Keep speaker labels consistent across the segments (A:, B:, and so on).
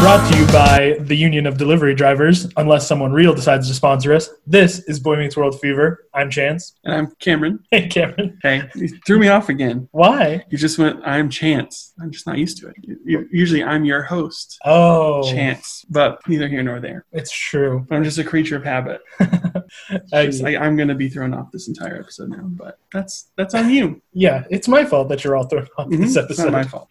A: Brought to you by the Union of Delivery Drivers. Unless someone real decides to sponsor us, this is Boy Meets World Fever. I'm Chance.
B: And I'm Cameron.
A: Hey, Cameron.
B: Hey, you threw me off again.
A: Why?
B: You just went, I'm Chance. I'm just not used to it. U- Usually I'm your host,
A: Oh,
B: Chance, but neither here nor there.
A: it's true.
B: But I'm just a creature of habit.
A: I-
B: It's like, I'm going to be thrown off this entire episode now, but that's that's on you.
A: yeah, it's my fault that you're all thrown off
B: Mhm.
A: this
B: It's not my
A: episode.
B: fault.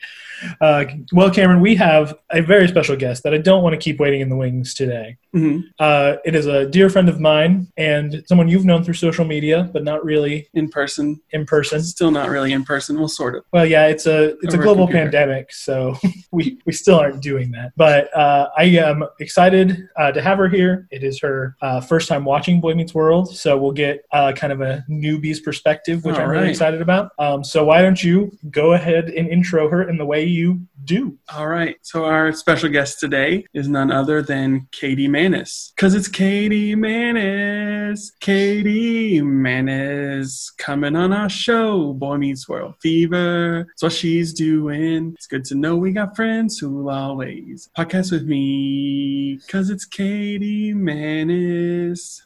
A: Uh, well, Cameron, we have a very special guest that I don't want to keep waiting in the wings today.
B: hmm
A: Uh, it is a dear friend of mine and someone you've known through social media, but not really
B: In person.
A: in person.
B: Still not really in person. Well, sort of.
A: Well, yeah, it's a it's a
B: Over a
A: global
B: computer.
A: pandemic, so we we still aren't doing that. But uh, I am excited uh, to have her here. It is her uh, first time watching Boy Meets World, so we'll get uh, kind of a newbie's perspective, which
B: All
A: I'm really
B: right.
A: excited about. Um, so why don't you go ahead and intro her in the way you do?
B: All right. So our special guest today is none other than Katie Manis. Because it's Katie Manis. Katie Manis coming on our show, Boy Meets World Fever. That's what she's doing. It's good to know we got friends who'll always podcast with me. Because it's Katie Manis.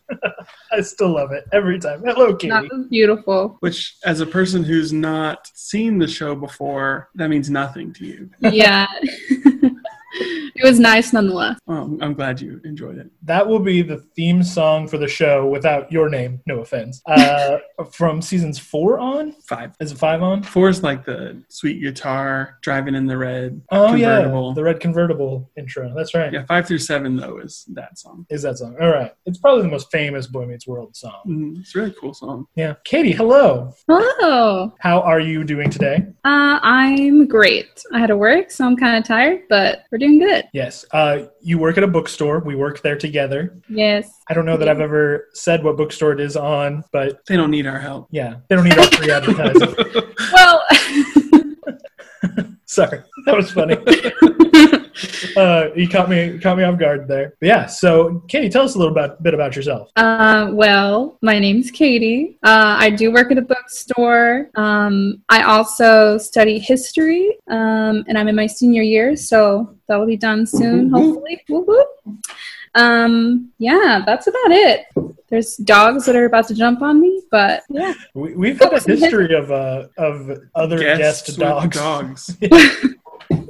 A: I still love it every time. Hello,
C: That
A: Katie.
C: was beautiful.
B: Which, as a person who's not seen the show before, that means nothing to you.
C: Yeah. it was nice nonetheless.
B: Well, I'm glad you enjoyed it.
A: That will be the theme song for the show without your name. No offense. Uh, from seasons four on,
B: Five.
A: is it five on?
B: Four is like the sweet guitar driving in the red
A: Oh
B: convertible.
A: yeah, the red convertible intro. That's right.
B: yeah, five through seven though is that song.
A: Is that song? All right. It's probably the most famous Boy Meets World song.
B: Mm, it's a really cool song.
A: Yeah. Katie, hello.
C: Hello.
A: How are you doing today?
C: Oh, Uh, I'm great. I had to work, so I'm kind of tired, but we're doing good.
A: Yes. Uh, you work at a bookstore. We work there together.
C: Yes.
A: I don't know that I've ever said what bookstore it is on, but
B: They don't need our help.
A: yeah, they don't need our free advertising.
C: Well,
A: Sorry, that was funny. Uh, you caught me, you caught me off guard there. But yeah. So, Katie, tell us a little about, bit about yourself.
C: uh, well, my name's Katie. Uh, I do work at a bookstore. Um, I also study history, um, and I'm in my senior year, so that will be done soon,
B: Woo-hoo.
C: hopefully. Whoop, whoop. Um, yeah, that's about it. There's dogs that are about to jump on me, but yeah.
A: We, we've had a history of uh, of other
B: Guests
A: guest
B: with
A: dogs.
B: dogs.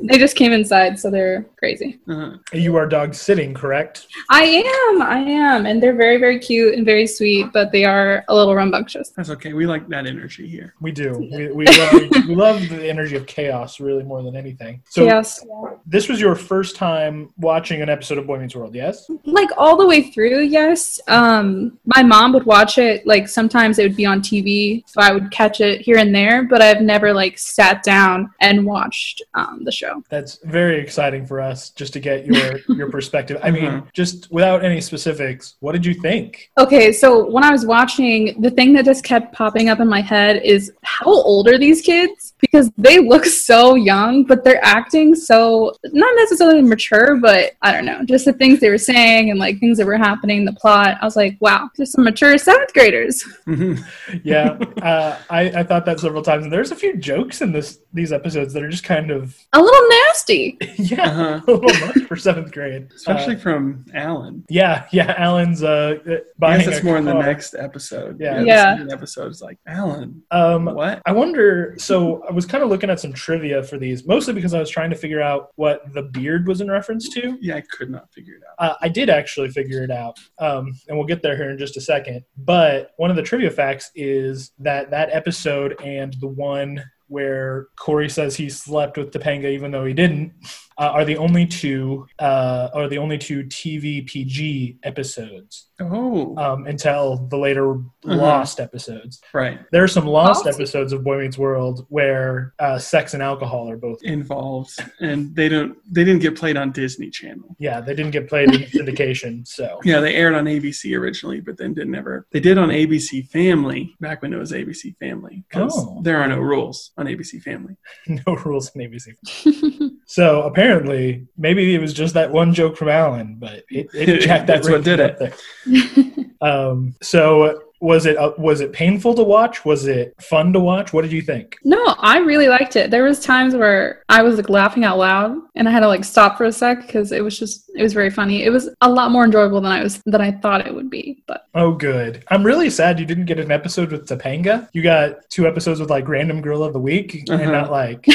C: They just came inside, so they're crazy.
B: Uh,
A: You are dog sitting, correct?
C: I am, I am, and they're very, very cute and very sweet, but they are a little rambunctious.
B: that's okay. We like that energy here.
A: We do. We, we, love, we love the energy of chaos really more than anything. So
C: Yes,
A: this was your first time watching an episode of Boy Meets World, yes?
C: like all the way through. Yes, um, my mom would watch it. Like sometimes it would be on TV, so I would catch it here and there. But I've never like sat down and watched um, the show.
A: That's very exciting for us just to get your, your perspective. I mean,
B: Mhm.
A: just without any specifics, what did you think?
C: Okay, so when I was watching, the thing that just kept popping up in my head is how old are these kids? Because they look so young, but they're acting so not necessarily mature, but I don't know, just the things they were saying and like things that were happening, the plot. I was like, wow, there's some mature seventh graders.
B: Mhm.
A: Yeah, uh, I, I thought that several times. And there's a few jokes in this these episodes that are just kind of,
C: A little nasty.
A: yeah,
B: uh-huh.
A: a little much for seventh grade.
B: Especially
A: Uh,
B: from Alan.
A: yeah, yeah, Alan's uh, uh,
B: I
A: buying
B: guess that's
A: a
B: more in the
A: car.
B: next episode.
A: Yeah.
B: this
C: Yeah.
B: next episode is like Alan.
A: Um,
B: What?
A: I wonder. So I was kind of looking at some trivia for these, mostly because I was trying to figure out what the beard was in reference to.
B: Yeah, I could not figure it out.
A: Uh, I did actually figure it out, um, and we'll get there here in just a second. But one of the trivia facts is that that episode and the one where Corey says he slept with Topanga even though he didn't uh, are the only two uh, are the only two TV PG episodes
B: Oh,
A: um, until the later Lost episodes.
B: right.
A: There are some lost
C: Lost?
A: episodes of Boy Meets World where uh, sex and alcohol are both.
B: Involved, and they don't. They didn't get played on Disney Channel.
A: Yeah, they didn't get played in syndication, so
B: Yeah, they aired on ABC originally, but then didn't ever. They did on ABC Family back when it was ABC Family because
A: Oh.
B: there are no rules on ABC Family.
A: no rules in ABC. So apparently, maybe it was just that one joke from Alan, but it, it jacked that
B: That's what
A: rating
B: did
A: up
B: it.
A: there. Um, so Was it uh, was it painful to watch? Was it fun to watch? What did you think?
C: No, I really liked it. There was times where I was like laughing out loud and I had to like stop for a sec because it was just it was very funny. It was a lot more enjoyable than I was than I thought it would be. But
A: Oh, good. I'm really sad you didn't get an episode with Topanga. You got two episodes with like random girl of the week,
B: Uh-huh.
A: and not like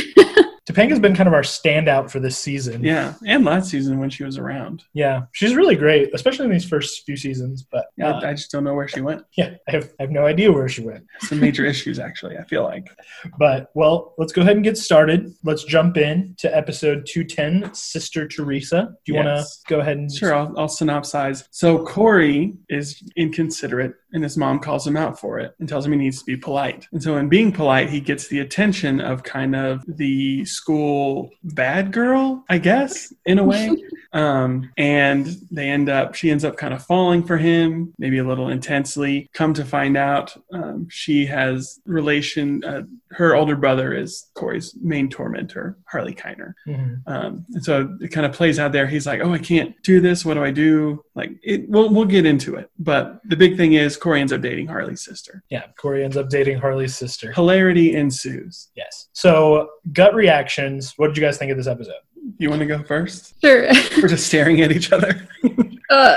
A: Topanga's been kind of our standout for this season.
B: Yeah, and last season when she was around.
A: Yeah, she's really great, especially in these first few seasons. But
B: Yeah,
A: uh,
B: I, I just don't know where she went.
A: yeah, I have, I have no idea where she went.
B: Some major issues, actually. I feel like.
A: But well, let's go ahead and get started. Let's jump in to episode 210, Sister Teresa. Do you want
B: Yes.
A: to go ahead and
B: Sure, I'll, I'll synopsize. So Corey is inconsiderate, and his mom calls him out for it and tells him he needs to be polite. And so, in being polite, he gets the attention of kind of the school bad girl, I guess, in a way. Um, and they end up, she ends up kind of falling for him, maybe a little intensely. Come to find out, um, she has relation. Uh, her older brother is Corey's main tormentor, Harley Kiner.
A: Mhm.
B: Um, and so it kind of plays out there. He's like, "Oh, I can't do this. What do I do?" Like, it, we'll we'll get into it. But the big thing is Corey ends up dating Harley's sister.
A: Yeah, Corey ends up dating Harley's sister.
B: Hilarity ensues.
A: Yes. So, gut reactions. What did you guys think of this episode?
B: You want to go first?
C: sure.
B: We're just staring at each other.
C: Uh,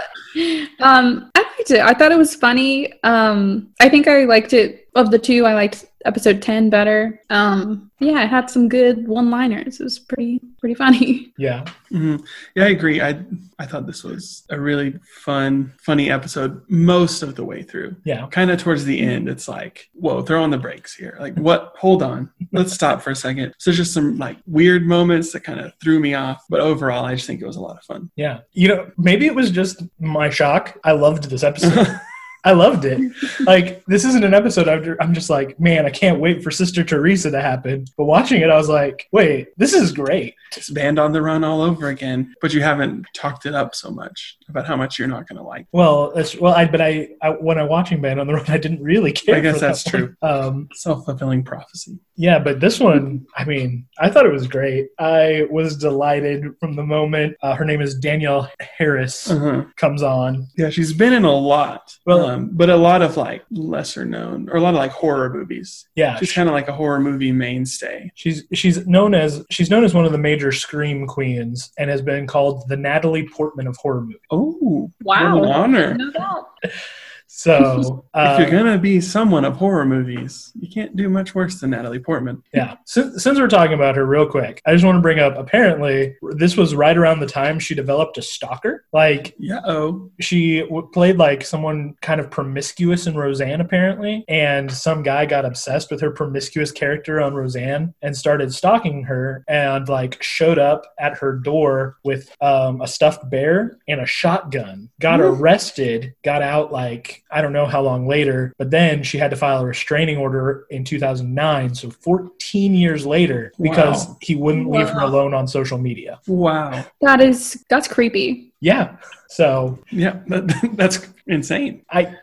C: um, I liked it. I thought it was funny. Um, I think I liked it of the two. I liked episode ten better. Um, yeah, it had some good one-liners. It was pretty pretty funny.
A: Yeah.
B: Mhm. Yeah, I agree. I I thought this was a really fun, funny episode most of the way through.
A: Yeah.
B: Kind of towards the end, it's like, whoa, throw on the brakes here. Like, what? Hold on. Let's stop for a second. So, just some like weird moments that kind of threw me off. But overall, I just think it was a lot of fun.
A: Yeah. You know, maybe it was just my shock. I loved this episode. I loved it. Like, this isn't an episode after I'm just like, man, I can't wait for Sister Teresa to happen. But watching it, I was like, wait, this is great.
B: it's band on the run all over again, but you haven't talked it up so much about how much you're not going to like.
A: Well, that's well, I but I, I when I watching Band on the Run, I didn't really care.
B: I guess
A: for that
B: that's
A: one.
B: true.
A: Um,
B: Self fulfilling prophecy.
A: yeah, but this one, I mean, I thought it was great. I was delighted from the moment uh, her name is Danielle Harris
B: Uh-huh.
A: comes on.
B: Yeah, she's been in a lot,
A: Well-
B: um, but a lot of like lesser known or a lot of like horror movies.
A: Yeah,
B: She's kind of like a horror movie mainstay.
A: She's she's known as she's known as one of the major scream queens and has been called the Natalie Portman of horror movies.
B: Oh,
C: Wow.
B: what an honor.
C: No doubt.
A: So uh,
B: if you're going to be someone of horror movies, you can't do much worse than Natalie Portman.
A: yeah, since, since we're talking about her, real quick, I just want to bring up. Apparently, this was right around the time she developed a stalker. Like
B: Yeah, oh.
A: she w- played like someone kind of promiscuous in Roseanne, apparently, and some guy got obsessed with her promiscuous character on Roseanne and started stalking her and like showed up at her door with um, a stuffed bear and a shotgun. Got
B: Woo.
A: arrested, got out like I don't know how long later, but then she had to file a restraining order in 2009, so 14 years later, because
B: Wow.
A: he wouldn't leave her
C: Wow.
A: alone on social media.
B: Wow.
C: That is that's creepy.
A: Yeah, so
B: Yeah, that, that's insane.
A: I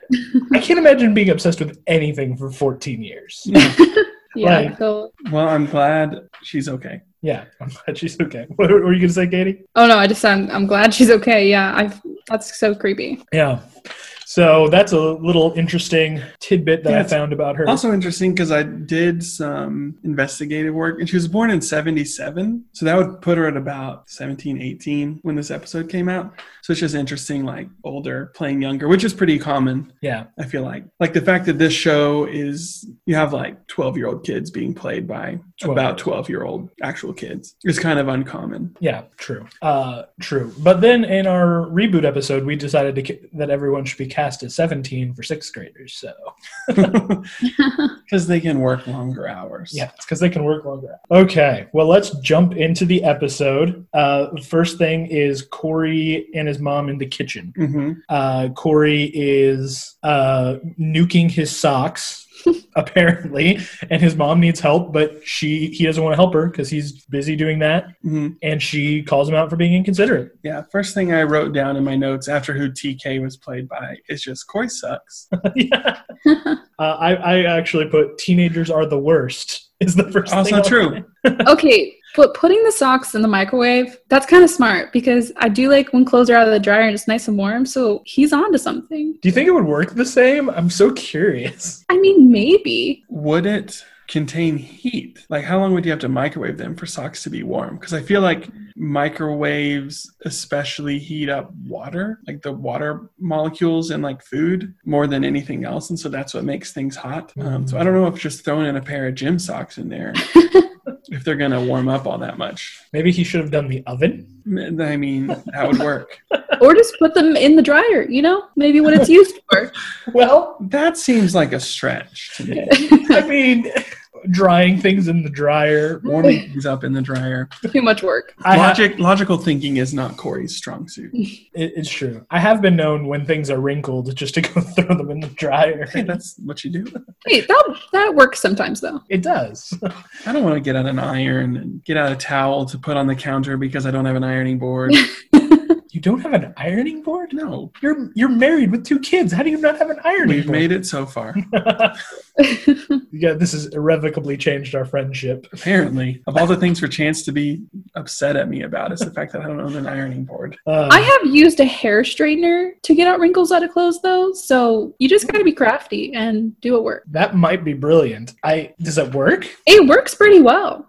A: I can't imagine being obsessed with anything for 14 years.
C: Yeah.
A: Like-
C: so-
B: Well, I'm glad she's okay.
A: Yeah, I'm glad she's okay. What were you gonna say, Katie?
C: oh no, I just I'm, I'm glad she's okay. Yeah, I that's so creepy.
A: Yeah. So that's a little interesting tidbit that
B: Yeah,
A: I found about her.
B: Also interesting because I did some investigative work, and she was born in 77. So that would put her at about 17, 18 when this episode came out. So it's just interesting, like older playing younger, which is pretty common,
A: yeah,
B: I feel like. Like the fact that this show is, you have like 12 year old kids being played by
A: 12.
B: about 12 year old actual kids is kind of uncommon.
A: yeah, true, uh, true. But then in our reboot episode, we decided to, ca- that everyone should be cast at 17 for sixth graders. So
B: Because they can work longer hours.
A: yeah, it's because they can work longer. Okay, well let's jump into the episode. Uh, first thing is Corey and his mom in the kitchen.
B: hmm
A: Uh, Corey is uh, nuking his socks, apparently, and his mom needs help, but she he doesn't want to help her because he's busy doing that,
B: hmm
A: and she calls him out for being inconsiderate.
B: Yeah, first thing I wrote down in my notes after who TK was played by is just Koi sucks.
A: yeah. uh, I, I actually put teenagers are the worst. Is the first thing
B: also Oh, true.
C: okay, But putting the socks in the microwave, that's kind of smart because I do like when clothes are out of the dryer and it's nice and warm. So he's on to something.
A: Do you think it would work the same? I'm so curious.
C: I mean, maybe.
B: Would it contain heat? Like, how long would you have to microwave them for socks to be warm? Because I feel like microwaves, especially, heat up water, like the water molecules in like food, more than anything else, and so that's what makes things hot. Um, so I don't know if just throwing in a pair of gym socks in there, if they're gonna warm up all that much.
A: Maybe he should have done the oven.
B: I mean, that would work.
C: Or just put them in the dryer, you know? Maybe what it's used for.
A: Well,
B: That seems like a stretch to me.
A: I mean, drying things in the dryer.
B: Warming things up in the dryer.
C: Too much work.
A: I ha-
B: Logic, logical thinking is not Corey's strong suit.
A: it, it's true. I have been known when things are wrinkled just to go throw them in the dryer.
B: Hey, that's what you do.
C: Wait, that, that works sometimes, though.
A: It does.
B: I don't want to get out an iron and get out a towel to put on the counter because I don't have an ironing board.
A: You don't have an ironing board?
B: No,
A: You're you're married with two kids. How do you not have an ironing
B: we've
A: board?
B: made it so far.
A: yeah, this has irrevocably changed our friendship.
B: Apparently, of all the things for Chance to be upset at me about is the fact that I don't own an ironing board.
A: Um,
C: I have used a hair straightener to get out wrinkles out of clothes, though. So you just gotta be crafty and do it work.
A: that might be brilliant. I does it work?
C: It works pretty well.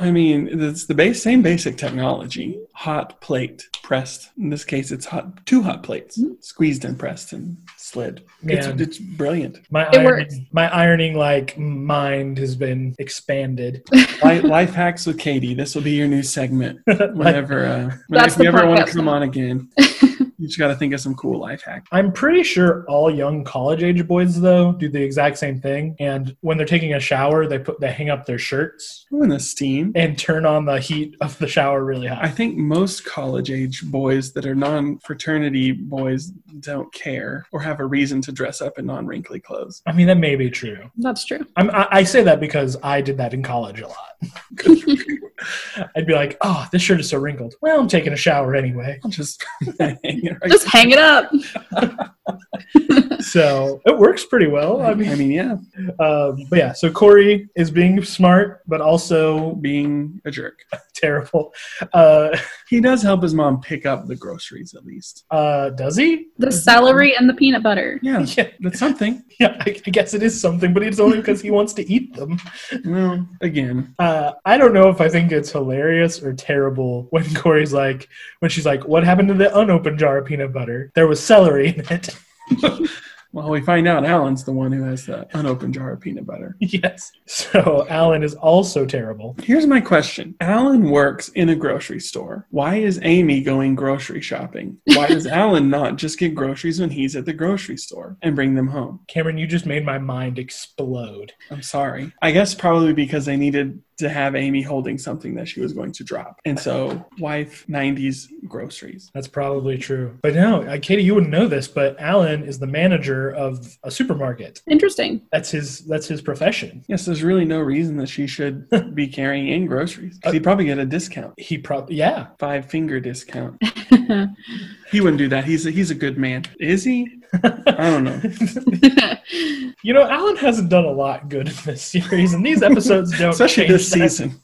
B: I mean, it's the base, same basic technology: hot plate pressed. In this case, it's hot two hot plates
A: Hmm.
B: squeezed and pressed and slid. It's,
A: Man.
B: it's brilliant.
A: My
C: It
A: ironing,
C: works.
A: my ironing like mind has been expanded.
B: Life, life hacks with Katie. This will be your new segment. Whenever, uh, whenever
C: That's
B: if you
C: the
B: ever want
C: podcast
B: to come
C: now.
B: on again, you just got to think of some cool life hack.
A: I'm pretty sure all young college age boys though do the exact same thing. And when they're taking a shower, they put they hang up their shirts
B: Ooh, and the steam.
A: and turn on the heat of the shower really
B: I
A: high.
B: think most college age boys that are non fraternity boys don't care or have a reason to dress up in non wrinkly clothes.
A: I mean that may be true.
C: That's true.
A: I'm, I, I say that because I did that in college a lot. I'd be like, "Oh, this shirt is so wrinkled." Well, I'm taking a shower anyway,
B: I'll just hang it right-
C: Just hang it up.
A: so it works pretty well. I mean,
B: yeah,
A: um, but yeah. So Corey is being smart, but also
B: being a jerk.
A: terrible. Uh,
B: He does help his mom pick up the groceries at least.
A: uh, does he?
C: The celery and the peanut butter.
B: Yeah,
A: Yeah,
B: that's something.
A: yeah. I, I guess it is something, but it's only because he wants to eat them.
B: Well, again,
A: Uh, I don't know if I think it's hilarious or terrible when Corey's like, when she's like, "What happened to the unopened jar of peanut butter? There was celery in it."
B: well, we find out Alan's the one who has the unopened jar of peanut butter.
A: yes. So Alan is also terrible.
B: Here's my question. Alan works in a grocery store. Why is Amy going grocery shopping? Why does Alan not just get groceries when he's at the grocery store and bring them home?
A: Cameron, you just made my mind explode.
B: I'm sorry. I guess probably because they needed to have Amy holding something that she was going to drop. And so, wife, 90s groceries.
A: That's probably true. But no, uh, Katie, you wouldn't know this, but Alan is the manager of a supermarket.
C: Interesting.
A: That's his. That's his profession.
B: Yes, there's really no reason that she should be carrying in groceries. 'Cause He'd probably get a discount,
A: He probably yeah.
B: five finger discount. He wouldn't do that. He's a, he's a good man. Is he? I don't know.
A: You know, Alan hasn't done a lot good in this series, and these episodes don't.
B: Especially
A: change
B: this
A: that.
B: season.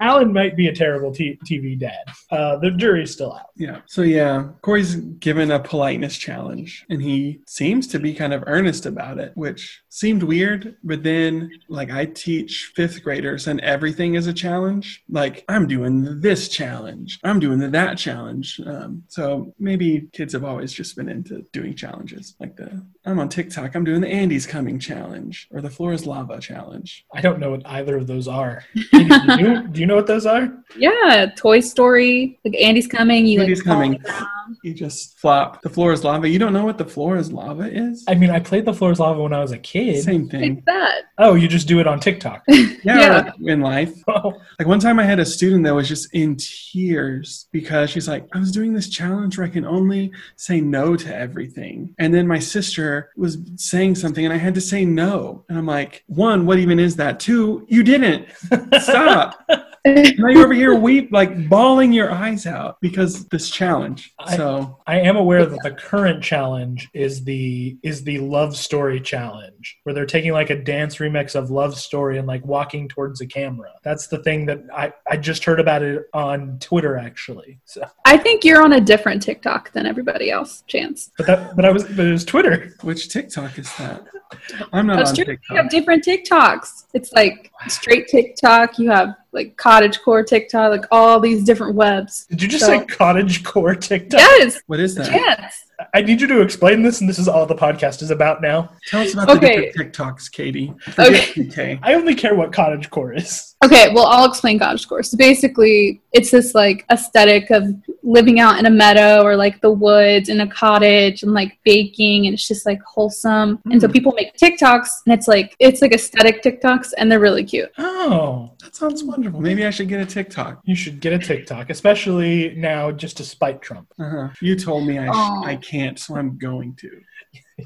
A: Alan might be a terrible t- TV dad. Uh, the jury's still out.
B: Yeah. So yeah, Corey's given a politeness challenge, and he seems to be kind of earnest about it, which seemed weird. But then, like, I teach fifth graders, and everything is a challenge. Like, I'm doing this challenge. I'm doing that challenge. Um, so maybe kids have always just been into doing challenges, like the I'm on TikTok. I'm doing the Andy's coming challenge or the floor is lava challenge.
A: I don't know what either of those are. do, you, do you know what those are?
C: Yeah, Toy Story. Like Andy's coming. You
B: Andy's
C: like, fall
B: coming.
C: down.
B: You just flop. The floor is lava. You don't know what the floor is lava is.
A: I mean, I played The Floor's Lava when I was a kid.
B: Same thing.
C: Like that.
A: Oh, you just do it on TikTok.
B: yeah, like, in life.
A: Oh,
B: Like one time I had a student that was just in tears because she's like, I was doing this challenge where I can only say no to everything. And then my sister was saying something and I had to say no. And I'm like, one, what even is that? Two, you didn't. Stop. now you're over here weep like bawling your eyes out because this challenge.
A: I-
B: so
A: I am aware that the current challenge is the is the love story challenge, where they're taking like a dance remix of Love Story and like walking towards a camera. That's the thing that I I just heard about it on Twitter actually. So,
C: I think you're on a different TikTok than everybody else, Chance.
A: but that but I was but it was Twitter.
B: which TikTok is that? I'm not
C: That's
B: on
C: true. You have
B: TikTok.
C: different TikToks. It's like straight TikTok. You have like cottage core TikTok, like all these different webs.
A: Did you just
C: So-
A: say cottage core TikTok?
C: Yes,
B: What is that?
C: Chance.
A: I need you to explain this, and this is all the podcast is about now.
B: Tell us about
C: Okay.
B: the different TikToks, Katie.
C: Okay.
B: okay.
A: I only care what cottage core is.
C: Okay, well, I'll explain cottage core. So basically, it's this like aesthetic of living out in a meadow or like the woods in a cottage and like baking, and it's just like wholesome. And so
B: Mm.
C: people make TikToks, and it's like it's like aesthetic TikToks, and they're really cute.
A: Oh,
B: That sounds wonderful. Maybe I should get a TikTok.
A: you should get a TikTok, especially now, just to spite Trump.
B: Uh-huh. You told me I,
C: Aw.
B: sh- I can't, so I'm going to.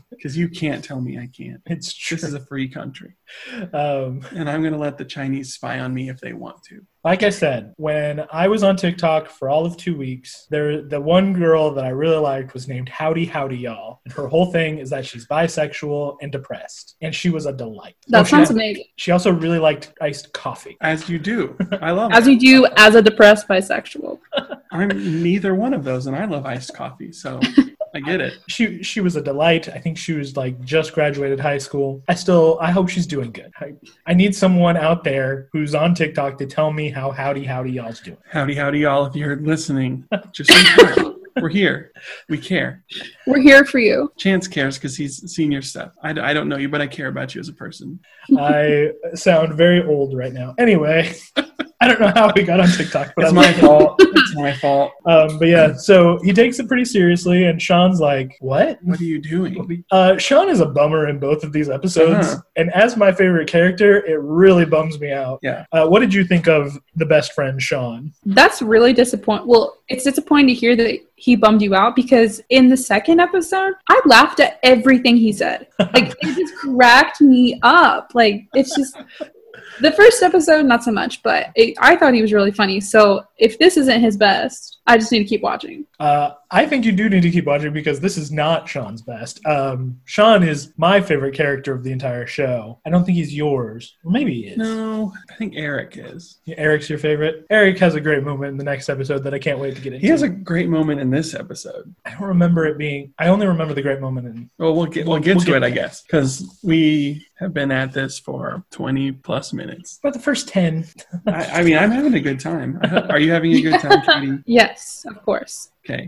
B: Because you can't tell me I can't.
A: It's true.
B: This is a free country.
A: Um,
B: And I'm going to let the Chinese spy on me if they want to.
A: like I said, when I was on TikTok for all of two weeks, there the one girl that I really liked was named Howdy Howdy Y'all, and her whole thing is that she's bisexual and depressed, and she was a delight.
C: That
A: she,
C: sounds amazing.
A: she also really liked iced coffee.
B: As you do. I love
C: As
B: it.
C: you do as a depressed bisexual.
B: I'm neither one of those, and I love iced coffee, so I get it.
A: She she was a delight. I think she was like just graduated high school. I still I hope she's doing good. I, I need someone out there who's on TikTok to tell me how Howdy Howdy Y'all's doing.
B: Howdy, howdy, y'all. If you're listening, just reach out. We're here. We care.
C: We're here for you.
B: Chance cares because he's senior stuff. I, I don't know you, but I care about you as a person.
A: I sound very old right now. Anyway, I don't know how we got on TikTok, but
B: It's
A: I'm
B: my fault. It's my fault.
A: Um, but yeah, so he takes it pretty seriously, and Sean's like, "What?"
B: What are you doing?
A: Uh, Sean is a bummer in both of these episodes,
B: Uh-huh.
A: and as my favorite character, it really bums me out.
B: Yeah.
A: Uh, what did you think of the best friend Sean?
C: That's really disappointing. Well, it's disappointing to hear that he bummed you out because in the second episode, I laughed at everything he said. Like it just cracked me up. Like it's just the first episode, not so much, but it, I thought he was really funny. So if this isn't his best, I just need to keep watching.
A: Uh, I think you do need to keep watching because this is not Sean's best. Um, Sean is my favorite character of the entire show. I don't think he's yours. Well, maybe he is.
B: No, I think Eric is.
A: Yeah, Eric's your favorite. Eric has a great moment in the next episode that I can't wait to get into.
B: He has a great moment in this episode.
A: I don't remember it being. I only remember the great moment in
B: Well, we'll get we'll,
A: We'll-
B: get
A: we'll
B: to
A: get
B: it, I
A: there.
B: guess, because we have been at this for twenty plus minutes.
A: about the first ten.
B: I, I mean, I'm having a good time. I ho- Are you having a good time, Katie?
C: Yes, of course.
B: Okay.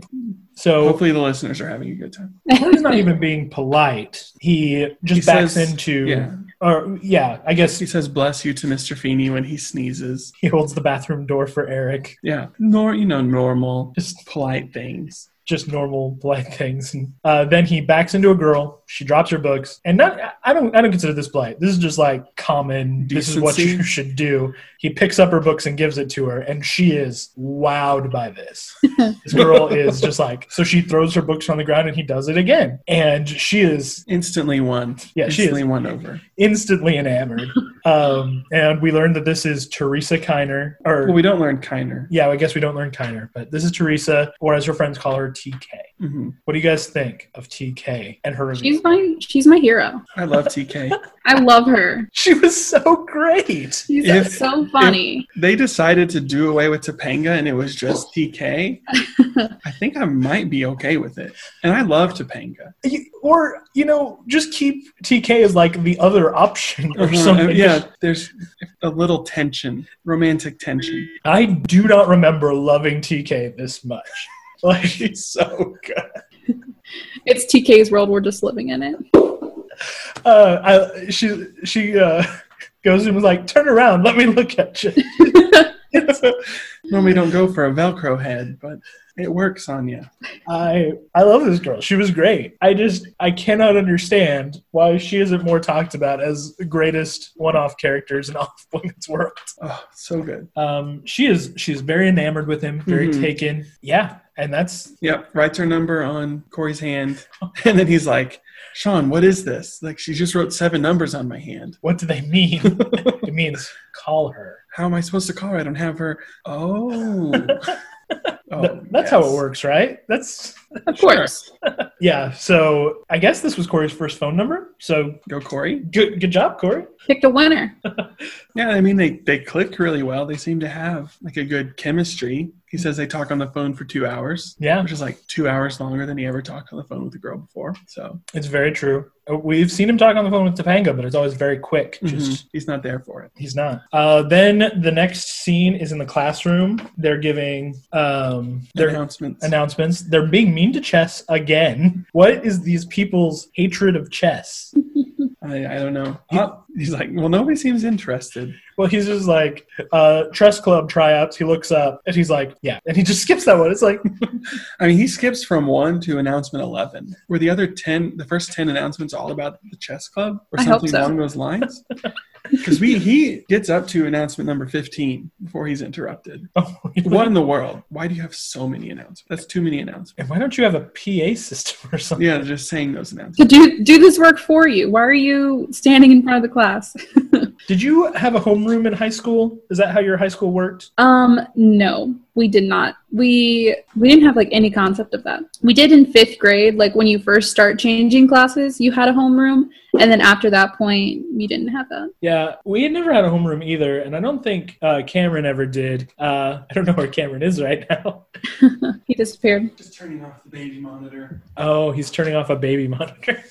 A: So
B: Hopefully, the listeners are having a good time.
A: he's not even being polite. He just
B: He
A: backs
B: says-
A: into.
B: Yeah.
A: Or yeah, I guess
B: He says "bless you" to Mr. Feeney when he sneezes.
A: he holds the bathroom door for Eric.
B: Yeah, nor you know normal,
A: Just
B: polite things.
A: just normal polite things. And uh, then he backs into a girl. She drops her books, and not. I- I don't. I don't consider this polite. This is just like common. This is what
B: Decency.
A: you should do. He picks up her books and gives it to her, and she is wowed by this. this girl is just like. So she throws her books on the ground, and he does it again, and she is
B: Instantly won.
A: Yeah, she is.
B: instantly won over.
A: instantly enamored. um, and we learned that this is Teresa Kiner, or
B: Well, we don't learn kinder.
A: yeah, I guess we don't learn Kiner, but this is Teresa, or as her friends call her, TK.
B: hmm
A: What do you guys think of TK and her? reveal?
C: She's my she's my hero.
B: I love TK.
C: I love her.
A: She was so great.
C: She's
B: If-
C: so funny.
B: they decided to do away with Topanga and it was just TK, I think I might be okay with it. And I love Topanga.
A: You- Or you know, just keep TK as like the other option or
B: Uh-huh.
A: something.
B: Yeah, there's a little tension, romantic tension.
A: I do not remember loving TK this much. Like she's so good.
C: it's TK's world. We're just living in it.
A: Uh, I, she she uh, goes and was like, "Turn around, let me look at you."
B: Normally don't go for a Velcro head, but it works on you.
A: I I love this girl. She was great. I just I cannot understand why she isn't more talked about as the greatest one-off characters in all of women's world.
B: Oh, so good.
A: Um, she is she's very enamored with him, very
B: Mhm.
A: taken. Yeah, and that's
B: Yep, writes her number on Corey's hand. And then he's like, Sean, what is this? Like, she just wrote seven numbers on my hand.
A: What do they mean? it means call her.
B: How am I supposed to call her? I don't have her. Oh. Oh,
A: Th- that's how it
B: yes.
A: works, right? That's
C: Of
B: Sure.
C: course.
A: yeah. So I guess this was Corey's first phone number. So
B: Go, Corey.
A: good, good job, Corey.
C: Picked a winner.
B: Yeah, I mean, they, they click really well. They seem to have like a good chemistry. He says they talk on the phone for two hours,
A: Yeah,
B: which is like two hours longer than he ever talked on the phone with a girl before. So
A: it's very true. Uh, We've seen him talk on the phone with Topanga, but it's always very quick. Just
B: mhm, he's not there for it.
A: He's not. Uh, then the next scene is in the classroom. They're giving um, their
B: announcements.
A: announcements. They're being mean to chess again. What is these people's hatred of chess?
B: I, I don't know. Oh, he's like, well, nobody seems interested.
A: Well, he's just like uh, chess club tryouts. He looks up and he's like, yeah, and he just skips that one. It's like,
B: I mean, he skips from one to announcement 11, where the other 10, the first 10 announcements are all about the chess club or
C: I hope
B: something
C: so.
B: along those lines. Because we he gets up to announcement number 15 before he's interrupted.
A: oh,
B: What in the world? Why do you have so many announcements? That's too many announcements.
A: And why don't you have a PA system or something?
B: Yeah, just saying those announcements.
C: To do do this work for you. Why are you standing in front of the class?
A: Did you have a homeroom in high school? Is that how your high school worked?
C: Um, no, we did not. We we didn't have like any concept of that. We did in fifth grade, like when you first start changing classes, you had a homeroom, and then after that point, you didn't have that.
A: Yeah, we had never had a homeroom either, and I don't think uh, Cameron ever did. Uh, I don't know where Cameron is right now.
C: He disappeared.
B: Just turning off the baby monitor.
A: Oh, he's turning off a baby monitor.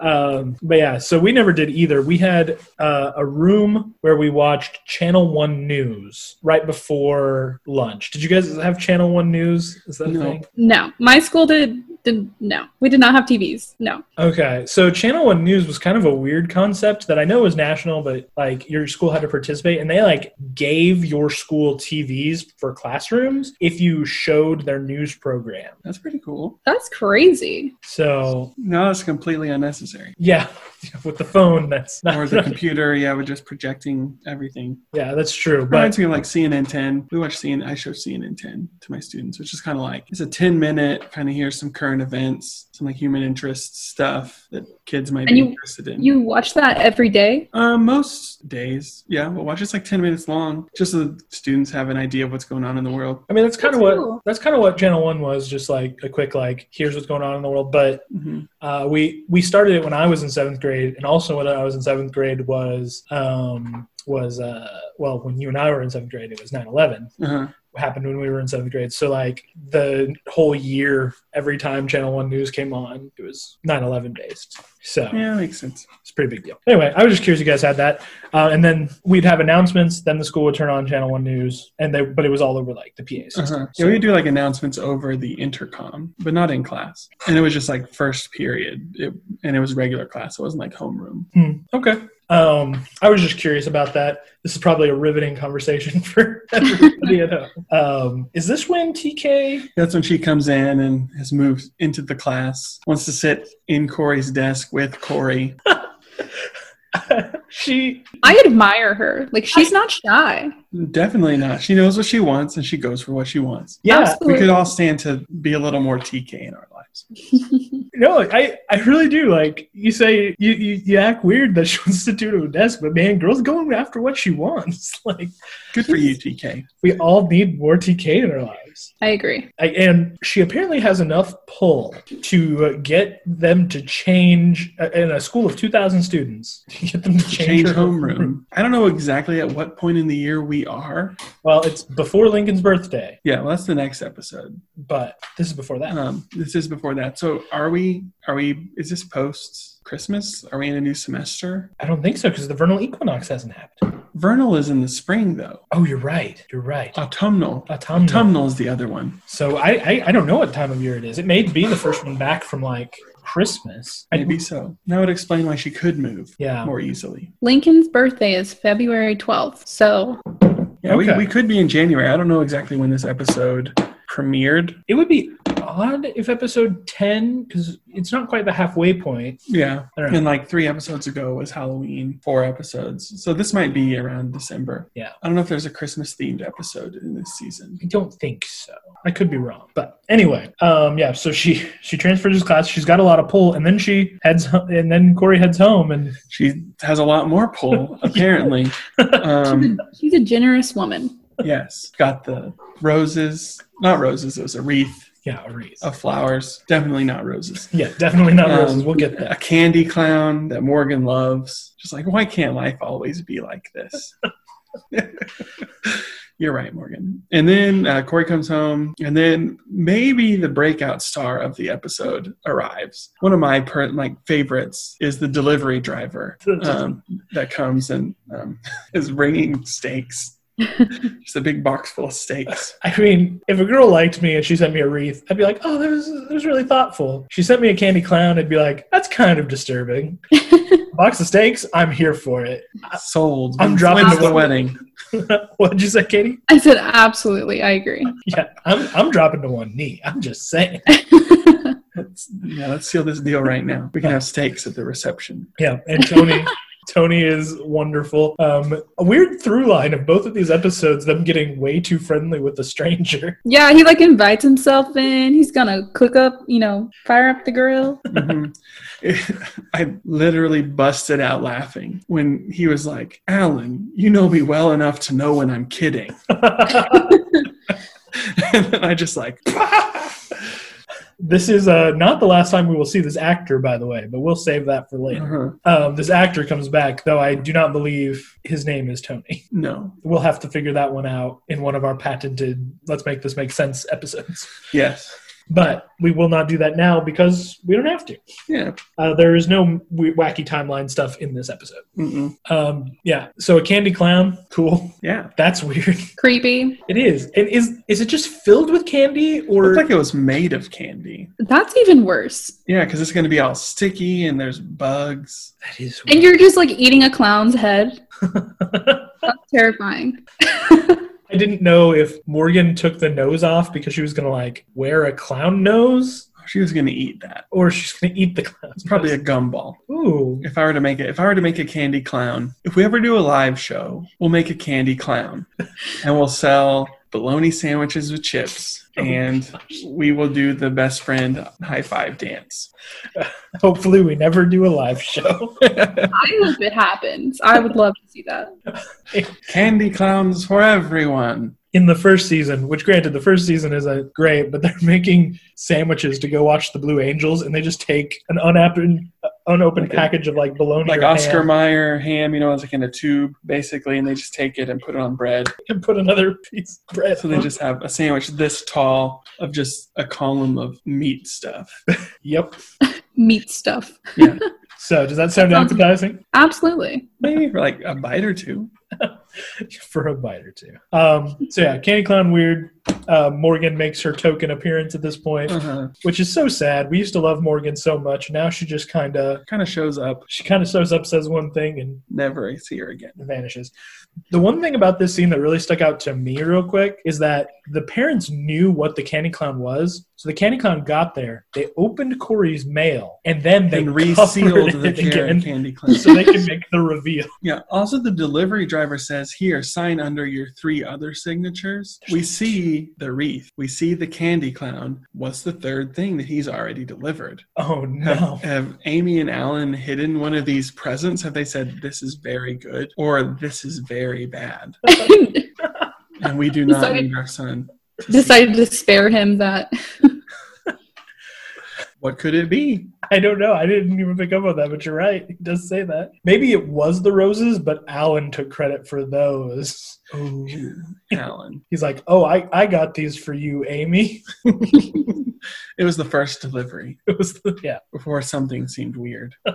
A: um, but yeah, so we never did either. We had uh, a room where we watched Channel One News right before lunch. Did you guys have Channel One News? Is that a
B: No.
A: thing?
C: No, my school did did no. We did not have TVs. No,
A: Okay, so Channel One News was kind of a weird concept that I know was national, but like your school had to participate, and they like gave your school TVs for classrooms if you showed their news program.
B: That's pretty cool.
C: that's crazy.
A: So
B: No, it's completely unnecessary.
A: yeah, with the phone, that's
B: Or the
A: not.
B: computer, yeah, we're just projecting everything.
A: Yeah, that's true. But
B: Reminds me of like CNN 10. We watch CNN, I show CNN 10 to my students, which is kind of like it's a 10 minute kind of here's some current events, some like human interest stuff that kids might
C: And
B: be
C: you-
B: interested in.
C: You watch that every day.
B: uh, most days, yeah, we'll watch it's like 10 minutes long just so the students have an idea of what's going on in the world.
A: I mean, that's kind of
C: That's
A: what
C: cool.
A: that's kind of what Channel One was, just like a quick like, here's what's going on in the world. But
B: hmm
A: uh, we we started it when I was in seventh grade, and also when I was in seventh grade was um, was uh, well, when you and I were in seventh grade, it was 9-11.
B: Uh-huh.
A: happened when we were in seventh grade. So like the whole year, every time Channel One News came on, it was 9-11 based. So
B: Yeah, makes sense.
A: it's a pretty big deal. Anyway, I was just curious you guys had that, uh, and then we'd have announcements. Then the school would turn on Channel One News, and they but it was all over like the PA system.
B: Uh-huh.
A: So-
B: Yeah, we do like announcements over the intercom, but not in class. And it was just like first period, it, and it was regular class. It wasn't like homeroom.
A: Hmm, okay. Um, I was just curious about that. This is probably a riveting conversation for everybody at home. Um, is this when TK?
B: That's when she comes in and has moved into the class, wants to sit in Corey's desk with Corey.
A: she
C: I admire her. Like she's not shy.
B: Definitely not. She knows what she wants and she goes for what she wants.
A: yeah.
B: We could all stand to be a little more TK in our lives.
A: No, I, I really do. Like you say, you, you, you act weird that she wants to do to a desk, but man, girls going after what she wants. Like
B: Good for you, TK.
A: we all need more TK in our lives.
C: I agree.
A: I, and she apparently has enough pull to uh, get them to change uh, in a school of two thousand students. To get them to change,
B: Change
A: her
B: homeroom. I don't know exactly at what point in the year we are.
A: Well, it's before Lincoln's birthday,
B: Yeah, well, that's the next episode.
A: but this is before that.
B: Um, this is before that. So are we? Are we? Is this post Christmas? Are we in a new semester?
A: I don't think so because the vernal equinox hasn't happened.
B: Vernal is in the spring though.
A: Oh, you're right. You're right.
B: Autumnal.
A: Autumnal.
B: Autumnal is the other one.
A: So I, I I don't know what time of year it is. It may be the first one back from like Christmas. I-
B: Maybe so. That would explain why she could move
A: Yeah.
B: more easily.
C: Lincoln's birthday is February twelfth, so
B: Yeah,
A: Okay.
B: we, we could be in January. I don't know exactly when this episode premiered.
A: It would be odd if episode 10, because it's not quite the halfway point.
B: Yeah.
A: I don't know.
B: And like three episodes ago was Halloween, four episodes. So this might be around December.
A: Yeah.
B: I don't know if there's a Christmas themed episode in this season.
A: I don't think so. I could be wrong, but anyway, um, yeah. So she she transfers his class. She's got a lot of pull, and then she heads ho- and then Corey heads home, and
B: She has a lot more pull, apparently.
C: She's,
B: Um,
C: a, she's a generous woman.
B: yes. Got the roses. Not roses, it was a wreath
A: yeah, a wreath.
B: of flowers. Definitely not roses.
A: Yeah, definitely not
B: Um,
A: roses. We'll get there.
B: A candy clown that Morgan loves. Just like, why can't life always be like this? You're right, Morgan. And then uh, Corey comes home, and then maybe the breakout star of the episode arrives. One of my per- like favorites is the delivery driver um, that comes and um, is bringing steaks. Just a big box full of steaks.
A: I mean, if a girl liked me and she sent me a wreath, I'd be like, "Oh, that was that was really thoughtful." She sent me a candy clown, I'd be like, "That's kind of disturbing." Box of steaks, I'm here for it.
B: Sold.
A: I'm dropping
B: When's the
A: the-
B: wedding.
A: what did you say, Katie?
C: I said, absolutely, I agree.
A: Yeah, I'm I'm dropping to one knee. I'm just saying.
B: Let's, yeah, let's seal this deal right now. We can have steaks at the reception.
A: Yeah, and Tony. Tony is wonderful. Um, a weird through line of both of these episodes, them getting way too friendly with the stranger.
C: yeah, he like invites himself in. He's gonna cook up, you know, fire up the grill.
B: Mhm. I literally busted out laughing when he was like, Alan, you know me well enough to know when I'm kidding. and then I just like, Uh-huh.
A: this is uh, not the last time we will see this actor, by the way, but we'll save that for later.
B: uh-huh.
A: Um, this actor comes back, though I do not believe his name is Tony.
B: no.
A: We'll have to figure that one out in one of our patented Let's Make This Make Sense episodes.
B: Yes.
A: But we will not do that now because we don't have to.
B: Yeah.
A: Uh, there is no w- wacky timeline stuff in this episode.
B: Mm-mm.
A: Um, yeah. So a candy clown, cool.
B: Yeah.
A: That's weird.
C: Creepy.
A: It is. And is is it just filled with candy or
B: Looked like it was made of candy.
C: That's even worse.
B: Yeah, because it's going to be all sticky and there's bugs.
A: that is
C: And you're just like eating a clown's head. That's terrifying.
A: I didn't know if Morgan took the nose off because she was gonna like wear a clown nose
B: She was going to eat that.
A: or she's gonna eat the clown.
B: It's probably a gumball.
A: Ooh.
B: If I were to make it, if I were to make a candy clown, if we ever do a live show, we'll make a candy clown, and we'll sell bologna sandwiches with chips, and we will do the best friend high five dance.
A: Hopefully we never do a live show.
C: I hope it happens. I would love to see that.
B: Candy clowns for everyone.
A: in the first season, which granted the first season isn't great, but they're making sandwiches to go watch the Blue Angels and they just take an unopened unopened
B: Like a-
A: package of like bologna
B: Like
A: or
B: Oscar
A: ham
B: Mayer ham, you know, it's like in a tube basically, and they just take it and put it on bread.
A: and put another piece of bread.
B: So they
A: on.
B: just have a sandwich this tall of just a column of meat stuff.
A: Yep.
C: Meat stuff.
A: So does that sound
C: Sounds-
A: appetizing?
C: Absolutely.
B: Maybe for like a bite or two.
A: for a bite or two. Um, so yeah, Candy Clown weird. Uh, Morgan makes her token appearance at this point,
B: Uh-huh.
A: which is so sad. We used to love Morgan so much. Now she just kind of
B: Kind of shows up.
A: she kind of shows up, says one thing, and
B: Never see her again.
A: vanishes. The one thing about this scene that really stuck out to me real quick is that the parents knew what the Candy Clown was. So the Candy Clown got there. They opened Corey's mail and then they
B: and
A: covered
B: resealed the
A: it
B: jar
A: again
B: of candy clown.
A: so they could make the reveal.
B: yeah. Also, the delivery driver says, "Here, sign under your three other signatures." We see the wreath. We see the candy clown. What's the third thing that he's already delivered?
A: Oh
B: Have,
A: no.
B: have Amy and Alan hidden one of these presents? Have they said, "This is very good" or "This is very bad"? And we do not
C: Sorry.
B: need our son.
C: Decided to spare him that.
B: What could it be?
A: I don't know. I didn't even pick up on that, but you're right. It does say that. Maybe it was the roses, but Alan took credit for those.
B: Oh, Alan.
A: He's like, oh, I, I got these for you, Amy.
B: It was the first delivery
A: It was, the, yeah.
B: before something seemed weird.
A: Uh,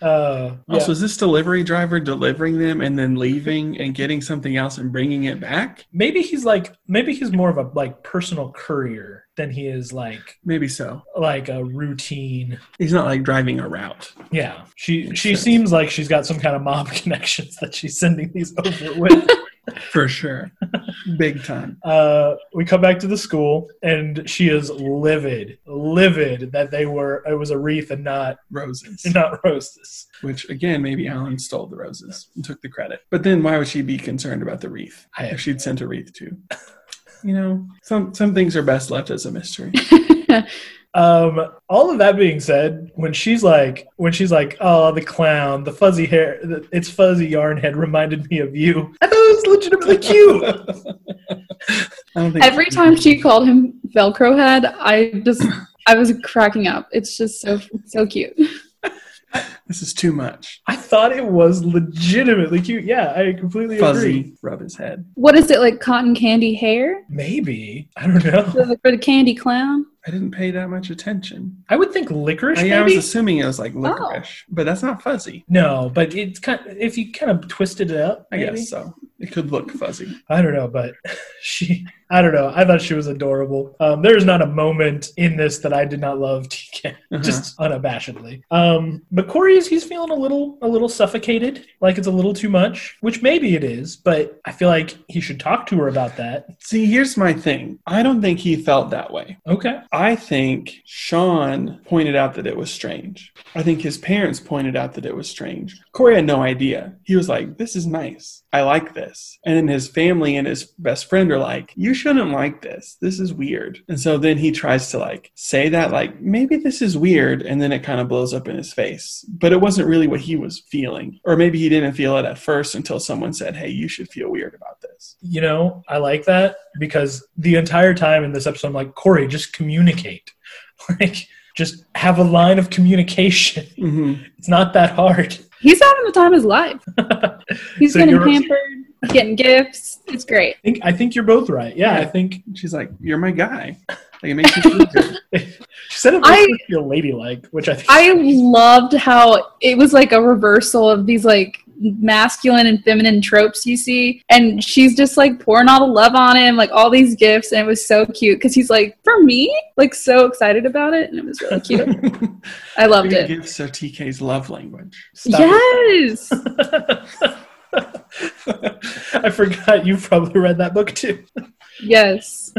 A: yeah.
B: Also, Oh, is this delivery driver delivering them and then leaving and getting something else and bringing it back?
A: maybe he's like, maybe he's more of a like personal courier than he is like
B: Maybe so.
A: like a routine.
B: He's not like driving a route.
A: Yeah, she
B: Makes
A: she
B: sense.
A: seems like she's got some kind of mob connections that she's sending these over with.
B: for sure. Big time.
A: Uh, we come back to the school, and she is livid, livid that they were it was a wreath and not
B: Roses.
A: not roses.
B: Which again, maybe Alan stole the roses and took the credit. But then why would she be concerned about the wreath? I if she'd sent a wreath too. You know, some some things are best left as a mystery.
A: Um, all of that being said, when she's like, when she's like, oh, the clown, the fuzzy hair, the, its fuzzy yarn head reminded me of you. I thought it was legitimately cute.
B: I don't think
C: Every time she called him Velcro head, I just I was cracking up. It's just so so cute.
B: this is too much.
A: I thought it was legitimately cute. Yeah, I completely agree.
B: Fuzzy rub his head.
C: What is it like? Cotton candy hair?
A: Maybe I don't know.
C: For the, for the candy clown?
B: I didn't pay that much attention.
A: I would think licorice.
B: Oh, I,
A: maybe? Oh.
B: I was assuming it was like licorice, but that's not fuzzy.
A: no, but it's kind. if you kind of twisted it up,
B: I
A: maybe?
B: guess so. It could look fuzzy.
A: I don't know, but she, I don't know. I thought she was adorable. Um, there is not a moment in this that I did not love TK,
B: Uh-huh.
A: just unabashedly. Um, but Corey is, he's feeling a little, a little suffocated, like it's a little too much, which maybe it is, but I feel like he should talk to her about that.
B: See, here's my thing. I don't think he felt that way.
A: Okay.
B: I think Sean pointed out that it was strange. I think his parents pointed out that it was strange. Corey had no idea. He was like, This is nice. I like this. And then his family and his best friend are like, You shouldn't like this. This is weird. And so then he tries to like say that, like, maybe this is weird. And then it kind of blows up in his face. But it wasn't really what he was feeling. Or maybe he didn't feel it at first until someone said, Hey, you should feel weird about this.
A: You know, I like that because the entire time in this episode, I'm like, Corey, just communicate. like, just have a line of communication.
B: Mm-hmm.
A: It's not that hard.
C: He's having the time of his life. He's
A: So
C: getting
A: you're-
C: pampered, getting gifts. It's great.
A: I think, I think you're both right. Yeah, I think
B: She's like, You're my guy. Like, it makes you feel good.
A: She said it makes
C: I-
A: her feel ladylike, which I think
C: I loved how it was like a reversal of these like masculine and feminine tropes you see and she's just like pouring all the love on him like all these gifts and it was so cute because he's like for me like so excited about it and it was really cute i loved
B: Free
C: it
B: gifts are TK's love language.
A: Stop
C: yes
A: it. I forgot you probably read that book too.
C: yes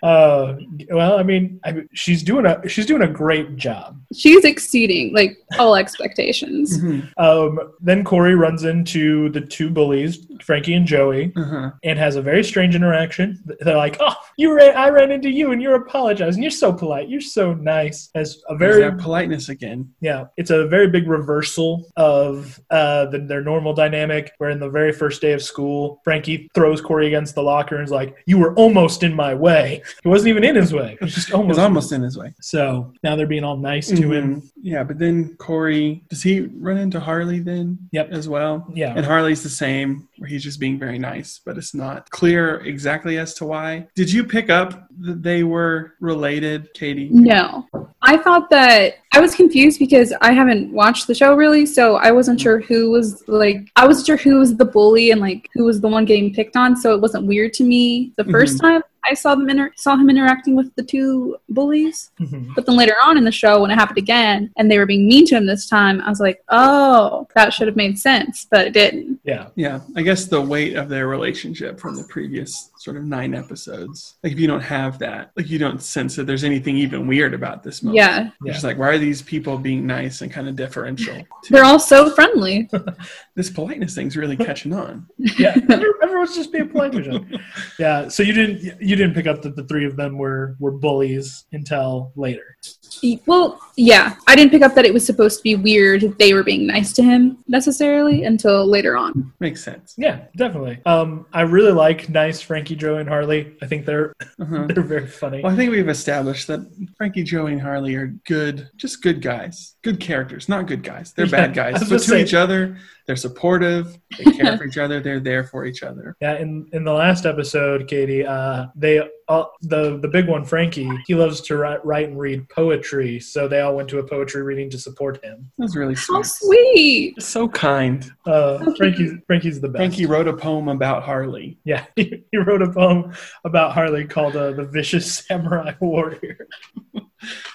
A: Uh, well, I mean, I, she's doing a she's doing a great job.
C: she's exceeding like all expectations
A: Um, then Corey runs into the two bullies, Frankie and Joey,
B: Uh-huh.
A: and has a very strange interaction. They're like, "Oh, you ran, I ran into you, and you're apologizing. You're so polite. You're so nice." As a
B: Very
A: very
B: that politeness again.
A: Yeah, it's a very big reversal of uh, the, their normal dynamic. Where in the very first day of school, Frankie throws Corey against the locker and is like, "You were almost in my way." He wasn't even in his way; he was just
B: It was
A: almost.
B: almost in his way.
A: so now they're being all nice to him.
B: Mhm. Yeah, but then Corey does he run into Harley then?
A: Yep.
B: As well.
A: Yeah.
B: Mm-hmm. And Harley's the same, where he's just being very nice, but it's not clear exactly as to why. Did you pick up that they were related, Katie?
C: No. I thought that I was confused because I haven't watched the show really, so I wasn't sure who was like I wasn't sure who was the bully and like who was the one getting picked on, so it wasn't weird to me the 1st time I saw them inter- saw him interacting with the two bullies.
A: Mhm.
C: But then later on in the show when it happened again and they were being mean to him this time, I was like, "Oh, that should have made sense," but it didn't.
A: Yeah,
B: Yeah, I guess the weight of their relationship from the previous sort of nine episodes. Like, if you don't have that, like, you don't sense that there's anything even weird about this moment.
C: Yeah.
B: You're
A: Yeah.
B: Just like, why are these people being nice and kind of differential? to-
C: They're all so friendly.
B: this politeness thing's really catching on.
A: yeah. Everyone's just being polite to each other. Yeah. So you didn't you didn't pick up that the three of them were were bullies until later.
C: Well, yeah, I didn't pick up that it was supposed to be weird that they were being nice to him necessarily until later on.
B: Makes sense.
A: Yeah, definitely. Um, I really like nice Frankie, Joe, and Harley. I think they're
B: Uh-huh.
A: they're very funny.
B: Well, I think we've established that Frankie, Joey, and Harley are good, just good guys, good characters, not good guys. They're
A: Yeah,
B: bad
A: I was
B: guys, but to
A: gonna say-
B: each other, they're supportive. They care for each other. They're there for each other.
A: Yeah, in, in the last episode, Katie, uh, they all, the the big one, Frankie, he loves to write, write and read poetry, so they all went to a poetry reading to support him.
B: That was really
C: How
B: sweet.
C: sweet!
B: So kind.
A: Uh, Frankie's Frankie's the best.
B: Frankie wrote a poem about Harley.
A: Yeah, he, wrote a poem about Harley called uh, "The Vicious Samurai Warrior."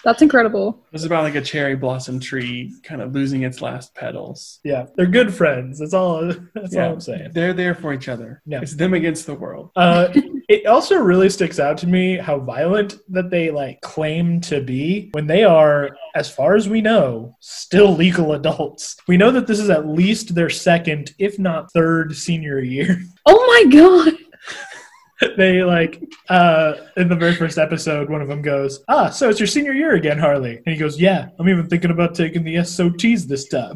C: That's incredible.
B: It was about like a cherry blossom tree kind of losing its last petals.
A: Yeah, they're good friends. That's all. That's all I'm saying.
B: They're there for each other.
A: Yeah.
B: It's them against the world.
A: Uh, it also really sticks out to me how violent that they like claim to be when they are, as far as we know, still legal adults. We know that this is at least their second, if not third, senior year.
C: Oh my god.
A: they like uh, in the very first episode, one of them goes, "Ah, so it's your senior year again, Harley?" And he goes, "Yeah, I'm even thinking about taking the SOTs this time."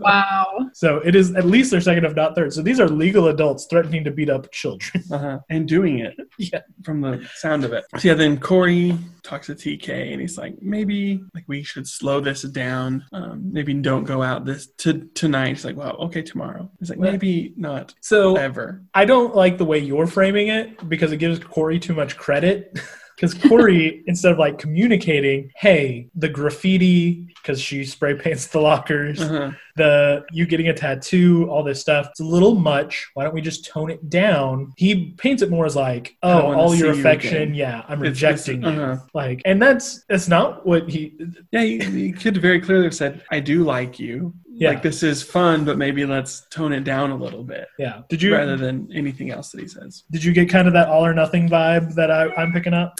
C: Wow.
A: So it is at least their second, if not third. So these are legal adults threatening to beat up children.
B: Uh-huh. And doing it.
A: Yeah.
B: From the sound of it. So yeah, then Corey talks to TK and he's like, maybe like we should slow this down. Um, maybe don't go out this to tonight. He's like, well, okay, tomorrow. He's like,
A: Yeah.
B: maybe not
A: So
B: ever.
A: I don't like the way you're framing it because it gives Corey too much credit. Because Corey, instead of like communicating, hey, the graffiti, because she spray paints the lockers,
B: Uh-huh.
A: the you getting a tattoo, all this stuff, it's a little much. Why don't we just tone it down? He paints it more as like,
B: I
A: oh,
B: don't wanna
A: all
B: see
A: your
B: you
A: affection,
B: again.
A: yeah, I'm
B: It's- it's-
A: rejecting you.
B: uh-huh.
A: Like, and that's that's not what he.
B: Yeah, he, he could very clearly have said, I do like you.
A: Yeah.
B: Like this is fun, but maybe let's tone it down a little bit
A: Yeah. Did you
B: rather than anything else that he says.
A: did you get kind of that all or nothing vibe that I, I'm picking up?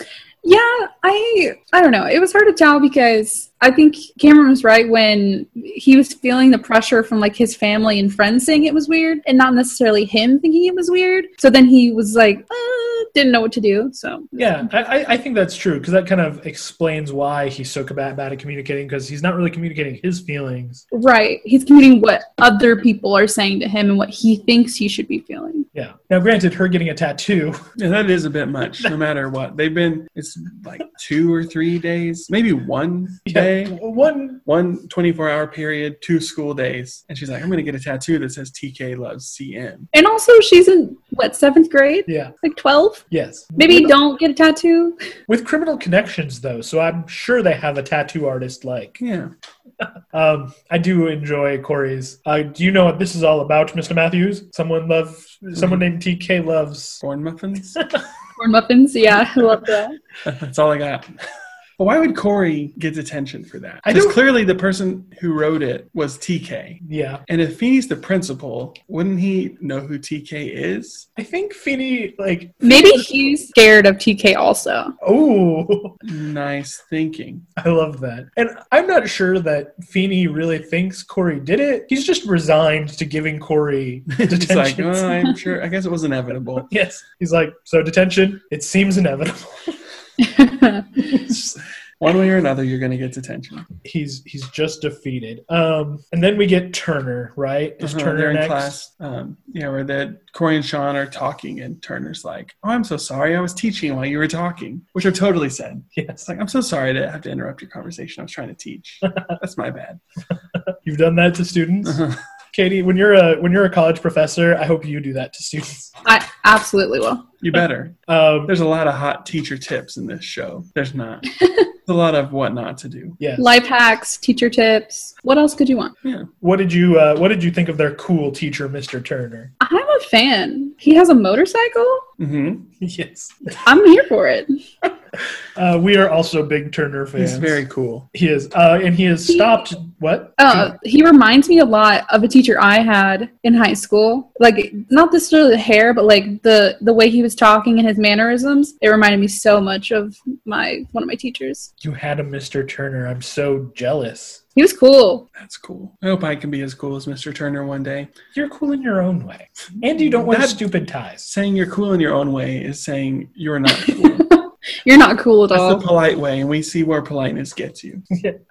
C: Yeah, I I don't know. It was hard to tell because I think Cameron was right when he was feeling the pressure from like his family and friends saying it was weird and not necessarily him thinking it was weird. So then he was like, uh, didn't know what to do. So
A: Yeah, I, I- I think that's true because that kind of explains why he's so bad, bad at communicating because he's not really communicating his feelings.
C: Right. He's communicating what other people are saying to him and what he thinks he should be feeling.
A: Yeah. Now, granted, her getting a tattoo.
B: Yeah, that is a bit much, no matter what. They've been, it's like two or three days, maybe one
A: Yeah,
B: day,
A: one.
B: one 24 hour period, two school days. And she's like, I'm going to get a tattoo that says TK loves CM.
C: And also, she's in what, seventh grade?
A: Yeah.
C: Like 12?
A: Yes.
C: Maybe don't get a tattoo.
A: With criminal connections, though, so I'm sure they have a tattoo artist. Like,
B: Yeah.
A: um, I do enjoy Corey's. Uh, do you know what this is all about, Mr. Matthews? Someone loves. Someone named TK loves.
B: Corn muffins.
C: Corn muffins. Yeah, I love that.
B: That's all I got. But why would Corey get detention for that?
A: I
B: Because
A: don't-
B: clearly the person who wrote it was TK.
A: Yeah,
B: And if he's the principal, wouldn't he know who TK is?
A: I think Feeney. Like,
C: Maybe he's scared of TK also.
A: oh,
B: Nice thinking.
A: I love that. And I'm not sure that Feeney really thinks Corey did it. He's just resigned to giving Corey
B: It's like,
A: detention.
B: oh, I'm sure. I guess it was inevitable.
A: yes. He's like, so detention, it seems inevitable. It's just-
B: One way or another, you're going to get detention.
A: he's he's just defeated. Um and then we get Turner, right? Is
B: Uh-huh,
A: Turner
B: they're in
A: next?
B: class. Um, yeah, where that Corey and Sean are talking, and Turner's like, "Oh, I'm so sorry. I was teaching while you were talking," which I've totally said. It's
A: Yes.
B: like, "I'm so sorry to have to interrupt your conversation. I was trying to teach. That's my bad."
A: You've done that to students.
B: Uh-huh.
A: Katie, when you're a when you're a college professor, I hope you do that to students.
C: I absolutely will.
B: You better.
A: Um
B: There's a lot of hot teacher tips in this show. There's not. There's a lot of what not to do.
A: yeah.
C: Life hacks, teacher tips. What else could you want?
B: Yeah.
A: What did you uh, what did you think of their cool teacher, Mr. Turner?
C: I'm a fan. He has a motorcycle.
B: Mm-hmm.
A: Yes.
C: I'm here for it.
A: Uh, we are also big Turner fans.
B: He's very cool.
A: He is, uh, and he has stopped. What?
C: Uh, he reminds me a lot of a teacher I had in high school. Like not necessarily the hair, but like the the way he was talking and his mannerisms. It reminded me so much of my one of my teachers.
A: You had a Mr. Turner. I'm so jealous.
C: He was cool.
B: That's cool. I hope I can be as cool as Mr. Turner one day.
A: You're cool in your own way, and you don't wear
B: That-
A: stupid ties.
B: Saying you're cool in your own way is saying you're not cool.
C: You're not cool at
B: That's the
C: all.
B: polite way, and we see where politeness gets you.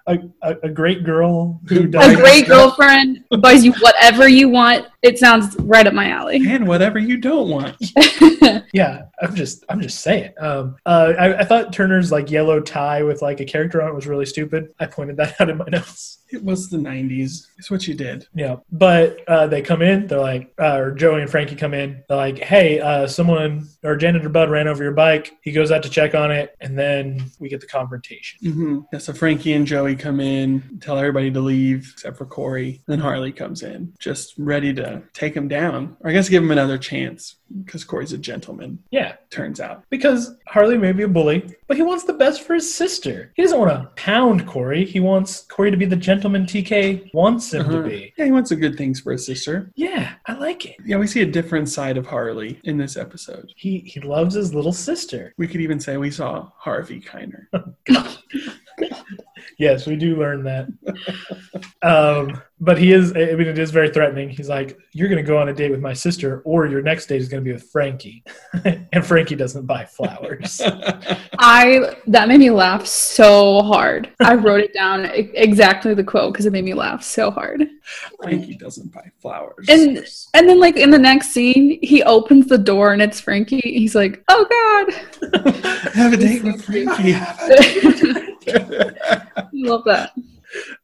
A: A, a, a great girl who
B: A
A: does
C: A great girlfriend buys you whatever you want. It sounds right up my alley.
B: And whatever you don't want.
A: Yeah, I'm just, I'm just saying. Um, uh, I, I thought Turner's like yellow tie with like a character on it was really stupid. I pointed that out in my notes.
B: It was the 90s. It's what you did.
A: Yeah, but uh, they come in. They're like, uh, or Joey and Frankie come in. They're like, "Hey, uh, someone or janitor Bud ran over your bike." He goes out to check on it, and then we get the confrontation.
B: Mm-hmm. Yeah, so Frankie and Joey come in, tell everybody to leave except for Corey. Then Harley comes in, just ready to to take him down. Or I guess give him another chance because Corey's a gentleman,
A: Yeah,
B: turns out.
A: because Harley may be a bully, but he wants the best for his sister. He doesn't want to pound Corey. He wants Corey to be the gentleman TK wants him
B: Uh-huh.
A: to be.
B: Yeah, he wants the good things for his sister.
A: Yeah, I like it.
B: Yeah, we see a different side of Harley in this episode.
A: He he loves his little sister.
B: We could even say we saw Harvey Kiner.
A: Yes, we do learn that. um, but he is. I mean, it is very threatening. He's like, "You're going to go on a date with my sister, or your next date is going to be with Frankie," and Frankie doesn't buy flowers.
C: I that made me laugh so hard. I wrote it down e- exactly the quote because it made me laugh so hard.
B: Frankie doesn't buy flowers.
C: And and then like in the next scene, he opens the door and it's Frankie. He's like, "Oh
B: have a date with Frankie.
C: God, love that."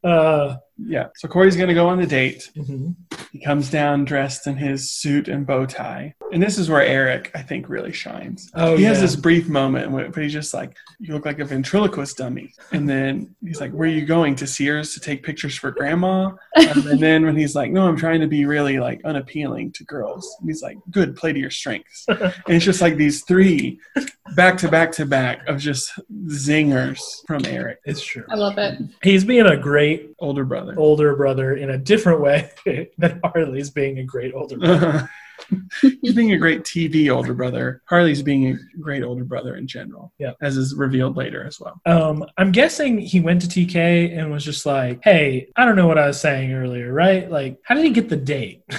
A: uh,
B: yeah. So Corey's gonna go on the date.
A: mhm.
B: He comes down dressed in his suit and bow tie. And this is where Eric, I think, really shines.
A: Oh,
B: he has
A: yeah.
B: this brief moment, where- but he's just like, You look like a ventriloquist dummy. And then he's like, Where are you going? To Sears to take pictures for grandma? Um, and then when he's like, No, I'm trying to be really like unappealing to girls. And he's like, Good, play to your strengths. And it's just like these three back to back to back of just zingers from Eric,
A: It's true.
C: I love it.
A: He's being a great
B: older brother.
A: older brother in a different way than Harley's being a great older brother.
B: He's being a great TV older brother. Harley's being a great older brother in general,
A: Yeah.
B: as is revealed later as well.
A: Um, I'm guessing he went to TK and was just like, "Hey, I don't know what I was saying earlier, right? Like, how did he get the date?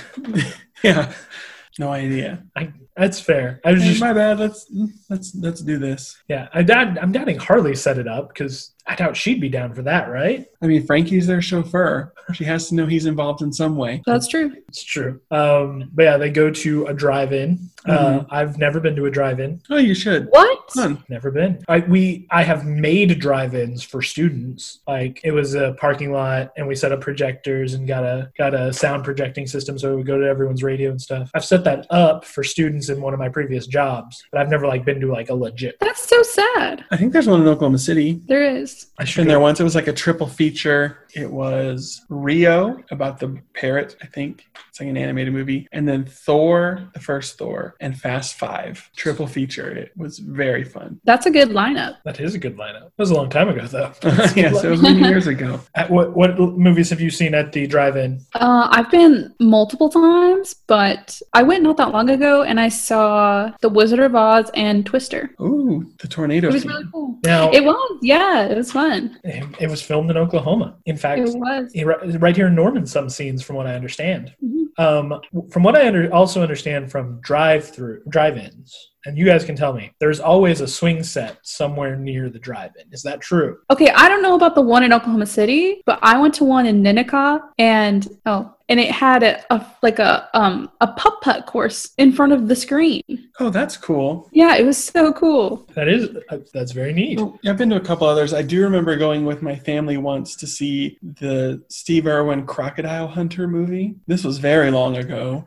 B: Yeah, no idea.
A: I, that's fair. I was
B: Hey,
A: just
B: my bad. Let's let's let's do this.
A: Yeah, I doubt, I'm doubting Harley set it up because I doubt she'd be down for that, right?
B: I mean, Frankie's their chauffeur. She has to know he's involved in some way.
C: That's true.
A: It's true. Um, but yeah, they go to a drive-in. Uh, I've never been to a drive-in.
B: Oh, you should.
C: What?
B: Fun.
A: Never been. I we I have made drive-ins for students. Like it was a parking lot, and we set up projectors and got a got a sound projecting system, so it would go to everyone's radio and stuff. I've set that up for students in one of my previous jobs, but I've never like been to like a legit.
C: That's so sad.
B: I think there's one in Oklahoma City.
C: There is.
A: I should
B: Been there once. It was like a triple feature. It was Rio about the parrot, I think. It's like an animated movie, and then Thor, the first Thor, and Fast Five. Triple feature. It was very fun.
C: That's a good lineup.
A: That is a good lineup. That was a long time ago though.
B: yeah, so it was many years ago.
A: At what what movies have you seen at the drive-in?
C: Uh, I've been multiple times, but I went not that long ago and I saw The Wizard of Oz and Twister.
B: Ooh, the tornado.
C: It was
B: scene.
C: really cool.
A: Now
C: It was, yeah, it was fun.
A: It was filmed in Oklahoma. In fact,
C: It was.
A: it- right here in Norman, some scenes, from what I understand.
C: Mhm.
A: Um, from what I under, also understand from drive-through drive-ins, and you guys can tell me, there's always a swing set somewhere near the drive-in. Is that true?
C: Okay, I don't know about the one in Oklahoma City, but I went to one in Ninaka, and oh, and it had a, a like a um a putt putt course in front of the screen.
B: Oh, that's cool.
C: Yeah, it was so cool.
A: That is uh, that's very neat.
C: Oh.
B: Yeah, I've been to a couple others. I do remember going with my family once to see the Steve Irwin Crocodile Hunter movie. This was very long ago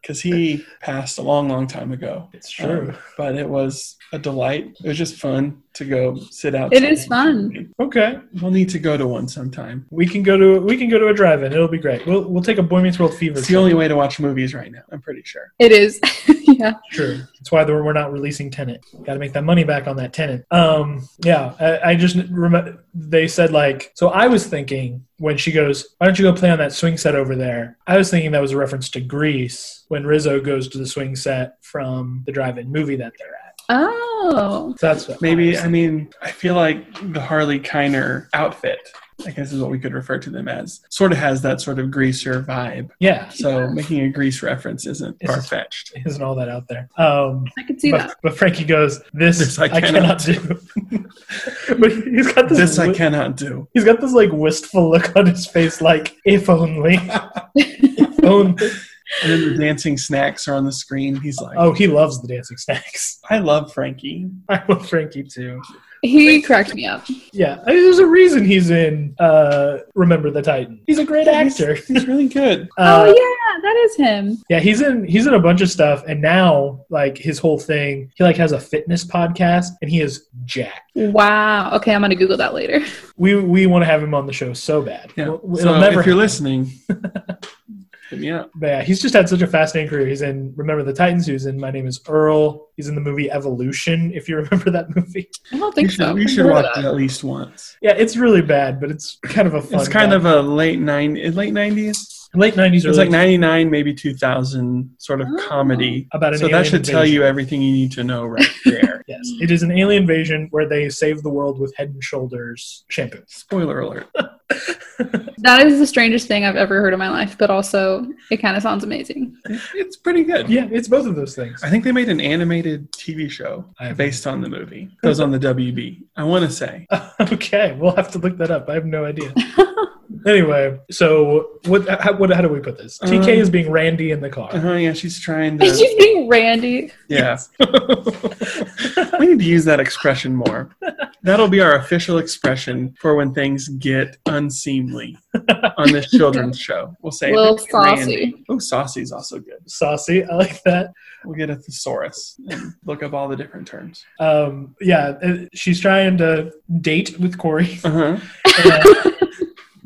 B: because he passed a long, long time ago.
A: It's true.
B: Um, but it was a delight. It was just fun to go sit out.
C: It is fun.
A: okay,
B: We'll need to go to one sometime.
A: we can go to we can go to a drive-in. It'll be great. We'll we'll take a Boy Meets World fever.
B: It's the
A: trip.
B: only way to watch movies right now. I'm pretty sure.
C: It is, yeah.
A: True. That's why we're we're not releasing Tenant. Got to make that money back on that tenant. Um, yeah, I, I just rem- they said like so. I was thinking when she goes, "Why don't you go play on that swing set over there?" I was thinking that was a reference to Greece when Rizzo goes to the swing set from the drive-in movie that they're at.
C: Oh,
A: So that's what
B: Maybe
A: I
B: I mean I feel like the Harley Kiner outfit. I guess is what we could refer to them as. Sort of has that sort of greaser vibe.
A: yeah,
B: So making a Grease reference isn't
A: This
B: far
A: is-
B: fetched.
A: isn't all that out there? Um,
C: I could see
A: but,
C: that.
A: but Frankie goes, "This,
B: This
A: I,
B: I
A: cannot.
B: cannot
A: do." but he's got this.
B: This I
A: wi-
B: cannot do.
A: He's got this like wistful look on his face, like if only. if only.
B: And then the dancing snacks are on the screen. He's like,
A: Oh, he loves the dancing snacks.
B: I love Frankie.
A: I love Frankie too.
C: He cracked me up.
A: Yeah, I mean, there's a reason he's in uh, Remember the Titan. He's a great actor.
B: He's really good.
A: Uh,
C: oh yeah, that is him.
A: yeah, he's in he's in a bunch of stuff, and now like his whole thing, he like has a fitness podcast, and he is jacked.
C: Wow. Okay, I'm gonna Google that later.
A: We we want to have him on the show so bad.
B: Yeah.
A: Well,
B: so
A: It'll never.
B: if you're
A: happen.
B: listening, Hit me up.
A: But yeah, he's just had such a fascinating career. He's in Remember the Titans. He was in My Name Is Earl. He's in the movie Evolution. If you remember that movie,
C: I don't
B: You
C: think so.
B: should, you should watch it at least once.
A: yeah, it's really bad, but it's kind of a fun.
B: It's kind of a late nine, late nineties.
A: late nineties.
B: It was like ninety nine, maybe two thousand, sort of
C: Oh.
B: comedy.
A: About an
B: so
A: alien
B: that should tell
A: invasion.
B: you everything you need to know right there.
A: Yes, it is an alien invasion where they save the world with Head and Shoulders shampoo.
B: Spoiler alert.
C: That is the strangest thing I've ever heard in my life, but also it kind of sounds amazing.
B: It's pretty good.
A: Yeah, it's both of those things.
B: I think they made an animated TV show
A: I haven't-
B: based on the movie. It was on the WB. I want to say.
A: okay, we'll have to look that up. I have no idea. anyway, so what? How, what, how do we put this? TK
B: Um,
A: is being Randy in the car.
B: Oh yeah, she's trying
C: Is
B: to.
C: you being Randy?
B: Yeah. we need to use that expression more. That'll be our official expression for when things get unseemly on this children's show. We'll say
C: Little
B: "Look at Randy."
C: saucy.
B: Oh, saucy's also good.
A: Saucy, I like that.
B: We'll get a thesaurus and look up all the different terms.
A: Um, yeah, uh, she's trying to date with Corey.
B: Uh
C: Uh-huh.
B: huh.
A: And,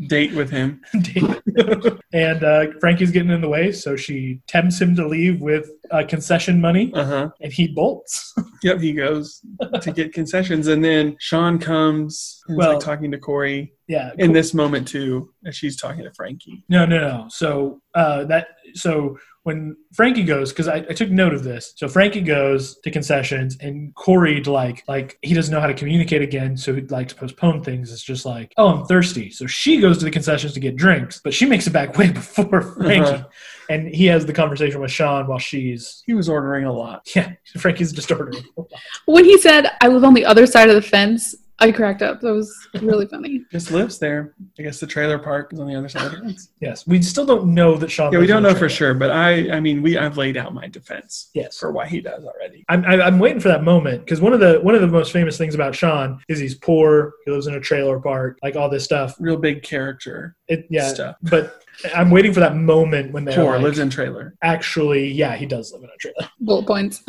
B: Date with him.
A: date. and uh, Frankie's getting in the way, so she tempts him to leave with uh, concession money,
B: Uh
C: Uh-huh.
B: huh.
A: and he bolts.
B: Yep, he goes to get concessions, and then Sean comes. And well,
A: Well-
B: like talking to Corey
A: yeah,
B: in this moment too, as she's talking to Frankie.
A: No, no, no. So uh, that so when Frankie goes, because I, I took note of this. So Frankie goes to concessions, and Corey like like he doesn't know how to communicate again, so he'd like to postpone things. It's just like, oh, I'm thirsty. So she goes to the concessions to get drinks, but she makes it back way before Frankie,
B: Uh-huh.
A: and he has the conversation with Sean while she's
B: He was ordering a lot.
A: yeah, Frankie's just ordering.
C: When he said, I live on the other side of the fence, I cracked up. That was really funny.
B: Just lives there. I guess the trailer park is on the other side of the fence.
A: yes, we still don't know that Sean.
B: Yeah, we
A: lives
B: don't
A: in the
B: know for
A: trailer.
B: sure, but I, I mean, we, I've laid out my defense
A: Yes.
B: for why he does already.
A: I'm, I- I'm waiting for that moment because one of the one of the most famous things about Sean is he's poor. He lives in a trailer park, like all this stuff.
B: Real big character
A: It, yeah,
B: stuff.
A: but I'm waiting for that moment when they're
B: Poor
A: like,
B: lives in trailer.
A: actually, yeah, he does live in a trailer.
C: Bullet points.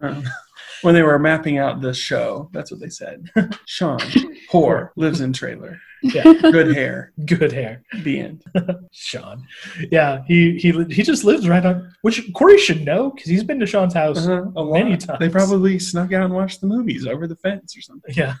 B: Um, when they were mapping out the show, that's what they said. Sean, poor, lives in trailer.
A: Yeah.
B: Good hair.
A: Good hair,
B: The end.
A: Sean. Yeah, he he li- he just lives right on. Which Corey should know because he's been to Sean's house.
B: Uh-huh, a lot.
A: Many times.
B: They probably snuck out and watched the movies over the fence or something.
A: Yeah,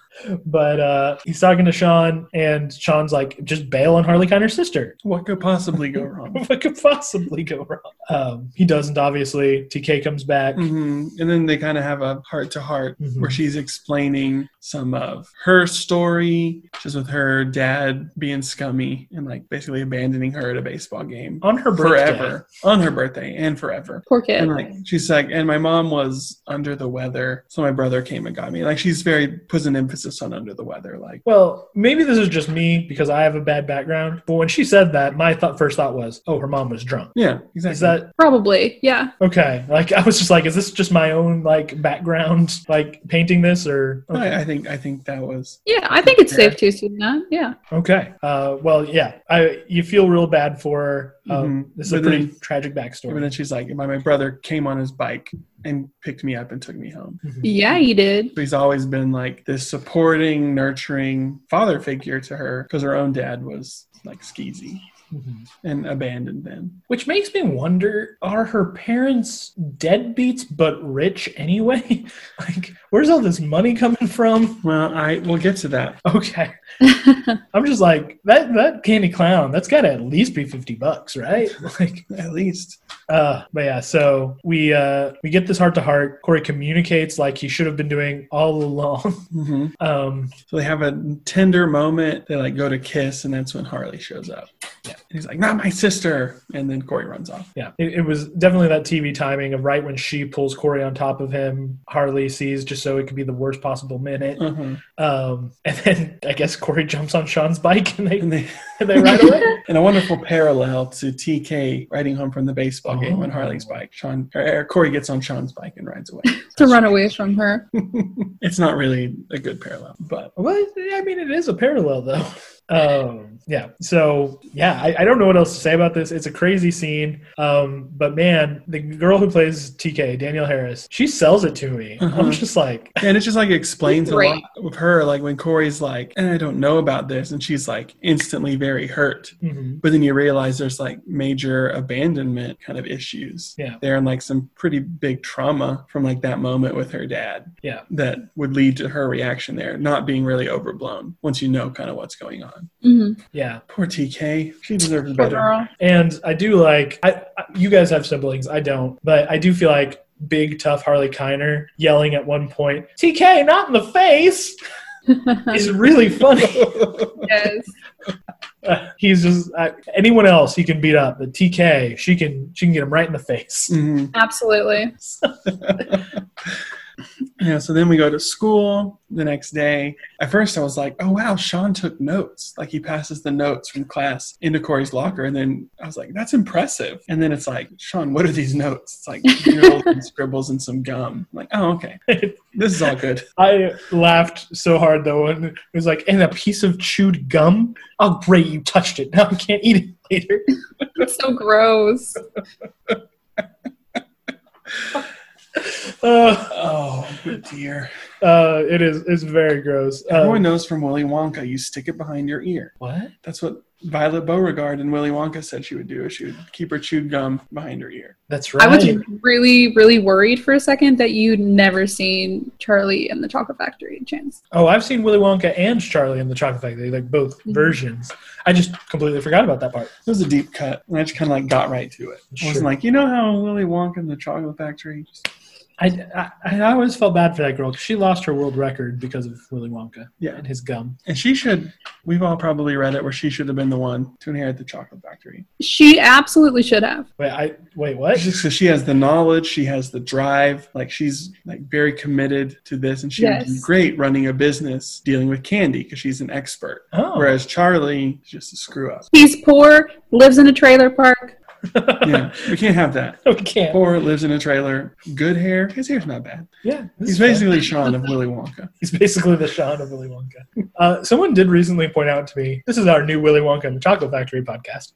A: but uh, he's talking to Sean, and Sean's like, "Just bail on Harley Kiner's sister."
B: What could possibly go wrong?
A: what could possibly go wrong? Um, he doesn't, obviously. TK comes back.
B: hmm And then they kind of have a heart to heart
A: Mhm.
B: where she's explaining some of her story, just with her dad being scummy and like basically abandoning her at a baseball game
A: on her birthday.
B: forever on her birthday and forever.
C: Poor kid.
B: And like she's like, and my mom was under the weather, so my brother came and got me. Like she's very puts an emphasis on under the weather. Like
A: Well, maybe this is just me because I have a bad background. But when she said that, my thought, first thought was, "Oh, her mom was drunk."
B: yeah, exactly.
A: Is that
C: Probably. Yeah.
A: okay? Like I was just like, "Is this just my own like background, like painting this?" Or okay,
B: I, I think I think that was
C: Yeah. I think it's safe to assume that. Yeah.
A: okay. Uh, well, yeah, I you feel real bad for her. Um,
B: Mhm.
A: This is a
B: But
A: pretty
B: then-
A: tragic
B: And
A: backstory.
B: then she's like, my, my brother came on his bike and picked me up and took me home.
A: Mhm.
C: Yeah, you did.
B: But he's always been like this supporting, nurturing father figure to her because her own dad was like skeezy
A: Mhm.
B: and abandoned them.
A: Which makes me wonder: Are her parents deadbeats but rich anyway? like, where's all this money coming from?
B: Well, I we'll get to that.
A: Okay. I'm just like that that candy clown. That's got to at least be fifty bucks, right? Like,
B: At least
A: uh, but yeah. So we uh, we get this heart to heart. Corey communicates like he should have been doing all along.
B: hmm
A: Um,
B: so they have a tender moment. They like go to kiss, and that's when Harley shows up.
A: Yeah.
B: And he's like, "Not my sister," and then Corey runs off.
A: yeah, it, it was definitely that TV timing of right when she pulls Corey on top of him. Harley sees just so it could be the worst possible minute.
B: Uh-huh.
A: Um, and then I guess Corey jumps on Sean's bike and they
B: And they
A: and they ride away.
B: And a wonderful parallel to TK riding home from the baseball game on Harley's bike. Sean or, or Corey gets on Sean's bike and rides away.
C: to run away from her.
B: it's not really a good parallel, but
A: Well, I mean, it is a parallel though. um yeah so yeah I, I don't know what else to say about this it's a crazy scene um but man the girl who plays tk danielle harris she sells it to me i'm
B: Uh-huh.
A: just like
B: And it just like explains a
C: Great.
B: lot with her, like when Corey's like, and I don't know about this, and she's like instantly very hurt.
A: mhm.
B: But then you realize there's like major abandonment kind of issues
A: Yeah.
B: there and like some pretty big trauma from like that moment with her dad.
A: Yeah.
B: That would lead to her reaction there, not being really overblown once you know kind of what's going on.
C: hmm
A: yeah
B: Poor TK. She deserves
C: Poor
B: better.
C: girl.
A: and i do like I, I you guys have siblings i don't but i do feel like big tough harley kiner yelling at one point tk not in the face is really funny
C: yes.
A: he's just I, anyone else he can beat up but tk she can she can get him right in the face
B: hmm
C: Absolutely.
B: Yeah, so then we go to school the next day. At first, I was like, oh, wow, Sean took notes. Like, he passes the notes from class into Corey's locker. And then I was like, that's impressive. And then it's like, Sean, what are these notes? It's like journals and scribbles and some gum. I'm like, oh, okay. This is all good.
A: I laughed so hard though, and it was like, and a piece of chewed gum. Oh, great, you touched it. Now I can't eat it later.
C: It's so gross.
A: Uh,
B: Oh, dear.
A: uh, it is. It's very gross.
B: Everyone
A: Um,
B: knows from Willy Wonka, you stick it behind your ear.
A: what?
B: That's what Violet Beauregard and Willy Wonka said she would do. is She would keep her chewed gum behind her ear.
A: That's
C: I
A: right.
C: was really, really worried for a second that you'd never seen Charlie and the Chocolate Factory chance.
A: oh, I've seen Willy Wonka and Charlie and the Chocolate Factory, like both
B: Mm-hmm.
C: Mhm.
A: versions. I just completely forgot about that part.
B: It was a deep cut, and I just kind of like got right to it. I
A: Sure.
B: wasn't like, you know how Willy Wonka and the Chocolate Factory? Just-
A: I, I, I always felt bad for that girl because she lost her world record because of Willy Wonka
B: Yeah,
A: and his gum.
B: and she should. We've all probably read it where she should have been the one to inherit the Chocolate Factory.
C: She absolutely should have.
A: Wait, I wait. What?
B: Just 'cause she has the knowledge, she has the drive. Like she's like very committed to this, and she would be
C: Yes.
B: great running a business dealing with candy because she's an expert.
A: Oh,
B: Whereas Charlie is just a screw up.
C: He's poor, lives in a trailer park.
B: Yeah, we can't have that.
A: we can't.
B: Or lives in a trailer. Good hair. His hair's not bad.
A: Yeah, this
B: He's
A: is fun.
B: basically Sean of Willy Wonka.
A: He's basically the Sean of Willy Wonka. Uh, someone did recently point out to me this is our new Willy Wonka and the Chocolate Factory podcast.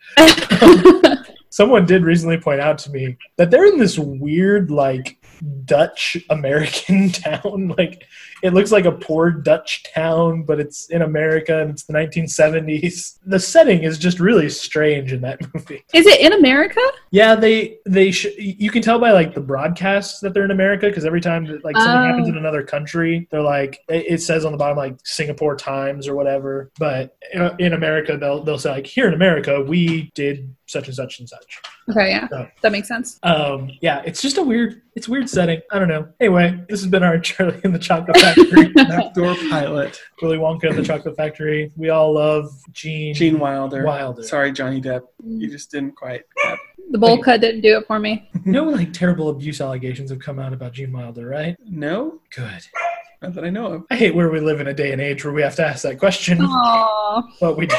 A: Someone did recently point out to me that they're in this weird, like, Dutch American town. Like, it looks like a poor Dutch town, but it's in America and it's the 1970s. The setting is just really strange in that movie.
C: Is it in America?
A: Yeah, they they sh- you can tell by like the broadcasts that they're in America because every time that like something
C: Oh.
A: happens in another country, they're like it, it says on the bottom like Singapore Times or whatever. But in, in America, they'll they'll say like here in America we did such and such and such.
C: Okay, yeah.
A: No.
C: That makes sense.
A: Um, yeah, it's just a weird it's a weird setting. I don't know. Anyway, this has been our Charlie and the Chocolate Factory,
B: Backdoor pilot.
A: Willy Wonka and the Chocolate Factory. We all love Gene.
B: Gene Wilder.
A: Wilder.
B: Sorry, Johnny Depp. You just didn't quite. have-
C: The bowl cut didn't do it for me.
A: No like terrible abuse allegations have come out about Gene Wilder, right?
B: No,
A: Good.
B: not that I know of.
A: I hate where we live in a day and age where we have to ask that question,
C: Oh. Aww.
A: but we do.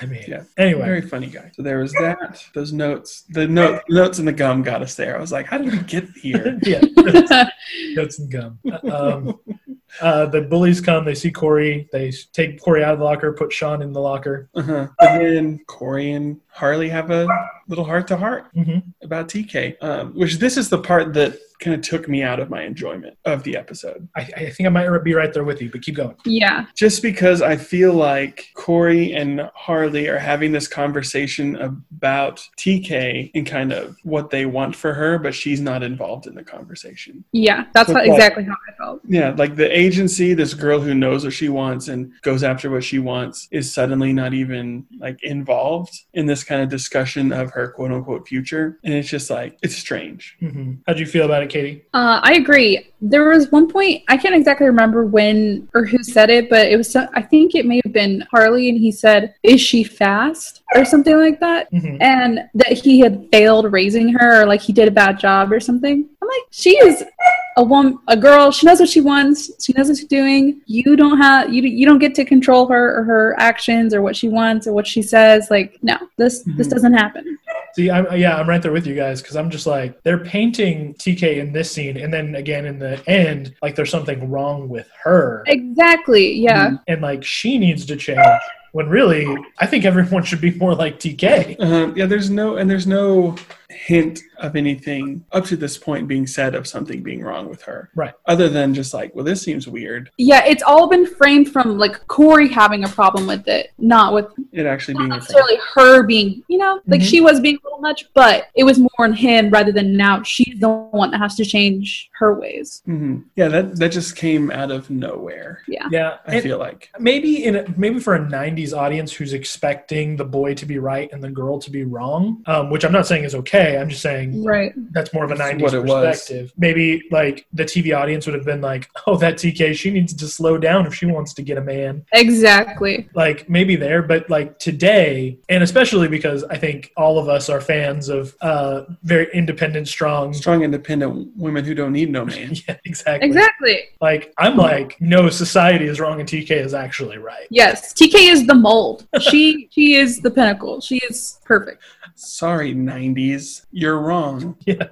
A: I mean,
B: Yeah.
A: anyway,
B: Very funny guy. So there was that. Those notes, the note, notes and the gum got us there. I was like, how did we get here?
A: yeah, notes and gum. Um, uh, the bullies come. They see Corey. They take Corey out of the locker, put Sean in the locker.
B: Uh-huh. And then Corey and Harley have a little heart to heart
A: hmm
B: about TK, um, which this is the part that kind of took me out of my enjoyment of the episode.
A: I, I think I might be right there with you, but keep going.
C: yeah.
B: just because I feel like Corey and Harley are having this conversation about TK and kind of what they want for her, but she's not involved in the conversation.
C: Yeah. That's how,
B: Okay.
C: exactly how I felt.
B: Yeah, like the agency, this girl who knows what she wants and goes after what she wants is suddenly not even like involved in this kind of discussion of her quote unquote future. And it's just like, it's strange.
A: hmm How'd you feel about it, Katie?
C: Uh, I agree. There was one point I can't exactly remember when or who said it, but it was some, I think it may have been Harley, and he said, "Is she fast?" or something like that,
A: hmm
C: and that he had failed raising her, or like he did a bad job or something. I'm like, she is a woman, a girl. She knows what she wants. She knows what she's doing. You don't have you. You don't get to control her or her actions or what she wants or what she says. Like, no, this this
B: Mhm.
C: doesn't happen.
A: See, I'm uh, yeah, I'm right there with you guys because I'm just like they're painting TK in this scene, and then again in the end, like there's something wrong with her. Mm-hmm.
C: Exactly. Yeah.
A: and like she needs to change When really, I think everyone should be more like TK.
B: Uh, yeah, there's no and there's no hint of anything up to this point being said of something being wrong with her.
A: Right.
B: Other than just like, well, this seems weird.
C: Yeah, it's all been framed from like Corey having a problem with it, not with
B: It actually being
C: not
B: a thing.
C: necessarily her being, you know, like
A: Mhm.
C: she was being a little much, but it was more on him rather than now she's the one that has to change her ways.
B: hmm Yeah, that that just came out of nowhere.
A: Yeah,
B: I
A: and
B: feel like.
A: maybe in a, maybe for a '90s audience who's expecting the boy to be right and the girl to be wrong, um, which I'm not saying is okay. I'm just saying
C: Right.
A: that's more of a
B: That's
A: 90s
B: what it was.
A: perspective. Maybe like the TV audience would have been like, "Oh, that TK, she needs to slow down if she wants to get a man."
C: Exactly.
A: Like maybe there, but like today, and especially because I think all of us are fans of uh, very independent, strong.
B: Strong, independent women who don't need no man.
A: Yeah, exactly.
C: Exactly.
A: Like I'm like, no, society is wrong and TK is actually right.
C: Yes. TK is the mold. She she is the pinnacle. She is perfect.
B: Sorry, 90s. You're wrong.
A: Yeah.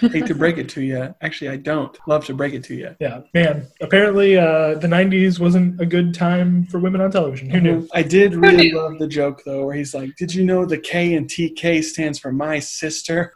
B: Hate to break it to you. Actually, I don't. Love to break it to you.
A: Yeah, man. Apparently, uh, the '90s wasn't a good time for women on television. Who knew?
B: I did really
C: knew?
B: love the joke though, where he's like, "Did you know the K and TK stands for my sister?"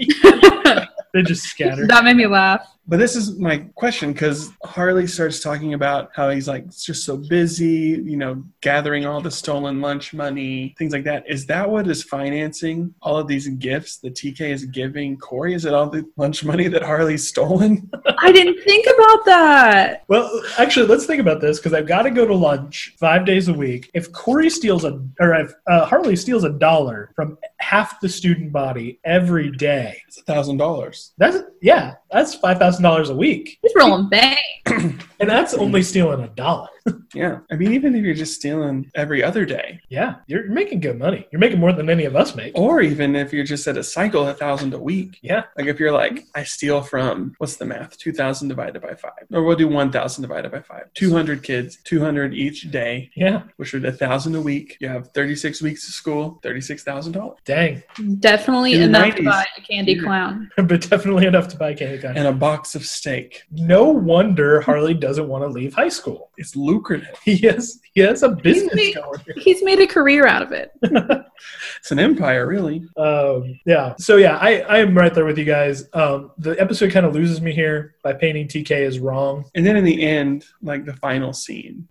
C: that
A: They just scattered.
C: made me laugh.
B: But this is my question because Harley starts talking about how he's like it's just so busy, you know, gathering all the stolen lunch money, things like that. Is that what is financing all of these gifts that TK is giving Corey? Is it all the lunch money that Harley's stolen?
C: I didn't think about that.
A: Well, actually, let's think about this because I've got to go to lunch five days a week. If Corey steals a, or if uh, Harley steals a dollar from half the student body every day,
B: It's a thousand dollars.
A: that's yeah, that's five thousand dollars a week,
C: He's rolling bang.
A: and that's only stealing a dollar.
B: Yeah, I mean, even if you're just stealing every other day,
A: Yeah, you're making good money. You're making more than any of us make.
B: or even if you're just at a cycle, a thousand a week.
A: Yeah,
B: Like if you're like, I steal from what's the math? Two thousand divided by five, or we'll do one thousand divided by five. Two hundred kids, two hundred each day,
A: yeah.
B: which would a thousand a week. You have thirty-six weeks of school, thirty-six thousand dollars,
A: Dang,
C: Definitely
B: In the
C: enough
B: 90s.
C: to buy a candy
B: Yeah.
C: clown.
A: but definitely enough to buy candy. Crush.
B: and a box of steak.
A: No wonder Harley doesn't want to leave high school.
B: It's lucrative.
A: He has he has a business
C: me.
A: going. here.
C: He's made a career out of it.
B: It's an empire, really.
A: Um, yeah. So yeah, I I am right there with you guys. Um, the episode kind of loses me here by painting TK as wrong.
B: And then in the end, like the final scene,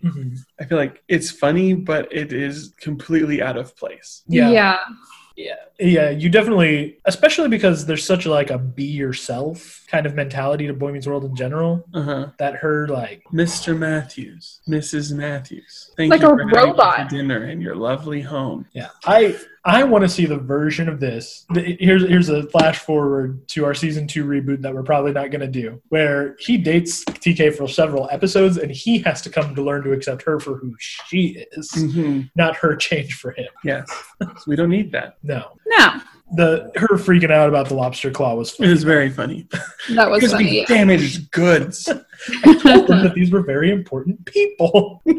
B: I feel like it's funny, but it is completely out of place.
A: Yeah. yeah.
C: yeah.
A: Yeah, you definitely, especially because there's such like a be yourself kind of mentality to Boy Meets World in general
B: Uh huh.
A: that her like
B: Mr. Matthews, Mrs. Matthews, thank
C: Like
B: you
C: a
B: for having me
C: robot.
B: for dinner in your lovely home.
A: Yeah, I I want to see the version of this. The- Here's here's a flash forward to our season two reboot that we're probably not going to do, where he dates TK for several episodes, and he has to come to learn to accept her for who she is,
B: hmm
A: not her change for him.
B: Yes, So we don't need that.
A: No,
C: No.
A: the her freaking out about the lobster claw was
B: It
A: funny.
B: was very funny.
C: That was
B: Because
C: funny.
B: we damaged goods.
A: that these were very important people.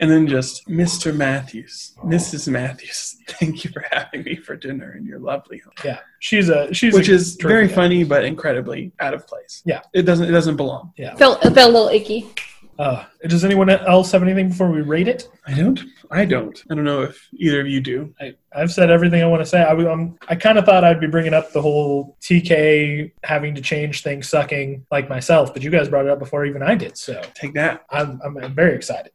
B: And then just Mr. Matthews, Mrs. Matthews, thank you for having me for dinner in your lovely home.
A: Yeah, she's a she's
B: Which
A: a,
B: is very
A: terrific.
B: funny but incredibly out of place.
A: Yeah.
B: It doesn't it doesn't belong.
C: Felt, it felt a little icky.
A: Uh, does anyone else have anything before we rate it?
B: I don't I don't. I don't know if either of you do.
A: I, I've said everything I want to say. I, w- um, I kind of thought I'd be bringing up the whole TK having to change things, sucking like myself, but you guys brought it up before even I did. So
B: Take that.
A: I'm, I'm, I'm very excited.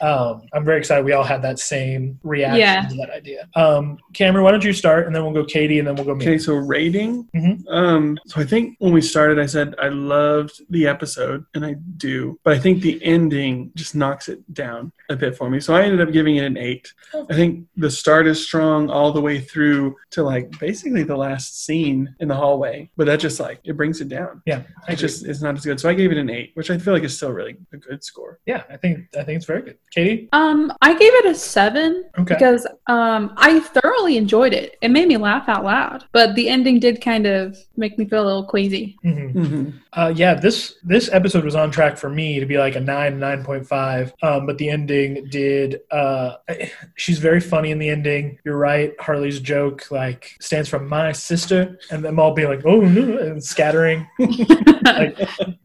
A: Um, I'm very excited. We all had that same reaction
C: Yeah.
A: to that idea. Um, Cameron, why don't you start, and then we'll go Katie, and then we'll go me.
B: Okay, so rating.
A: Mhm.
B: Um, so I think when we started, I said I loved the episode, and I do, but I think the ending just knocks it down a bit for me. So I ended up giving it an eight.
A: Oh.
B: I think the start is strong all the way through to like basically the last scene in the hallway, but that just like it brings it down.
A: Yeah, I
B: It just is not as good. So I gave it an eight, which I feel like is still really a good score.
A: yeah, I think I think it's very good. Katie,
C: Um, I gave it a seven
A: okay,
C: because um, I thoroughly enjoyed it. It made me laugh out loud, but the ending did kind of make me feel a little queasy.
A: hmm
B: hmm
A: Uh, yeah, this this episode was on track for me to be like a nine nine point five, um, but the ending did. Uh, she's very funny in the ending. ending. You're right. Harley's joke like stands for my sister, and them all being like, oh, no, and scattering. like,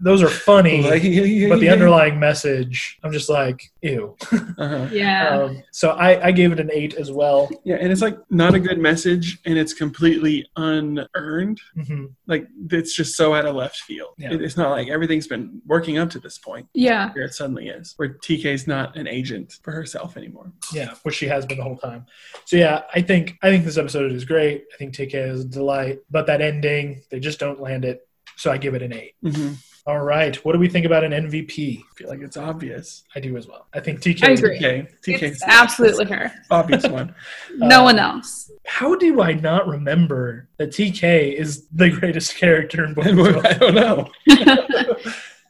A: those are funny,
B: Like,
A: but the underlying message, I'm just like, ew.
B: Uh-huh.
C: yeah.
A: Um, so I, I gave it an eight as well.
B: Yeah, and it's like not a good message, and it's completely unearned.
A: hmm
B: Like it's just so out of left field.
A: Yeah.
B: It- It's not like everything's been working up to this point.
C: Yeah.
B: Here it suddenly is, where TK's not an agent for herself anymore.
A: Yeah, which she has been the whole time. So yeah, I think I think this episode is great. I think TK is a delight, but that ending, they just don't land it. So I give it an eight.
B: hmm
A: All right, what do we think about an MVP?
B: I feel like it's obvious.
A: I do as well. I think TK.
C: I agree.
B: Okay, TK's
C: It's
B: the
C: absolutely her.
B: obvious one.
C: No
A: Uh,
C: one else.
A: How do I not remember that TK is the greatest character in Boy Meets World?
B: I don't know.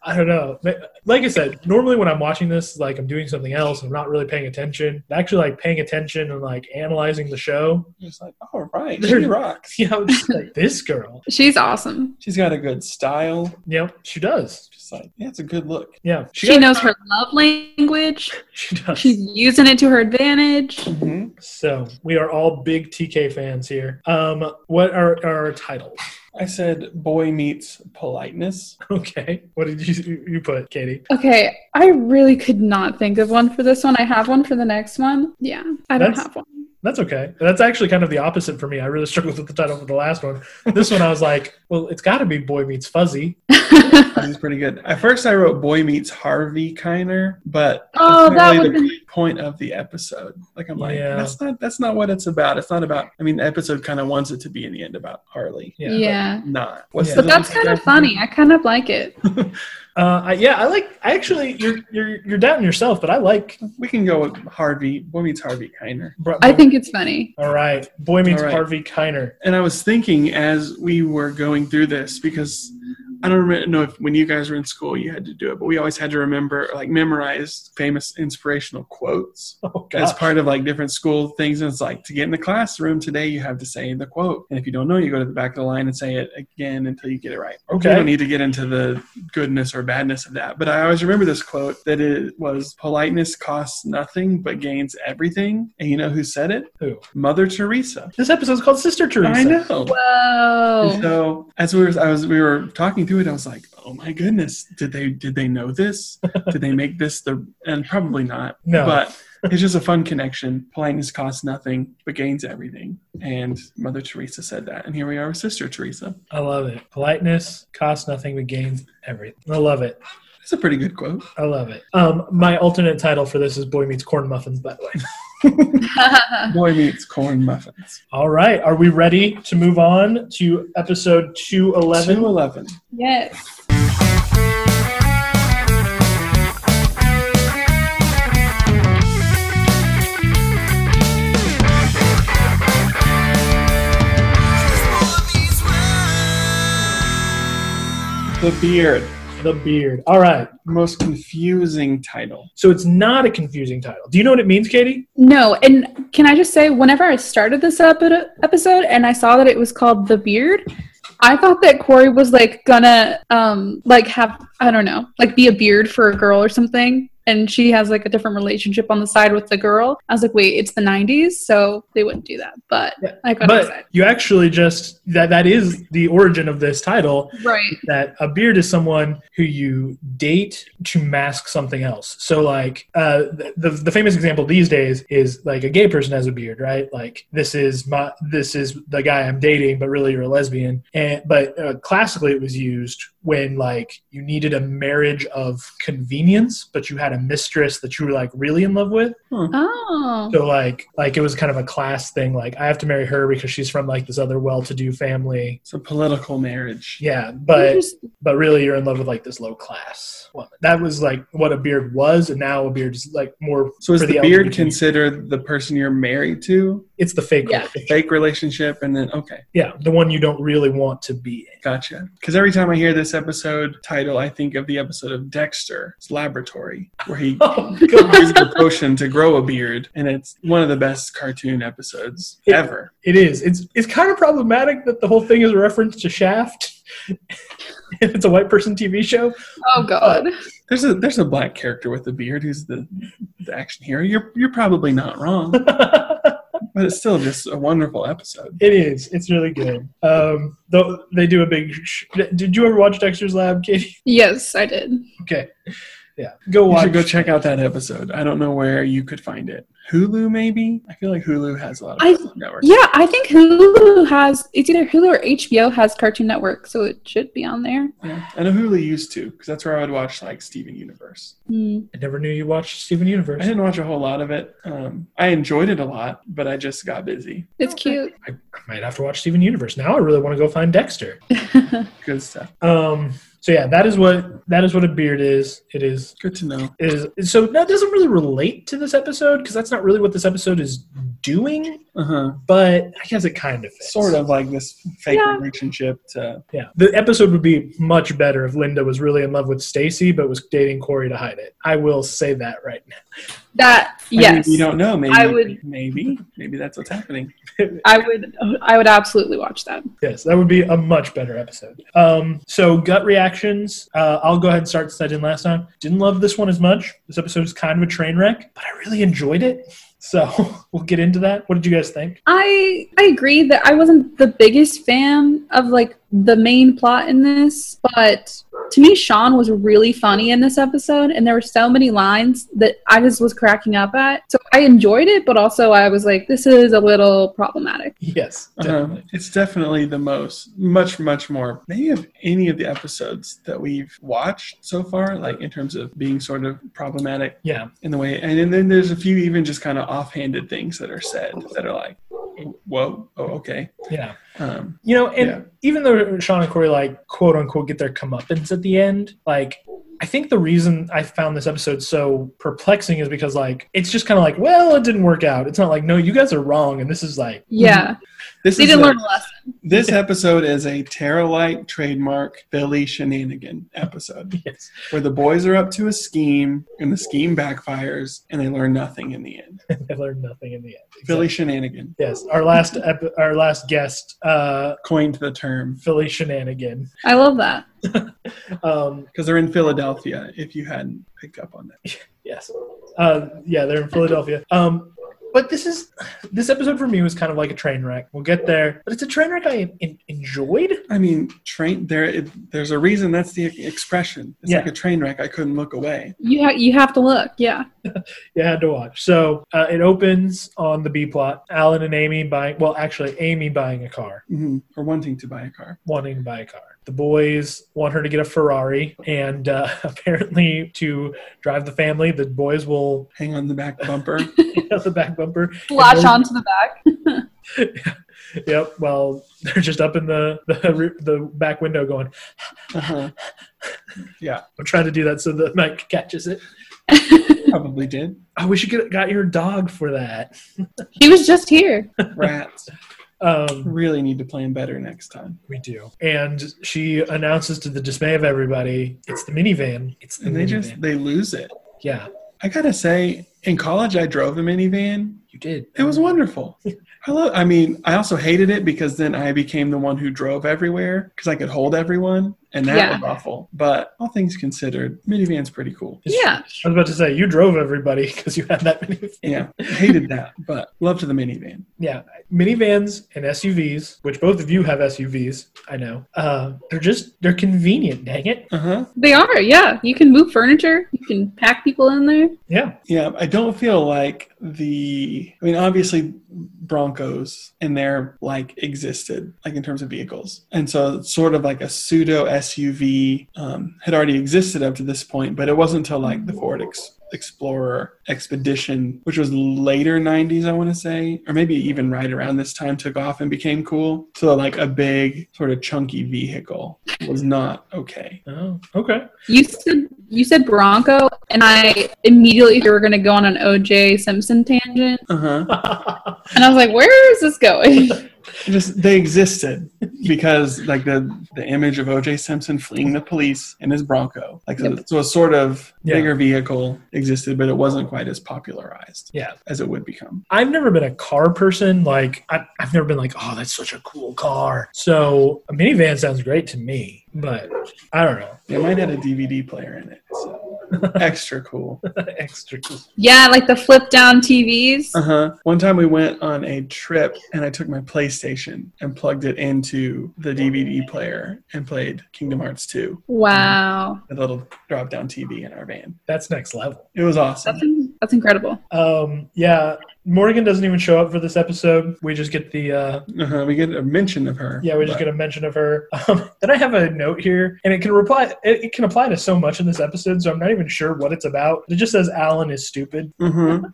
A: I don't know. But Like I said, normally when I'm watching this, like I'm doing something else, I'm not really paying attention. Actually, like paying attention and like analyzing the show.
B: It's like, all right, she
A: There's-
B: rocks.
A: You know, just like this girl.
C: She's awesome.
B: She's got a good style.
A: Yep, she does.
B: Just like, yeah, it's a good look.
A: Yeah,
C: She,
A: does.
C: knows her love language.
A: She does.
C: She's using it to her advantage.
B: Mm-hmm.
A: So we are all big TK fans here. Um, what are, our titles?
B: I said, boy meets politeness.
A: Okay, what did you you put, Katie?
C: Okay, I really could not think of one for this one. I have one for the next one. Yeah, I don't
A: That's-
C: have one.
A: That's okay. That's actually kind of the opposite for me. I really struggled with the title for the last one. This one, I was like, well, it's got to be Boy Meets Fuzzy.
B: This is pretty good. At first, I wrote boy meets Harvey Kiner, but that's
C: Oh,
B: not
C: that
B: really
C: would've
B: the point of the episode. Like, I'm like,
A: Yeah.
B: that's not that's not what it's about. It's not about. I mean, the episode kind of wants it to be in the end about Harley.
A: Yeah.
C: yeah.
B: Not.
A: Yeah.
C: But that's kind of funny. I kind of like it.
A: Uh, I, yeah, I like. I actually, you're you're you're doubting yourself, but I like.
B: We can go with Harvey. Boy meets Harvey Kiner.
A: Bro-
C: I think it's funny.
A: All right, Boy Meets
B: All right.
A: Harvey Kiner.
B: And I was thinking as we were going through this because I don't remember, know if when you guys were in school you had to do it, but we always had to remember like memorize famous inspirational quotes
A: Oh
B: as
A: God.
B: part of like different school things. And it's like to get in the classroom today, you have to say the quote, and if you don't know, you go to the back of the line and say it again until you get it right. We
A: Okay.
B: don't need to get into the goodness or badness of that, but I always remember this quote that it was politeness costs nothing but gains everything. And you know who said it?
A: Who?
B: Mother Teresa.
A: This episode's called Sister Teresa.
B: I know. And
C: Whoa.
B: So as we were, I was, we were talking through it. I was like, "Oh my goodness, did they did they know this? Did they make this the?" And probably not.
A: No.
B: But it's just a fun connection. Politeness costs nothing but gains everything. And Mother Teresa said that, and here we are with Sister Teresa.
A: I love it. Politeness costs nothing but gains everything. I love it.
B: That's a pretty good quote.
A: I love it. Um, my alternate title for this is Boy Meets Corn Muffins, by the way.
B: Boy meets corn muffins.
A: All right. Are we ready to move on to episode 211?
B: Two eleven.
C: yes.
B: The beard.
A: The Beard. All right.
B: Most confusing title.
A: So it's not a confusing title. Do you know what it means, Katie?
C: No, and can I just say, whenever I started this epi- episode and I saw that it was called The Beard, I thought that Corey was like gonna um like have I don't know like be a beard for a girl or something, and she has like a different relationship on the side with the girl. I was like, wait, it's the '90s, so they wouldn't do that. But
A: Yeah,
C: I got
A: But
C: excited.
A: you actually just, that, that is the origin of this title.
C: Right.
A: That a beard is someone who you date to mask something else. So, like, uh, the, the, the famous example these days is like a gay person has a beard, right? Like, this is my, this is the guy I'm dating, but really you're a lesbian. And, but uh, classically, it was used when like you needed a marriage of convenience, but you had a mistress that you were like really in love with.
C: Oh.
A: So like, like it was kind of a class thing. Like, I have to marry her because she's from like this other well-to-do family.
B: It's a political marriage.
A: Yeah, but
C: Interesting.
A: but really you're in love with like this low class woman. That was like what a beard was, and now a beard is like more.
B: So is
A: for
B: the,
A: the
B: beard
A: LGBT.
B: considered the person you're married to?
A: It's the fake
C: Yeah.
A: relationship.
B: Fake relationship, and then okay.
A: Yeah, the one you don't really want to be in.
B: Gotcha. Because every time I hear this episode title, I think of the episode of Dexter's Laboratory, where he
A: Oh god,
B: uses a potion to grow a beard, and it's one of the best cartoon episodes
A: Yeah.
B: ever.
A: it is. It's it's kind of problematic that the whole thing is a reference to Shaft. and it's a white person TV show.
C: oh God.
B: There's a there's a black character with a beard who's the, the action hero. You're you're probably not wrong. But it's still just a wonderful episode.
A: It is. It's really good. Um, though they do a big. Sh- Did you ever watch Dexter's Lab, Katie?
C: Yes, I did.
A: Okay. Yeah. Go
B: You
A: watch.
B: should go check out that episode. I don't know where you could find it. Hulu, maybe? I feel like Hulu has a lot of
C: I-
B: Cartoon network.
C: Yeah, I think Hulu has it's either Hulu or HBO has Cartoon Network, so it should be on there.
B: Yeah. And a Hulu used to, because that's where I would watch like Steven Universe.
C: Hmm.
A: I never knew you watched Steven
B: I
A: Universe.
B: didn't watch a whole lot of it. Um, I enjoyed it a lot, but I just got busy.
C: It's cute.
A: I, I might have to watch Steven Universe now. I really want to go find Dexter.
B: Good stuff.
A: Um. So yeah, that is what that is what a beard is. It is
B: Good to know.
A: is so that doesn't really relate to this episode because that's not really what this episode is doing.
B: Uh huh.
A: But I guess it kind of fits.
B: Sort of like this fake
C: Yeah.
B: relationship to.
A: Yeah. The episode would be much better if Linda was really in love with Stacy but was dating Corey to hide it. I will say that right now.
C: that
B: I mean,
C: yes.
B: you don't know. Maybe.
C: I would-
B: Maybe. Maybe that's what's happening.
C: I would I would absolutely watch that.
A: Yes, that would be a much better episode. Um, so gut reactions. Uh, I'll go ahead and start since I didn't last time. Didn't love this one as much. This episode is kind of a train wreck, but I really enjoyed it. So we'll get into that. What did you guys think?
C: I I agree that I wasn't the biggest fan of like the main plot in this, but to me Sean was really funny in this episode and there were so many lines that I just was cracking up at. So I enjoyed it, but also I was like this is a little problematic.
A: Yes,
B: Uh-huh.
A: definitely.
B: It's definitely the most, much, much more. Maybe of any of the episodes that we've watched so far, like in terms of being sort of problematic
A: Yeah,
B: in the way. And, then there's a few even just kind of offhanded things that are said that are like, whoa, oh, okay.
A: yeah.
B: Um,
A: You know, and
B: Yeah.
A: even though Sean and Corey like quote unquote get their comeuppance at the end, like I think the reason I found this episode so perplexing is because like it's just kind of like, well, it didn't work out. It's not like, no, you guys are wrong, and this is like,
C: Yeah.
B: Mm-hmm. this
C: They
B: is
C: didn't
B: a-
C: learn a lesson.
B: This episode is a Terralite trademark Billy shenanigan episode
A: yes.
B: where the boys are up to a scheme and the scheme backfires and they learn nothing in the end.
A: I learned nothing in the end.
B: Philly shenanigan
A: Yes, our last ep- our last guest, uh,
B: coined the term
A: Philly Shenanigan.
C: I love that.
A: Um,
B: because they're in Philadelphia if you hadn't picked up on that.
A: yes, uh, yeah, they're in Philadelphia. Um, but this is this episode for me was kind of like a train wreck. We'll get there, but it's a train wreck I en- enjoyed.
B: I mean, train there it, there's a reason that's the expression. It's
A: Yeah.
B: like a train wreck I couldn't look away.
C: You ha- you have to look. Yeah.
A: You had to watch. So uh, it opens on the B plot: Alan and Amy buying. Well, actually, Amy buying a car,
B: Mhm. Or wanting to buy a car.
A: wanting to buy a car. The boys want her to get a Ferrari, and uh, apparently, to drive the family, the boys will
B: Hang on the back bumper.
A: hit the back bumper
C: Latch
A: then-
C: onto the back.
A: Yep. Well, they're just up in the the, the back window going.
B: uh-huh.
A: I'm trying to do that so the mic catches it.
B: Probably did.
A: Oh, we should get got your dog for that.
C: He was just here.
B: Rats.
A: Um,
B: Really need to plan better next time.
A: we do. And she announces to the dismay of everybody, "It's the minivan. It's the
B: And they
A: minivan."
B: just they lose it.
A: yeah,
B: I gotta say, in college, I drove a minivan.
A: you did.
B: It was wonderful. I love. I mean, I also hated it because then I became the one who drove everywhere because I could hold everyone, and that
C: Yeah.
B: was awful. But all things considered, minivan's pretty cool.
C: Yeah.
A: I was about to say you drove everybody because you had that minivan.
B: Yeah, hated that, but loved the minivan.
A: Yeah, minivans and SUVs, which both of you have SUVs. I know. Uh, they're just they're convenient. Dang it.
B: Uh huh.
C: They are. Yeah. You can move furniture. You can pack people in there.
A: Yeah.
B: Yeah, I don't feel like the. I mean, obviously, Broncos and their like existed like in terms of vehicles, and so it's sort of like a pseudo SUV um, had already existed up to this point, but it wasn't until like the Ford Ex- Explorer Expedition, which was later '90s, I want to say, or maybe even right around this time, took off and became cool. So like a big sort of chunky vehicle was not okay.
A: Oh. Okay.
C: You said you said Bronco, and I immediately we were gonna go on an OJ Simpson tangent,
B: Uh huh.
C: and I was like, "Where is this going?"
B: just they existed because like the the image of OJ Simpson fleeing the police in his Bronco, like so, so a sort of
A: Yeah.
B: bigger vehicle existed, but it wasn't quite as popularized
A: yeah.
B: as it would become.
A: I've never been a car person. Like I, I've never been like, oh, that's such a cool car. So a minivan sounds great to me, but I don't know.
B: It might have a DVD player in it. So. Extra cool.
A: Extra cool.
C: Yeah, like the flip down TVs.
B: Uh huh. One time we went on a trip and I took my PlayStation and plugged it into the DVD player and played Kingdom Hearts 2,
C: Wow.
B: a little drop down TV in our van.
A: That's next level.
B: It was awesome.
C: That's, in- that's incredible.
A: Um, yeah, Morgan doesn't even show up for this episode. We just get the uh,
B: Uh-huh. We get a mention of her.
A: yeah, we just
B: but-
A: get a mention of her. Um, then I have a note here, and it can reply. It, it can apply to so much in this episode, so I'm not even sure what it's about. It just says Alan is stupid.
B: hmm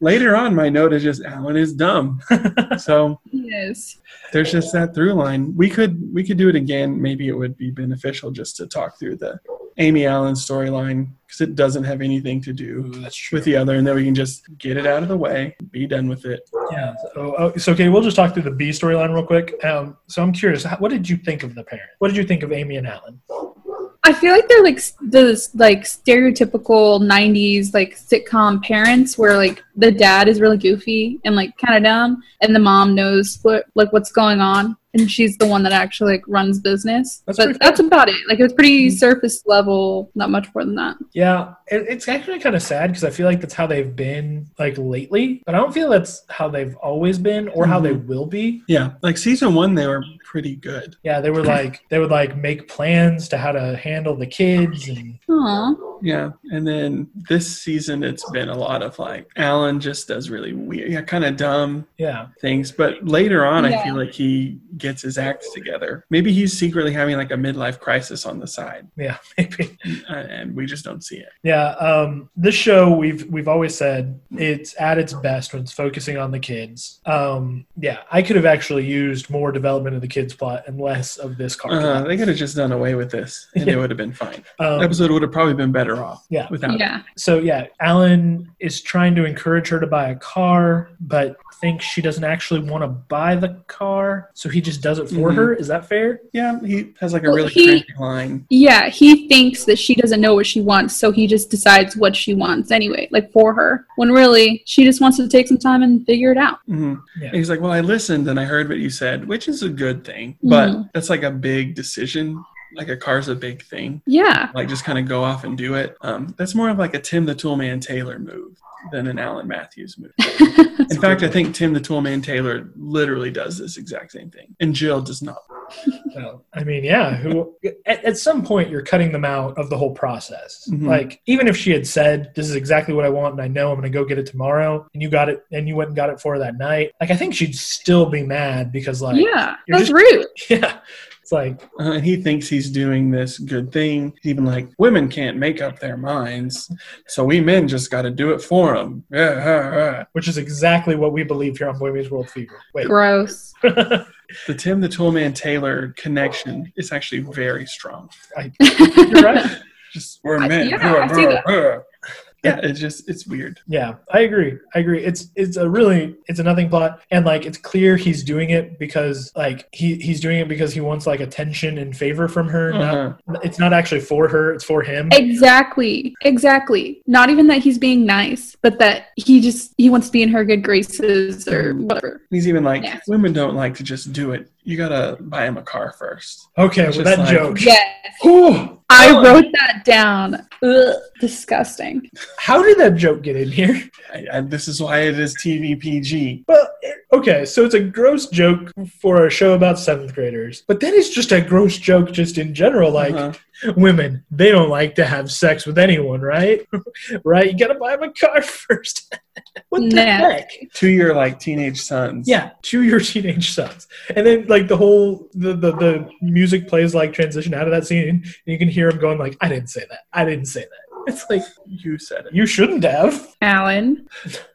B: Later on, my note is just Alan is dumb. so
C: Yes.
B: there's just that through line. We could we could do it again. Maybe it would be beneficial just to talk through the Amy Allen storyline because it doesn't have anything to do
A: that's true.
B: with the other, and then we can just get it out of the way, be done with it.
A: Yeah. So, oh, so okay, we'll just talk through the B storyline real quick. Um, so I'm curious, how, what did you think of the parent? What did you think of Amy and Alan?
C: I feel like they're like s- those like stereotypical '90s like sitcom parents, where like the dad is really goofy and like kind of dumb, and the mom knows what like what's going on, and she's the one that actually like runs business.
A: That's pretty
C: but
A: fair.
C: that's about it. Like it was pretty
A: Mhm.
C: surface level, not much more than that.
A: Yeah, it, it's actually kind of sad because I feel like that's how they've been like lately, but I don't feel that's how they've always been or how they will be.
B: Yeah, like season one, they were pretty good.
A: Yeah, they were like they would like make plans to how to handle the kids and
C: Aw.
B: Yeah, and then this season, it's been a lot of like Alan just does really weird, yeah, kind of dumb
A: yeah.
B: things. But later on, I
C: Yeah.
B: feel like he gets his act together. Maybe he's secretly having like a midlife crisis on the side,
A: Yeah, maybe.
B: uh, and we just don't see it.
A: Yeah, um, this show we've we've always said it's at its best when it's focusing on the kids. Um, yeah, I could have actually used more development of the kids plot and less of this card.
B: Uh, they could have just done away with this, and it would have been fine.
A: Um,
B: Episode would have probably been better off.
A: Yeah.
B: without it.
C: Yeah.
A: So yeah, Alan is trying to encourage her to buy a car, but thinks she doesn't actually want to buy the car, so he just does it for
B: Mhm.
A: her. Is that fair?
B: Yeah, he has like a
C: Well,
B: really
C: he-
B: crazy line.
C: Yeah, he thinks that she doesn't know what she wants, so he just decides what she wants anyway, like for her. When really, she just wants to take some time and figure it out.
B: Mhm.
A: Yeah.
B: And he's like, "Well, I listened and I heard what you said, which is a good thing, but
C: Mhm.
B: that's like a big decision. Like a car's a big thing.
C: Yeah.
B: Like just kind of go off and do it. Um, that's more of like a Tim the Toolman Taylor move than an Alan Matthews move. In fact, I think Tim the Toolman Taylor literally does this exact same thing, and Jill does not.
A: Well, I mean, yeah. Who at, at some point you're cutting them out of the whole process.
B: Mhm.
A: Like even if she had said, "This is exactly what I want," and I know I'm going to go get it tomorrow, and you got it, and you went and got it for her that night. Like I think she'd still be mad because like
C: yeah.
A: you're
C: That's
A: just-
C: rude.
A: yeah, it's like
B: Uh, and he thinks he's doing this good thing. He's even like, women can't make up their minds, so we men just got to do it for them.
A: which is exactly what we believe here on Boy Meets World Fever. Wait,
C: Gross.
B: The Tim the Toolman Taylor connection is actually very strong.
A: you're right.
B: Just we're
C: I-
B: men.
C: yeah, I see that.
B: Yeah, it's just it's weird.
A: Yeah, I agree. I agree. It's it's a really it's a nothing plot, and like it's clear he's doing it because like he he's doing it because he wants like attention and favor from her.
B: Uh-huh.
A: Not, it's not actually for her; it's for him.
C: Exactly. Exactly. Not even that he's being nice, but that he just he wants to be in her good graces or
A: Mm.
C: whatever.
B: He's even like,
C: Yeah.
B: women don't like to just do it. You gotta buy him a car first.
A: Okay,
B: It's
A: well,
B: just
A: that
B: like-
A: joke.
C: Yes.
A: Whew.
C: I
A: Alan,
C: wrote that down. Ugh, disgusting.
A: How did that joke get in here?
B: I, I, this is why it is TVPG.
A: Well, it- okay, so it's a gross joke for a show about seventh graders, but then it's just a gross joke just in general. Like
B: Uh-huh.
A: women, they don't like to have sex with anyone, right? right? You gotta buy them a car first. what the
C: Nah.
A: heck?
B: to your like teenage sons.
A: Yeah, to your teenage sons, and then like the whole the, the the music plays like transition out of that scene, and you can hear him going like, "I didn't say that. I didn't say that." It's like
B: you said it.
A: you shouldn't have.
C: Alan.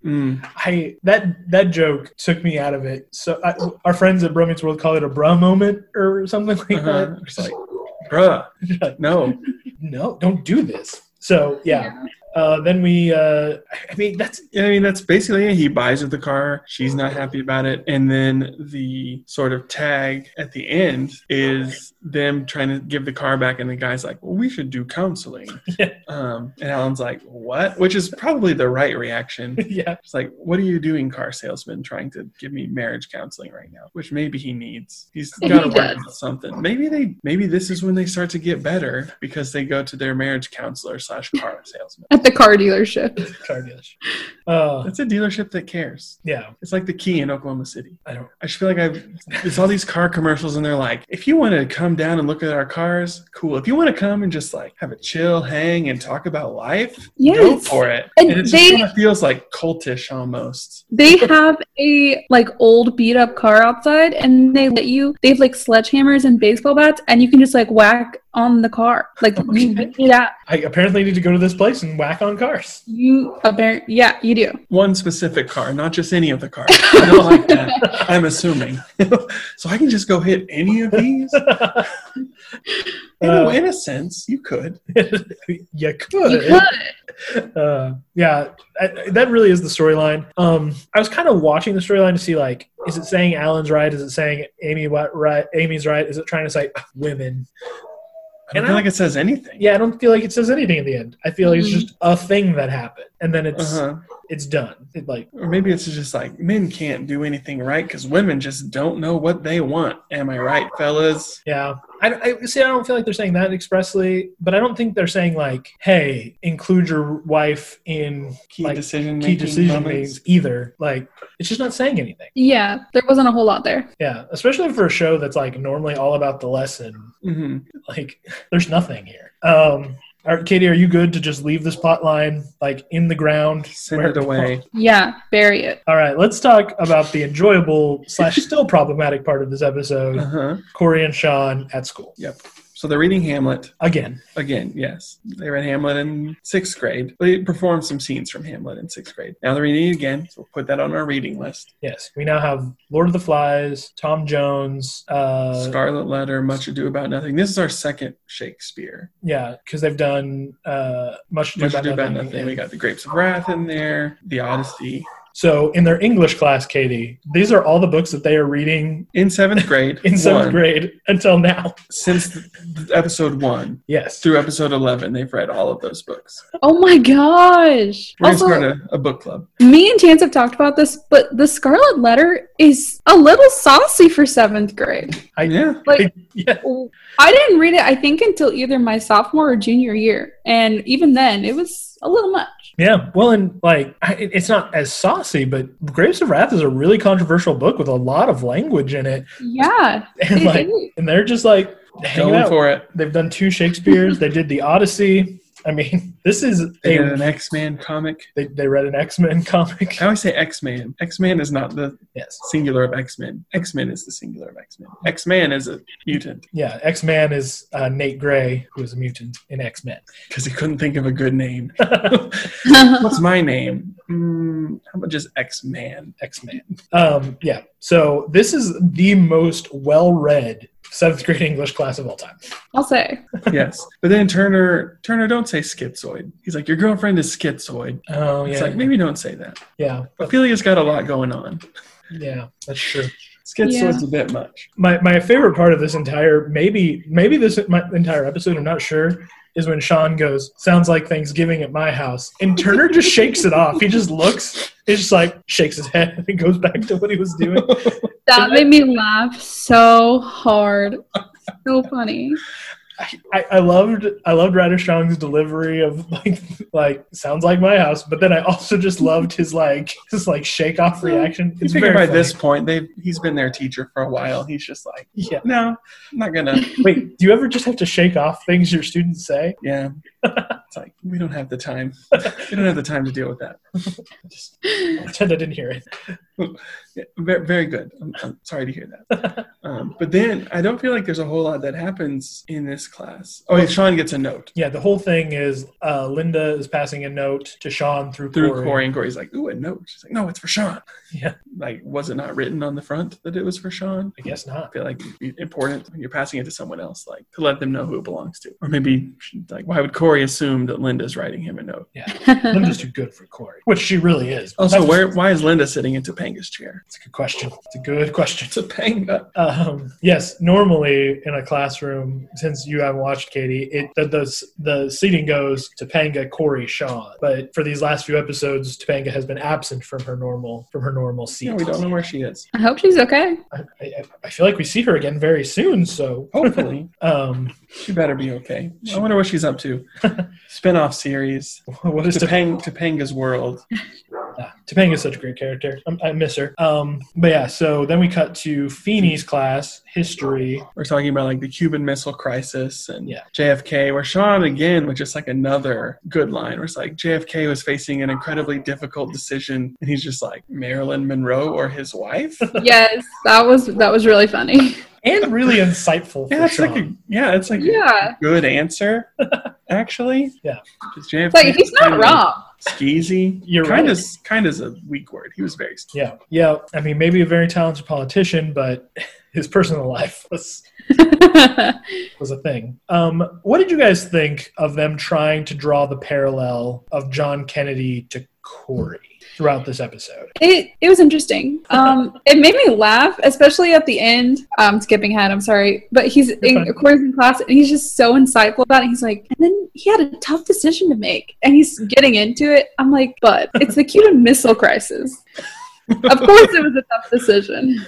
B: Mm.
A: I that that joke took me out of it. So I, our friends at Bromates World call it a bruh moment or something like
B: Uh-huh.
A: that.
B: It's
A: It's like,
B: like, bruh, no.
A: no, don't do this. So yeah, Uh, then we, uh, I mean, that's
B: Yeah, I mean that's basically it. He buys her the car. She's not happy about it, and then the sort of tag at the end is them trying to give the car back, and the guy's like, "Well, we should do counseling,"
A: Yeah.
B: um, and Alan's like, "What?" Which is probably the right reaction.
A: yeah,
B: It's like, what are you doing, car salesman, trying to give me marriage counseling right now? Which maybe he needs. He's
C: He
B: got to work
C: does.
B: on something. Maybe they, maybe this is when they start to get better because they go to their marriage counselor slash car salesman.
C: at the car dealership.
A: car dealership. Uh,
B: That's a dealership that cares.
A: yeah,
B: It's like the key in Oklahoma City.
A: I don't.
B: I just feel like I've there's all these car commercials and they're like, if you want to come down and look at our cars, cool. If you want to come and just like have a chill hang and talk about life, go
C: Yes.
B: for it.
C: And
B: And, it
C: they-
B: just kind of feels like cultish almost.
C: They have a like old beat up car outside and they let you they have like sledgehammers and baseball bats and you can just like whack on the car. Like you
A: Okay.
C: yeah,
A: I apparently need to go to this place and whack on cars.
C: you apparent yeah, you do.
B: one specific car, not just any of the cars. I don't like that. I'm assuming. so I can just go hit any of these. You know,
A: Uh,
B: in a sense, you could.
A: you
C: You
A: could.
C: could.
A: Uh, yeah, I, that really is the storyline. Um, I was kind of watching the storyline to see like, is it saying Alan's right? Is it saying Amy what right? Amy's right? Is it trying to say "Ugh, women?
B: I don't
A: And
B: feel
A: I-
B: like it says anything.
A: Yeah, I don't feel like it says anything at the end. I feel like it's
C: Mhm.
A: just a thing that happened, and then it's
B: Mm-hmm. Uh-huh.
A: it's done. It like
B: Or maybe it's just like men can't do anything right because women just don't know what they want. Am I right, fellas?
A: yeah. I, I see. I don't feel like they're saying that expressly, but I don't think they're saying like, "Hey, include your wife in
B: Key
A: Like,
B: decision
A: key
B: making
A: decision
B: moments.
A: makes either." Like, it's just not saying anything.
C: Yeah, there wasn't a whole lot there.
A: Yeah, especially for a show that's like normally all about the lesson.
B: Mhm.
A: Like, there's nothing here. Um, are, Katie, are you good to just leave this plot line like in the ground?
B: Send
A: where-
B: it away.
C: Yeah, bury it.
A: All right, let's talk about the enjoyable slash still problematic part of this
B: Uh
A: episode.
B: huh.
A: Corey and Sean at school
B: So they're reading Hamlet
A: again.
B: again. Yes, they read Hamlet in sixth grade. They performed some scenes from Hamlet in sixth grade. Now they're reading it again. So we'll put that on our reading list.
A: Yes, we now have Lord of the Flies, Tom Jones. Uh,
B: Scarlet Letter, Much Ado About Nothing. This is our second Shakespeare.
A: yeah, because they've done uh, much ado
B: Much
A: about
B: Ado About
A: nothing.
B: Nothing. We got the Grapes of Wrath in there, the Odyssey.
A: So in their English class, Katie, these are all the books that they are reading
B: In seventh grade,
A: in seventh
B: one,
A: grade until now.
B: since th- th- episode one
A: Yes.
B: through episode 11, they've read all of those books.
C: Oh my gosh.
B: We're
C: Also,
B: going to start a, a book club.
C: me and Chance have talked about this, but the Scarlet Letter is a little saucy for seventh grade.
A: I-
B: yeah.
A: Yeah.
C: I didn't read it, I think, until either my sophomore or junior year. And even then, it was a little much.
A: Yeah. Well, and like, I, it- it's not as saucy, but Grapes of Wrath is a really controversial book with a lot of language in it.
C: Yeah.
A: And like, and they're just like hanging
B: Going
A: out.
B: for it.
A: They've done two Shakespeare's. they did the Odyssey. I mean, this is
B: They did
A: a.
B: an X Man comic.
A: They, they read an X Men comic.
B: I always say X Man. X Man is not the
A: Yes.
B: singular of X Men. X Men is the singular of X Men. X Man is a mutant
A: Yeah. X Man is uh, Nate Gray, who is a mutant in X Men.
B: because he couldn't think of a good name. What's my name? Mm, how about just X Man?
A: X Man. Um, yeah. So this is the most well read seventh grade English class of all time.
C: I'll say.
B: yes. But then Turner, Turner, don't say schizoid. He's like, your girlfriend is schizoid.
A: Oh, yeah.
B: It's like, maybe don't say that.
A: yeah.
B: Ophelia's got a lot going on.
A: Yeah. That's true.
B: Schizoid's a bit much.
A: my my favorite part of this entire maybe maybe this my entire episode I'm not sure is when Sean goes sounds like Thanksgiving at my house and Turner just shakes it off. He just looks, it's just like shakes his head and goes back to what he was doing.
C: That made me laugh so hard. So funny.
A: I, I loved I loved Ryder Strong's delivery of like like sounds like my house, but then I also just loved his like his like shake off reaction.
B: You
A: It's
B: figure
A: very
B: by
A: funny.
B: this point, they've he's been their teacher for a while. He's just like,
A: Yeah.
B: no, I'm not gonna.
A: Wait, do you ever just have to shake off things your students say?
B: Yeah. It's like we don't have the time. We don't have the time to deal with that. Just
A: Pretend I didn't hear it.
B: Yeah, very, very good. I'm, I'm sorry to hear that. Um, but then I don't feel like there's a whole lot that happens in this class. Oh, and Sean gets a note
A: Yeah, the whole thing is uh, Linda is passing a note to Sean through,
B: through
A: Corey.
B: Corey, and Corey's like, "Ooh, a note." She's like, "No, it's for Sean."
A: Yeah.
B: Like, was it not written on the front that it was for Sean?
A: I guess
B: I
A: not.
B: feel like it'd be important when you're passing it to someone else, like to let them know who it belongs to, or maybe like, why would Corey assumed that Linda's writing him a note.
A: Linda's too good for Corey, which she really is.
B: Also,
A: That's-
B: where why is Linda sitting in Topanga's chair?
A: It's a good question. It's a good question.
B: Topanga.
A: Um, yes, normally in a classroom, since you haven't watched Katie, it the the, the seating goes Topanga, Corey, Sean. But for these last few episodes, Topanga has been absent from her normal from her normal seat.
B: Yeah, we don't know where she is.
C: I hope she's okay.
A: I, I, I feel like we see her again very soon. So
B: Hopefully,
A: um,
B: she better be okay. I wonder what she's up to. Spin-off series.
A: what is Topanga?
B: Topang, Topanga's world.
A: Ah, Topanga is such a great character. i I miss her. Um, but yeah, so then we cut to Feeney's class, history.
B: We're talking about like the Cuban Missile Crisis and
A: Yeah.
B: JFK, where Sean again with just like another good line, where it's like JFK was facing an incredibly difficult decision, and he's just like Marilyn Monroe or his wife.
C: yes, that was that was really funny.
A: And really insightful for
B: Yeah, it's
A: Sean.
B: like a, yeah, it's like
C: Yeah.
B: a good answer, actually.
A: Yeah.
B: 'Cause JFK
C: It's like
B: was
C: he's not
B: kinda
C: wrong.
B: Skeezy.
A: You're
B: kind
A: right.
B: of kind of a weak word. He was very. skeezy.
A: Yeah, yeah. I mean, maybe a very talented politician, but his personal life was was a thing. Um, what did you guys think of them trying to draw the parallel of John Kennedy to Corey throughout this episode?
C: It it was interesting. Um, it made me laugh, especially at the end. Um, skipping ahead, I'm sorry, but he's
A: fine.
C: in Corey's in class, and he's just so insightful about it. He's like, and then he had a tough decision to make, and he's getting into it. I'm like, but it's the Cuban Missile Crisis. of course, it was a tough decision.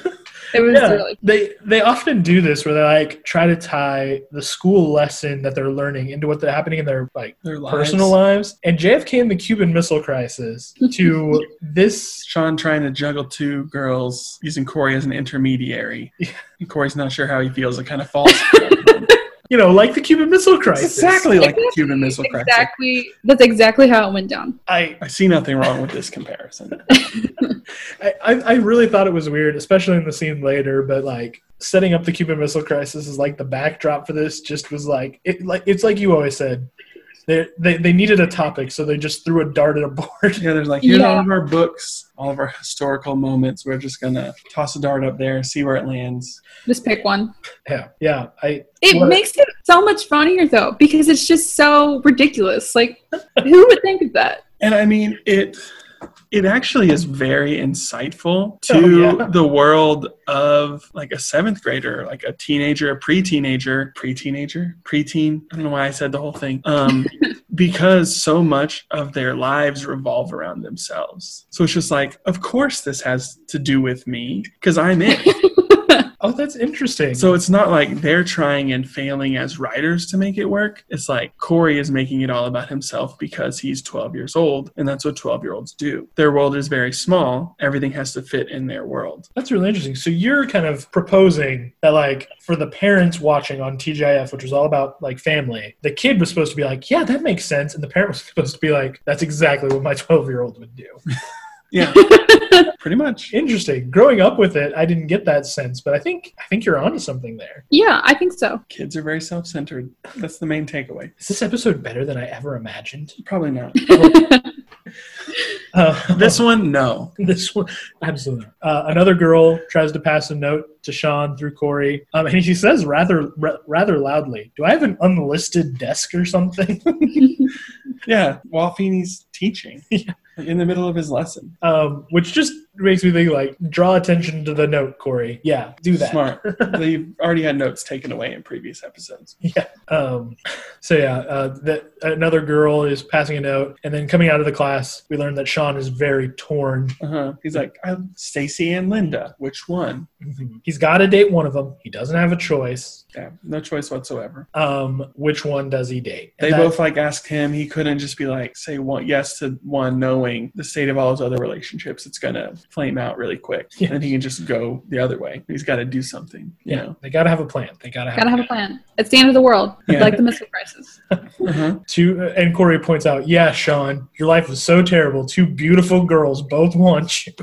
C: It was really
A: they they often do this where they like try to tie the school lesson that they're learning into what's happening in their like
B: Their lives.
A: personal lives and JFK and the Cuban Missile Crisis to this
B: Sean trying to juggle two girls using Corey as an intermediary.
A: Yeah.
B: And Corey's not sure how he feels. It kind of falls.
A: you know like the Cuban Missile Crisis
B: exactly like the
C: Exactly,
B: Cuban Missile Crisis.
C: exactly. That's exactly how it went down.
A: I
B: I see nothing wrong with this comparison.
A: I, I I really thought it was weird, especially in the scene later. But like setting up the Cuban Missile Crisis is like the backdrop for this. Just was like it like it's like you always said, they they they needed a topic, so they just threw a dart at a board.
B: Yeah, there's like here's
C: Yeah.
B: all of our books, all of our historical moments. We're just gonna toss a dart up there, see where it lands.
C: Just pick one.
A: yeah, yeah. I
C: It
A: What-
C: makes it so much funnier though, because it's just so ridiculous. Like, who would think of that?
B: And I mean it it actually is very insightful to
A: Oh, yeah.
B: the world of like a seventh grader, like a teenager, a pre-teenager, pre-teenager, preteen. I don't know why I said the whole thing. Um, because so much of their lives revolve around themselves. So it's just like, of course this has to do with me because I'm it.
A: oh that's interesting.
B: So it's not like they're trying and failing as writers to make it work. It's like Corey is making it all about himself because he's 12 years old, and that's what 12 year olds do. Their world is very small, everything has to fit in their world.
A: that's really interesting. So you're kind of proposing that like for the parents watching on TGIF, which was all about like family, the kid was supposed to be like, yeah, that makes sense, and the parent was supposed to be like, that's exactly what my 12 year old would do.
B: Yeah, pretty much.
A: Interesting. Growing up with it, I didn't get that sense, but I think I think you're onto something there.
C: Yeah, I think so.
B: Kids are very self centered. That's the main takeaway.
A: Is this episode better than I ever imagined?
B: Probably not.
A: Uh,
B: This one, no.
A: this one, absolutely. Uh, another girl tries to pass a note to Sean through Corey, um, and she says rather ra- rather loudly, "Do I have an unlisted desk or something?"
B: Yeah, while Feeney's teaching
A: Yeah.
B: in the middle of his lesson.
A: um, which just makes me think like, draw attention to the note, Corey. Yeah, do that.
B: Smart. They've already had notes taken away in previous episodes.
A: Yeah. Um, so yeah, uh, that another girl is passing a note, and then coming out of the class, we learn that Sean is very torn
B: Uh-huh. He's like, I'm Stacy and Linda. Which one?
A: He's got to date one of them. He doesn't have a choice.
B: Yeah, no choice whatsoever.
A: Um, which one does he date?
B: They
A: That-
B: both like asked him. He couldn't just be like say one yes to one, knowing the state of all his other relationships. It's gonna flame out really quick,
A: Yeah.
B: and he can just go the other way. He's got to do something, you
A: Yeah, they got to have a plan. They got to have.
C: Gotta have a plan. It's the end of the world,
B: Yeah.
C: like the missile crisis.
B: know. Uh-huh.
A: Two uh, and Corey points out, yeah, Sean, your life is so terrible. Two beautiful girls both want you.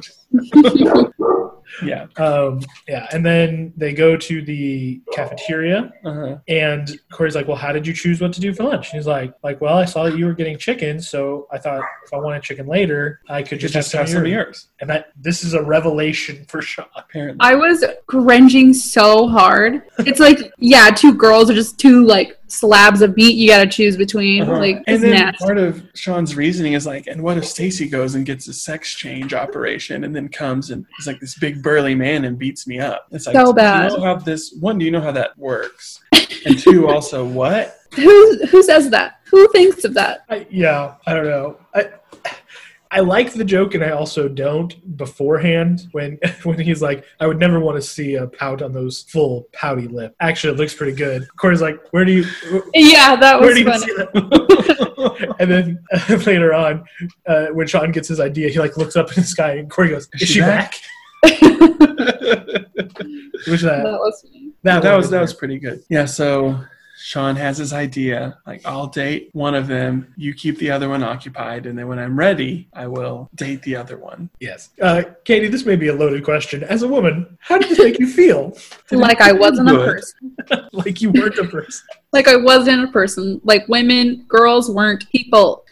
B: Yeah,
A: Um, yeah, and then they go to the cafeteria,
B: uh-huh.
A: and Corey's like, "Well, how did you choose what to do for lunch?" And he's like, "Like, well, I saw that you were getting chicken, so I thought if I wanted chicken later, I could
B: Could you
A: just,
B: just have some of yours.
A: And that this is a revelation for Sean.
B: Apparently,
C: I was cringing so hard. It's like, yeah, two girls are just two like slabs of meat you got to choose between.
B: Uh-huh.
C: Like
B: and
C: it's
B: then
C: nasty.
B: part of Sean's reasoning is like, and what if Stacy goes and gets a sex change operation and then comes and is like this big burly man and beats me up? It's like
C: So
B: do you
C: bad.
B: know how this one? Do you know how that works? And two, also what?
C: Who who says that? Who thinks of that?
A: I, yeah, I don't know. I I like the joke and I also don't beforehand when when he's like, I would never want to see a pout on those full pouty lip. Actually, it looks pretty good. Corey's like, where do you wh-
C: Yeah, that
A: where
C: was
A: do you
C: funny.
A: see that? and then uh, later on, uh, when Sean gets his idea, he like looks up in the sky and Corey goes, "Is, she back?" Which
C: that
A: that
C: was funny.
A: that,
B: that was
A: one
B: that
A: right
B: was pretty good. Yeah, so Sean has his idea. Like, I'll date one of them. You keep the other one occupied, and then when I'm ready, I will date the other one.
A: there. yes. Uh, Katie, this may be a loaded question. As a woman, how did this make you feel?
C: Like I wasn't a
B: Good.
C: person.
A: like you weren't a person.
C: Like I wasn't a person. Like women, girls weren't people.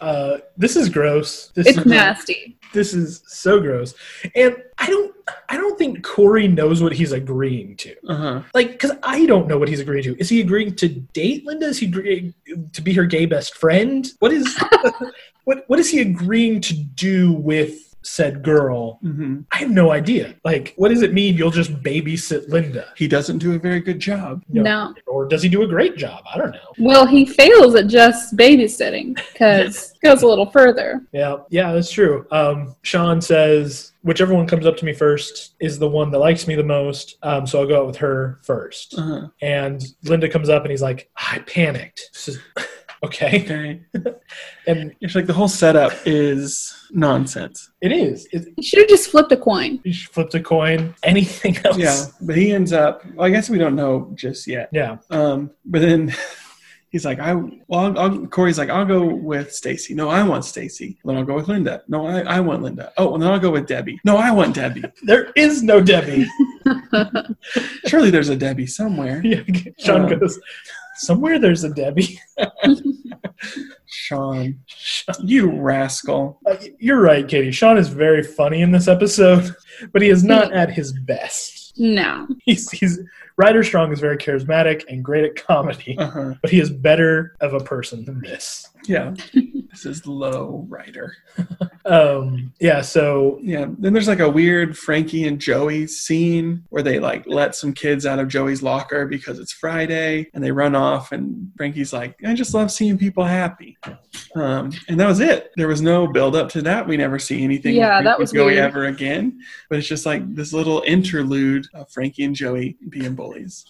A: Uh, this is gross. This
C: It's
A: is
C: nasty.
A: this is so gross and i don't i don't think corey knows what he's agreeing to
B: Uh huh.
A: like because i don't know what he's agreeing to is he agreeing to date linda is he agreeing to be her gay best friend what is what what is he agreeing to do with said girl
B: hmm
A: i have no idea like what does it mean you'll just babysit linda
B: He doesn't do a very good job.
A: You know,
C: No.
A: or does he do a great job i don't know
C: Well, he fails at just babysitting because goes a little further.
A: yeah yeah that's true um, sean says whichever one comes up to me first is the one that likes me the most um, so i'll go out with her first
B: Uh huh.
A: and Linda comes up and he's like, I panicked. This is- okay.
B: Okay.
A: And
B: It's like the whole setup is nonsense.
A: it is. It,
C: He should have just flipped a coin.
A: she flipped a coin. Anything else?
B: Yeah, but he ends up. Well, I guess we don't know just yet.
A: Yeah.
B: Um, but then he's like, I well, I'll, I'll, Corey's like, I'll go with Stacy. No, I want Stacy. Then I'll go with Linda. No, I, I want Linda. Oh, and then I'll go with Debbie. No, I want Debbie.
A: There is no Debbie.
B: Surely there's a Debbie somewhere.
A: Yeah, Sean
B: Um.
A: goes, Somewhere there's a Debbie.
B: Sean, you rascal.
A: Uh, You're right, Katie. Sean is very funny in this episode, but he is not at his best.
C: No.
A: He's, he's Ryder Strong is very charismatic and great at comedy,
B: Uh huh.
A: but he is better of a person than this.
B: Yeah. this is low rider.
A: Um, yeah, so
B: Yeah. Then there's like a weird Frankie and Joey scene where they like let some kids out of Joey's locker because it's Friday and they run off and Frankie's like, I just love seeing people happy. Um, and that was it. There was no build up to that. We never see anything
C: Yeah,
B: with
C: that
B: Frankie
C: was
B: and Joey
C: weird.
B: ever again. But it's just like this little interlude of Frankie and Joey being bullies.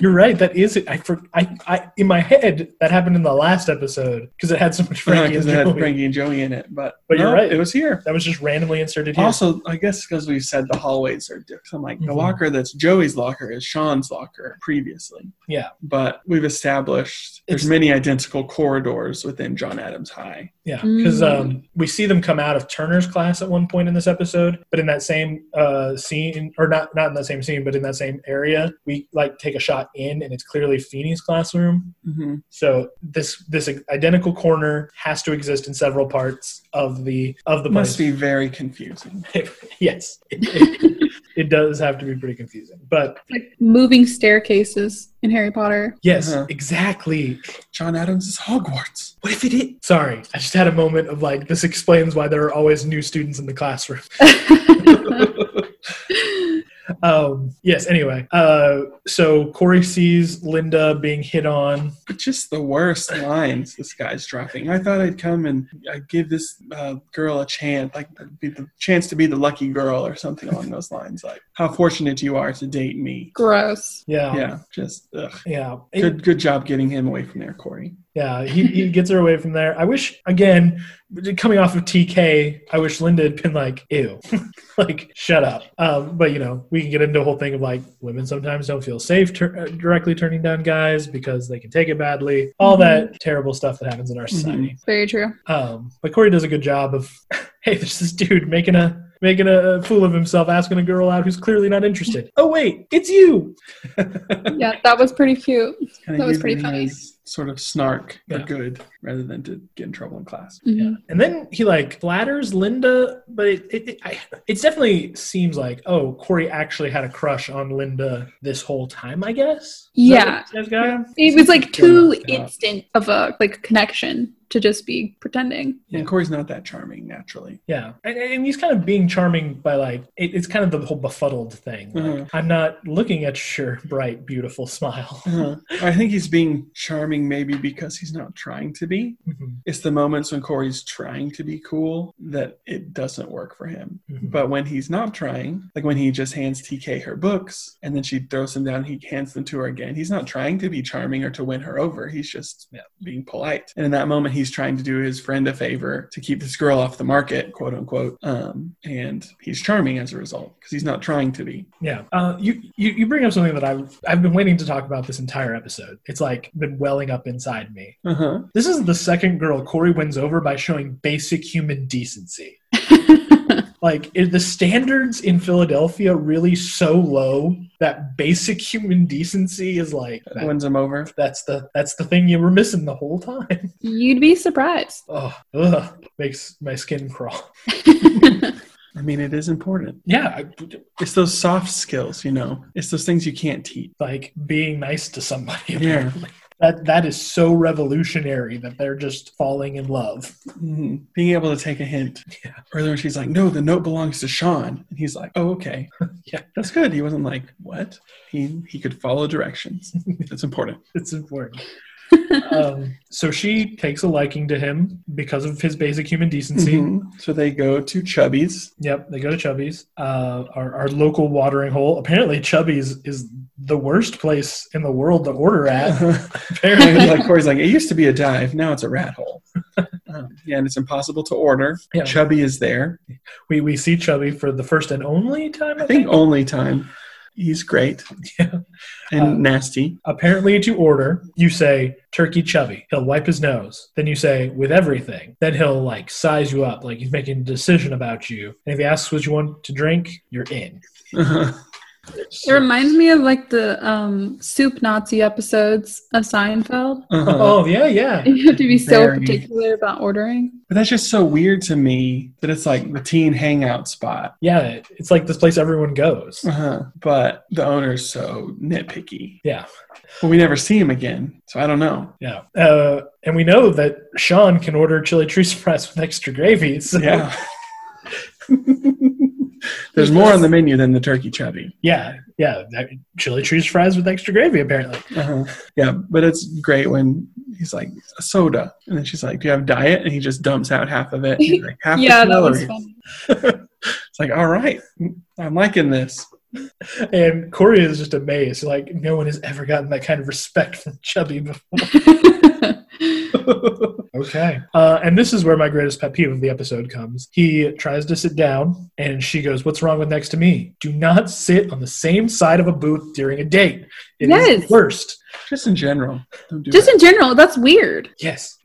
A: You're right. That is it. I, for, I, I, in my head, that happened in the last episode because it had so much Frankie
B: because
A: and
B: it had
A: Joey.
B: Frankie and Joey in it. But,
A: But you're
B: no,
A: right.
B: it was here.
A: That was just randomly inserted here.
B: Also, I guess because we've said the hallways are different. I'm like, the
A: Mhm.
B: locker that's Joey's locker is Sean's locker previously.
A: Yeah.
B: But we've established there's
A: It's-
B: many identical corridors within John Adams High.
A: yeah, because um, we see them come out of Turner's class at one point in this episode, but in that same uh, scene, or not, not in that same scene, but in that same area, we like take a shot in, and it's clearly Feeney's classroom.
B: hmm
A: So this this identical corner has to exist in several parts of the of the
B: It must
A: place.
B: be very confusing.
A: yes, it, it- it does have to be pretty confusing, but
C: It's like moving staircases in Harry Potter.
A: yes,
B: Uh-huh.
A: exactly.
B: John Adams is Hogwarts.
A: What if it is? Sorry, I just had a moment of like, this explains why there are always new students in the classroom. Um, yes, anyway. Uh, so Corey sees Linda being hit on.
B: But just the worst lines this guy's dropping. I thought I'd come and I'd give this uh, girl a chance, like be the chance to be the lucky girl or something along those lines. Like, how fortunate you are to date me.
C: Gross.
A: Yeah.
B: Yeah, just ugh.
A: Yeah. It-
B: good. Good job getting him away from there, Corey.
A: yeah. He, he gets her away from there. I wish, again, coming off of TK, I wish Linda had been like, ew, like, shut up. Um, but, you know, we can get into a whole thing of like, women sometimes don't feel safe tur- uh, directly turning down guys because they can take it badly. All that terrible stuff that happens in our society.
C: Very true.
A: Um, but Corey does a good job of, hey, there's this dude making a making a fool of himself, asking a girl out who's clearly not interested. Oh wait, it's you.
C: yeah, that was pretty cute.
B: Kinda
C: That was
B: using
C: pretty
B: it
C: funny.
B: as Sort of snark for
A: Yeah.
B: good, rather than to get in trouble in class.
C: Mhm.
A: Yeah. And then he like flatters Linda, but it it, it, I, it definitely seems like oh Corey actually had a crush on Linda this whole time. I guess. Is that
C: Yeah.
A: what this guy's got?
C: It was like
B: Don't
C: too
B: knock it off.
C: instant of a like connection to just be pretending.
B: And Corey's not that charming naturally.
A: Yeah, and, and he's kind of being charming by like it, it's kind of the whole befuddled thing. Like,
B: Mhm.
A: I'm not looking at your bright, beautiful smile.
B: Uh-huh. I think he's being charming maybe because he's not trying to be.
A: Mhm,
B: It's the moments when Corey's trying to be cool that it doesn't work for him.
A: mhm.
B: But when he's not trying, like when he just hands TK her books and then she throws them down, he hands them to her again. He's not trying to be charming or to win her over. He's just yeah, being polite. And in that moment, he's trying to do his friend a favor to keep this girl off the market, quote unquote. Um, and he's charming as a result because he's not trying to be.
A: Yeah, uh, you, you you bring up something that I've I've been waiting to talk about this entire episode. It's like been welling up inside me.
B: Uh huh.
A: This is the second girl Corey wins over by showing basic human decency. Like is the standards in Philadelphia really so low that basic human decency is like that-
B: Wins him over.
A: that's the that's the thing you were missing the whole time.
C: You'd be surprised.
A: Oh, ugh, makes my skin crawl.
B: I mean, it is important.
A: Yeah, I-
B: It's those soft skills, you know. It's those things you can't teach.
A: like being nice to somebody.
B: Yeah.
A: Apparently. That that is so revolutionary that they're just falling in love.
B: Mhm. Being able to take a hint.
A: Yeah.
B: Earlier, she's like, "No, the note belongs to Sean," and he's like, "Oh, okay.
A: Yeah.
B: that's good." He wasn't like, "What?" He he could follow directions. That's important.
A: It's important. um, so she takes a liking to him because of his basic human decency.
B: Mhm. So they go to Chubby's.
A: Yep, they go to Chubby's, uh, our, our local watering hole. Apparently, Chubby's is the worst place in the world to order at. Apparently,
B: like Corey's like, "It used to be a dive. Now it's a rat hole." Um, yeah, and it's impossible to order.
A: Yeah.
B: Chubby is there.
A: we, we see Chubby for the first and only time.
B: I think only time. He's great.
A: Yeah.
B: And
A: Uh,
B: nasty.
A: Apparently, to order, you say turkey chubby. He'll wipe his nose. Then you say with everything. Then he'll like size you up, like he's making a decision about you. And if he asks what you want to drink, you're in.
B: Uh-huh.
C: It reminds me of like the um, soup Nazi episodes of Seinfeld.
B: Uh-huh.
A: oh yeah, yeah.
C: You have to be so
B: Very.
C: particular about ordering.
B: But that's just so weird to me that it's like the teen hangout spot.
A: Yeah, it- it's like this place everyone goes.
B: Uh-huh. But the owner's so nitpicky.
A: Yeah,
B: But we never see him again. So I don't know.
A: yeah. Uh, and we know that Sean can order chili cheese fries with extra gravy. So
B: Yeah. There's more on the menu than the turkey chubby.
A: yeah, yeah. That, chili cheese fries with extra gravy, apparently.
B: Uh-huh. Yeah. But it's great when he's like, a soda. And then she's like, Do you have diet? And he just dumps out half of it. and he's like, half the
C: yeah, that was
B: calories."
C: funny.
B: It's like, All right. I'm liking this.
A: And Corey is just amazed. Like no one has ever gotten that kind of respect from Chubby before. Okay. Uh, and this is where my greatest pet peeve of the episode comes. He tries to sit down, and she goes, What's wrong with next to me? Do not sit on the same side of a booth during a date. It is
C: Yes.
A: the worst.
B: Just in general. Don't do
C: Just
B: that.
C: in general, that's weird.
A: Yes.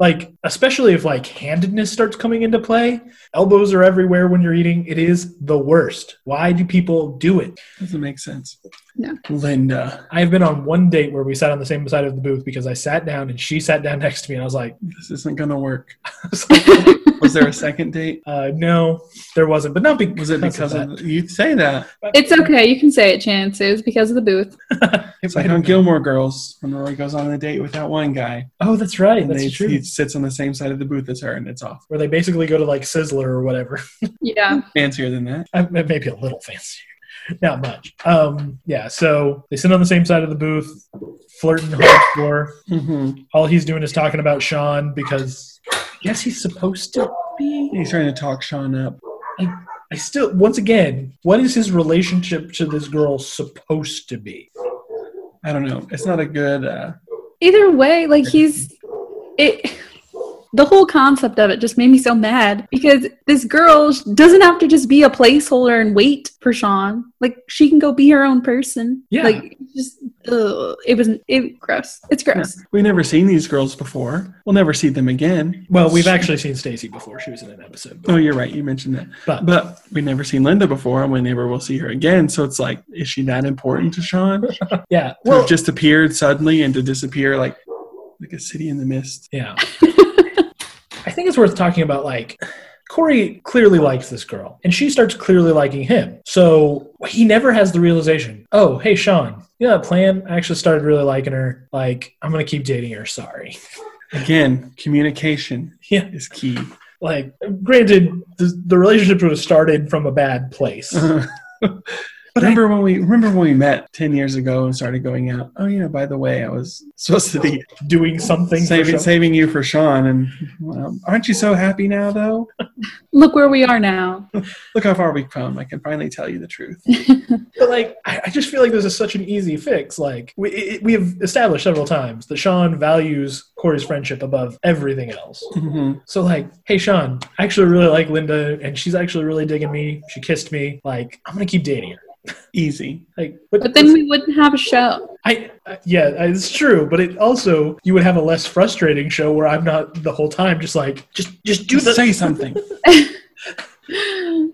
A: Like, especially if like handedness starts coming into play, elbows are everywhere when you're eating. It is the worst. Why do people do it?
B: Doesn't make sense.
C: No.
B: Linda,
A: I've been on one date where we sat on the same side of the booth because I sat down and she sat down next to me, and I was like,
B: this isn't gonna work.
A: I was like,
B: Was there a second date?
A: uh, No, there wasn't. But not because
B: Was it because
A: of that.
B: of you say that?
C: It's okay. You can say it, Chance. It was because of the booth.
B: It's like on Gilmore Girls when Rory goes on a date with that one guy,
A: Oh, that's right.
B: and
A: That's
B: they,
A: true.
B: he sits on the same side of the booth as her, and it's off.
A: Where they basically go to like Sizzler or whatever.
C: Yeah.
B: Fancier than that.
A: I- Maybe a little fancier. Not much. Um, yeah, so they sit on the same side of the booth, flirting hardcore.
B: Mm-hmm.
A: All he's doing is talking about Sean because I guess he's supposed to be.
B: He's trying to talk Sean up.
A: I still, once again, what is his relationship to this girl supposed to be?
B: I don't know. It's not a good. Uh,
C: Either way, like he's it. the whole concept of it just made me so mad because this girl doesn't have to just be a placeholder and wait for Sean. Like she can go be her own person.
A: Yeah.
C: Like just ugh, it was it gross. It's gross.
B: We've never seen these girls before. We'll never see them again.
A: Well, we've actually seen Stacy before. She was in an episode.
B: Oh, you're right. You mentioned that.
A: But,
B: But we've never seen Linda before, and we never will see her again. So it's like, is she that important to Sean? To
A: yeah.
B: well,
A: Well,
B: just appeared suddenly and to disappear like like a city in the mist.
A: yeah. I think it's worth talking about like Corey clearly likes this girl and she starts clearly liking him. So he never has the realization, oh, hey, Sean, you know that plan? I actually started really liking her. Like, I'm going to keep dating her. Sorry.
B: Again, communication
A: Yeah.
B: is key.
A: Like, granted, the, the relationship would have started from a bad place.
B: Uh-huh. remember when we remember when we met ten years ago and started going out? Oh yeah, by the way, I was supposed to be
A: Doing something. Oh, for
B: saving
A: Sean-
B: saving you for Sean, and um, aren't you so happy now though?
C: Look where we are now.
B: Look how far we've come. I can finally tell you the truth.
A: But like, I, I just feel like this is such an easy fix. Like, we it, we have established several times that Sean values Corey's friendship above everything else.
B: Mhm.
A: So like, hey Sean, I actually really like Linda, and she's actually really digging me. She kissed me. Like, I'm gonna keep dating her.
B: Easy.
A: Like,
C: But then we wouldn't have a show.
A: I, I yeah, it's true. But it also you would have a less frustrating show where I'm not the whole time just like just just do the
B: Say something.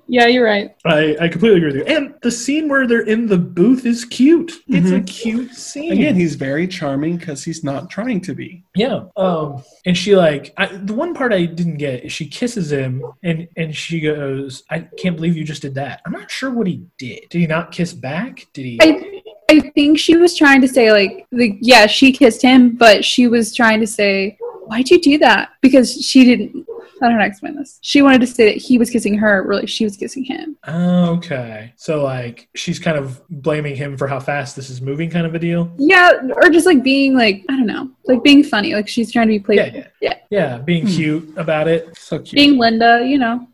C: yeah, you're right.
A: I I completely agree with you. And the scene where they're in the booth is cute. It's a cute scene.
B: Again, he's very charming because he's not trying to be.
A: Yeah. Um, and she like I, the one part I didn't get is she kisses him and and she goes, "I can't believe you just did that." I'm not sure what he did. Did he not kiss back? Did he?
C: I I think she was trying to say like like yeah, she kissed him, but she was trying to say, Why'd you do that? Because she didn't I don't know how to explain this. She wanted to say that he was kissing her, really she was kissing him.
A: Oh, okay. So like she's kind of blaming him for how fast this is moving, kind of a deal.
C: Yeah, or just like being like I don't know, like being funny. Like she's trying to be playful.
A: Yeah, yeah,
C: Yeah.
A: yeah. Being
B: Hmm.
A: cute about it.
B: So cute.
C: Being Linda, you know.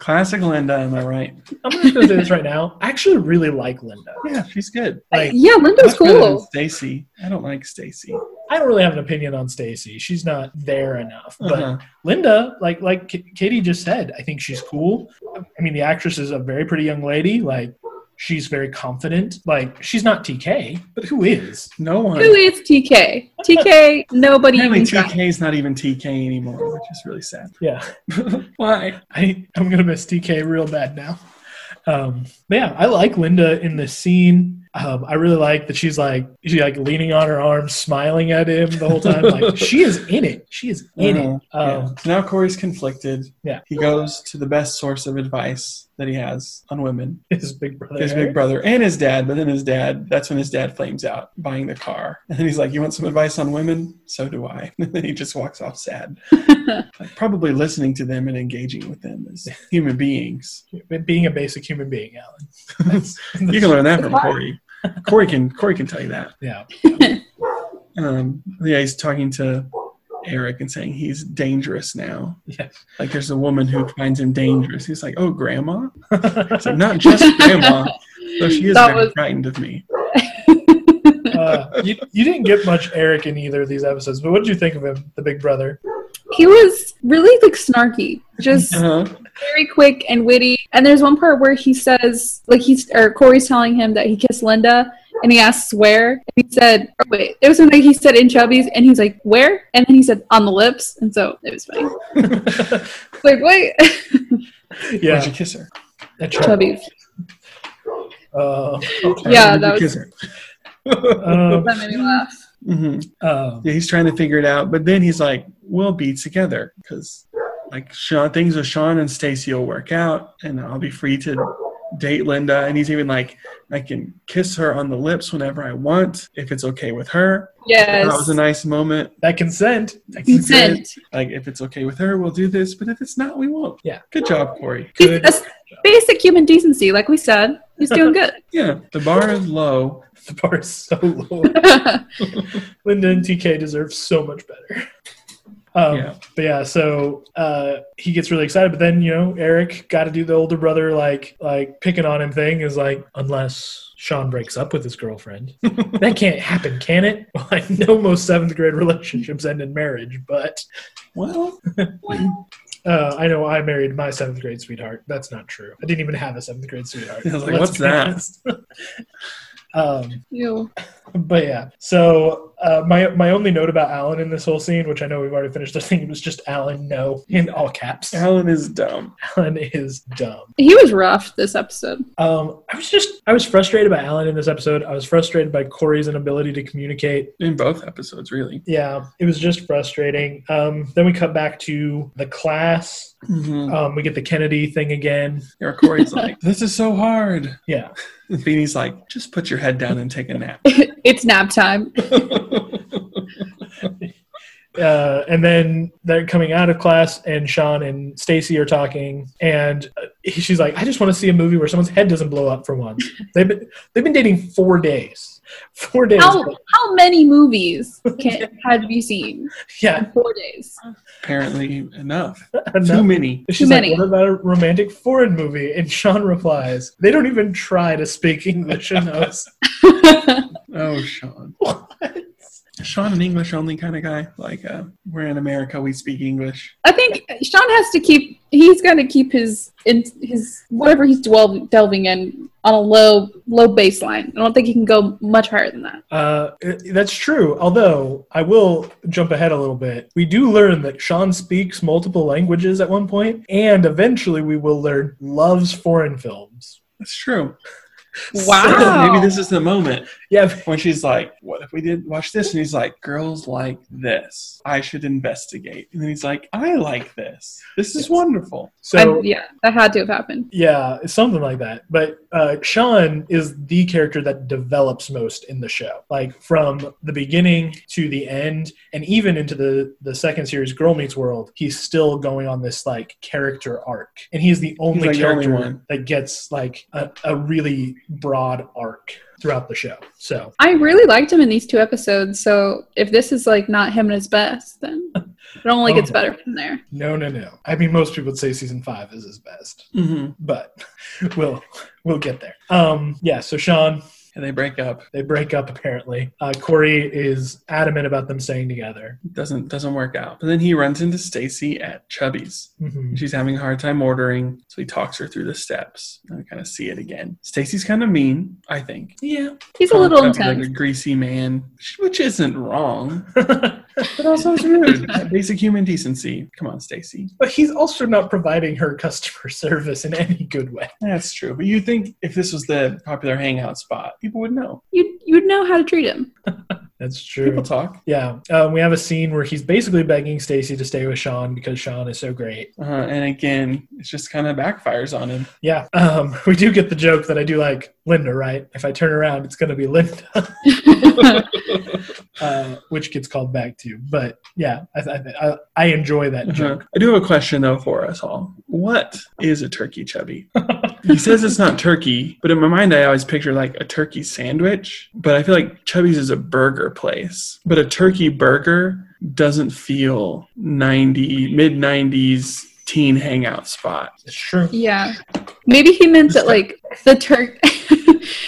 B: Classic Linda, am I right?
A: I'm just gonna say this right now. I actually really like Linda.
B: Yeah, she's good.
A: Like
C: yeah, Linda's
B: Much better than
C: cool.
B: Stacy. I don't like Stacy.
A: I don't really have an opinion on Stacy. She's not there enough, but.
B: Uh-huh.
A: Linda, like like K- Katie just said, I think she's cool. I mean, the actress is a very pretty young lady. Like, she's very confident. Like, she's not TK, but who is?
B: No one.
C: Who is TK? TK, nobody
B: Apparently,
C: even tried.
B: TK is not even TK anymore, which is really sad.
A: Yeah,
B: Why?
A: I I'm gonna miss TK real bad now. Um, but yeah, I like Linda in this scene. Um, I really like that she's like she's like leaning on her arm, smiling at him the whole time. Like she is in it. She is in
B: Uh-huh.
A: it. Um,
B: Yeah. So now Corey's conflicted.
A: Yeah.
B: He goes to the best source of advice that he has on women
A: His big brother.
B: his Mm-hmm. big brother and his dad. But then his dad, that's when his dad flames out buying the car. And then he's like, You want some advice on women? So do I. And then he just walks off sad. Like, probably listening to them and engaging with them as human beings.
A: being a basic human being, Alan.
B: You can learn that from Corey. Corey can Corey can tell you that.
A: Yeah.
B: um, yeah, he's talking to Eric and saying he's dangerous now.
A: Yeah.
B: Like there's a woman who finds him dangerous. He's like, oh, grandma? It's like, not just grandma, though she is
C: That
B: very
C: was-
B: frightened of me.
A: uh, you, you didn't get much Eric in either of these episodes, but what did you think of him, the big brother?
C: He was really like snarky. Just
B: Uh-huh.
C: very quick and witty. And there's one part where he says, like he's or Corey's telling him that he kissed Linda, and he asks where. And he said, or wait, there was something he said in Chubby's, and he's like, where? And then he said, on the lips. And so it was funny. It's like wait,
B: Why'd
A: yeah,
B: you kiss her?
A: that's right.
C: Chubby's.
A: Uh, okay.
C: Yeah,
B: Why'd
C: that
B: you
C: was-
B: kiss her?
A: Um,
C: That made me laugh.
B: hmm
A: um,
B: Yeah, he's trying to figure it out, but then he's like, we'll be together because like Sean, things with Sean and Stacy will work out, and I'll be free to date Linda. And he's even like, I can kiss her on the lips whenever I want if it's okay with her. That was
C: Yes.
B: a nice moment.
A: that consent.
B: That was good.
C: Consent.
B: Like if it's okay with her, we'll do this, but if it's not, we won't.
A: Yeah.
B: Good job, Corey.
C: He's
A: Good.
C: a s- basic human decency, like we said. He's doing good.
B: Yeah. The bar is low.
A: The bar is so low. Linda and TK deserve so much better. Um,
B: Yeah.
A: But yeah, so uh, he gets really excited, but then you know Eric got to do the older brother like like picking on him thing is like unless Sean breaks up with his girlfriend, that can't happen, can it? Well, I know most seventh grade relationships end in marriage, but
B: Well,
A: Uh, I know I married my seventh grade sweetheart. That's not true. I didn't even have a seventh grade sweetheart.
B: I was like,
A: Let's
B: what's
A: be
B: that?
A: honest. um,
C: Ew.
A: but yeah. So uh, my my only note about Alan in this whole scene, which I know we've already finished the thing, was just Alan no in all caps.
B: Alan is dumb.
A: Alan is dumb.
C: He was rough this episode.
A: Um, I was just I was frustrated by Alan in this episode. I was frustrated by Corey's inability to communicate.
B: In both episodes, really.
A: Yeah, it was just frustrating. Um, then we cut back to the class.
B: Mm-hmm.
A: Um, we get the Kennedy thing again.
B: Or Corey's like, this is so hard.
A: Yeah.
B: And Feeney's like, just put your head down and take a nap.
C: it's nap time.
A: uh, and then they're coming out of class and sean and stacy are talking and uh, he- she's like i just want to see a movie where someone's head doesn't blow up for once they've been they've been dating four days four days
C: How how many movies can have you seen
A: yeah
C: in four days?
B: Apparently, enough. Too
A: enough.
B: many.
A: She's
C: Too
A: like,
C: many.
A: what about a romantic foreign movie? And Sean replies, they don't even try to speak English in those.
B: Oh, Sean.
A: What?
B: Sean, an English only kind of guy. Like, uh, we're in America, we speak English.
C: I think Sean has to keep. He's got to keep his in his whatever he's dwell, delving in on a low low baseline. I don't think he can go much higher than that.
A: Uh, it- that's true. Although I will jump ahead a little bit. We do learn that Sean speaks multiple languages at one point, and eventually we will learn loves foreign films.
B: That's true.
C: Wow.
B: So maybe this is the moment
A: Yeah,
B: when she's like, What if we did watch this? And he's like, Girls like this. I should investigate. And then he's like, I like this. This is
A: Yes.
B: wonderful.
A: so
C: I- yeah, that had to have happened.
A: yeah, something like that. But uh, Sean is the character that develops most in the show, like from the beginning to the end, and even into the the second series, Girl Meets World. He's still going on this like character arc, and he's the only
B: like the only
A: character
B: one.
A: that gets like a, a really broad arc throughout the show. So
C: I really liked him in these two episodes. So if this is like not him at his best, then it only gets
A: Oh.
C: better from there.
A: no, no, no. I mean, most people would say season five is his best,
B: Mm-hmm.
A: but we'll we'll get there. Um, yeah. So Sean,
B: And they break up.
A: They break up apparently. Uh, Corey is adamant about them staying together.
B: Doesn't doesn't work out. But then he runs into Stacy at Chubby's.
A: Mhm.
B: She's having a hard time ordering, so he talks her through the steps. And we kind of see it again. Stacy's kind of mean, I think.
A: Yeah.
C: He's a little
B: Kind of
C: intense.
B: Like a greasy man, which isn't wrong, but also it's rude. Basic human decency. Come on, Stacy.
A: but he's also not providing her customer service in any good way.
B: That's true. But you think if this was the popular hangout spot, people would know.
C: You'd you'd know how to treat him.
A: That's true.
B: People talk.
A: yeah. Um, we have a scene where he's basically begging Stacy to stay with Sean because Sean is so great.
B: Uh, and again, it just kind of backfires on him.
A: Yeah. Um, we do get the joke that I do like Linda, right? If I turn around, it's going to be Linda, uh, which gets called back to. But yeah, I, I, I- I enjoy that joke.
B: Uh-huh. I do have a question though for us all. What is a turkey chubby? he says it's not turkey, but in my mind I always picture like a turkey sandwich. But I feel like Chubby's is a burger place. But a turkey burger doesn't feel ninety mid nineties teen hangout spot.
A: It's true.
C: yeah, maybe he meant that like the turk.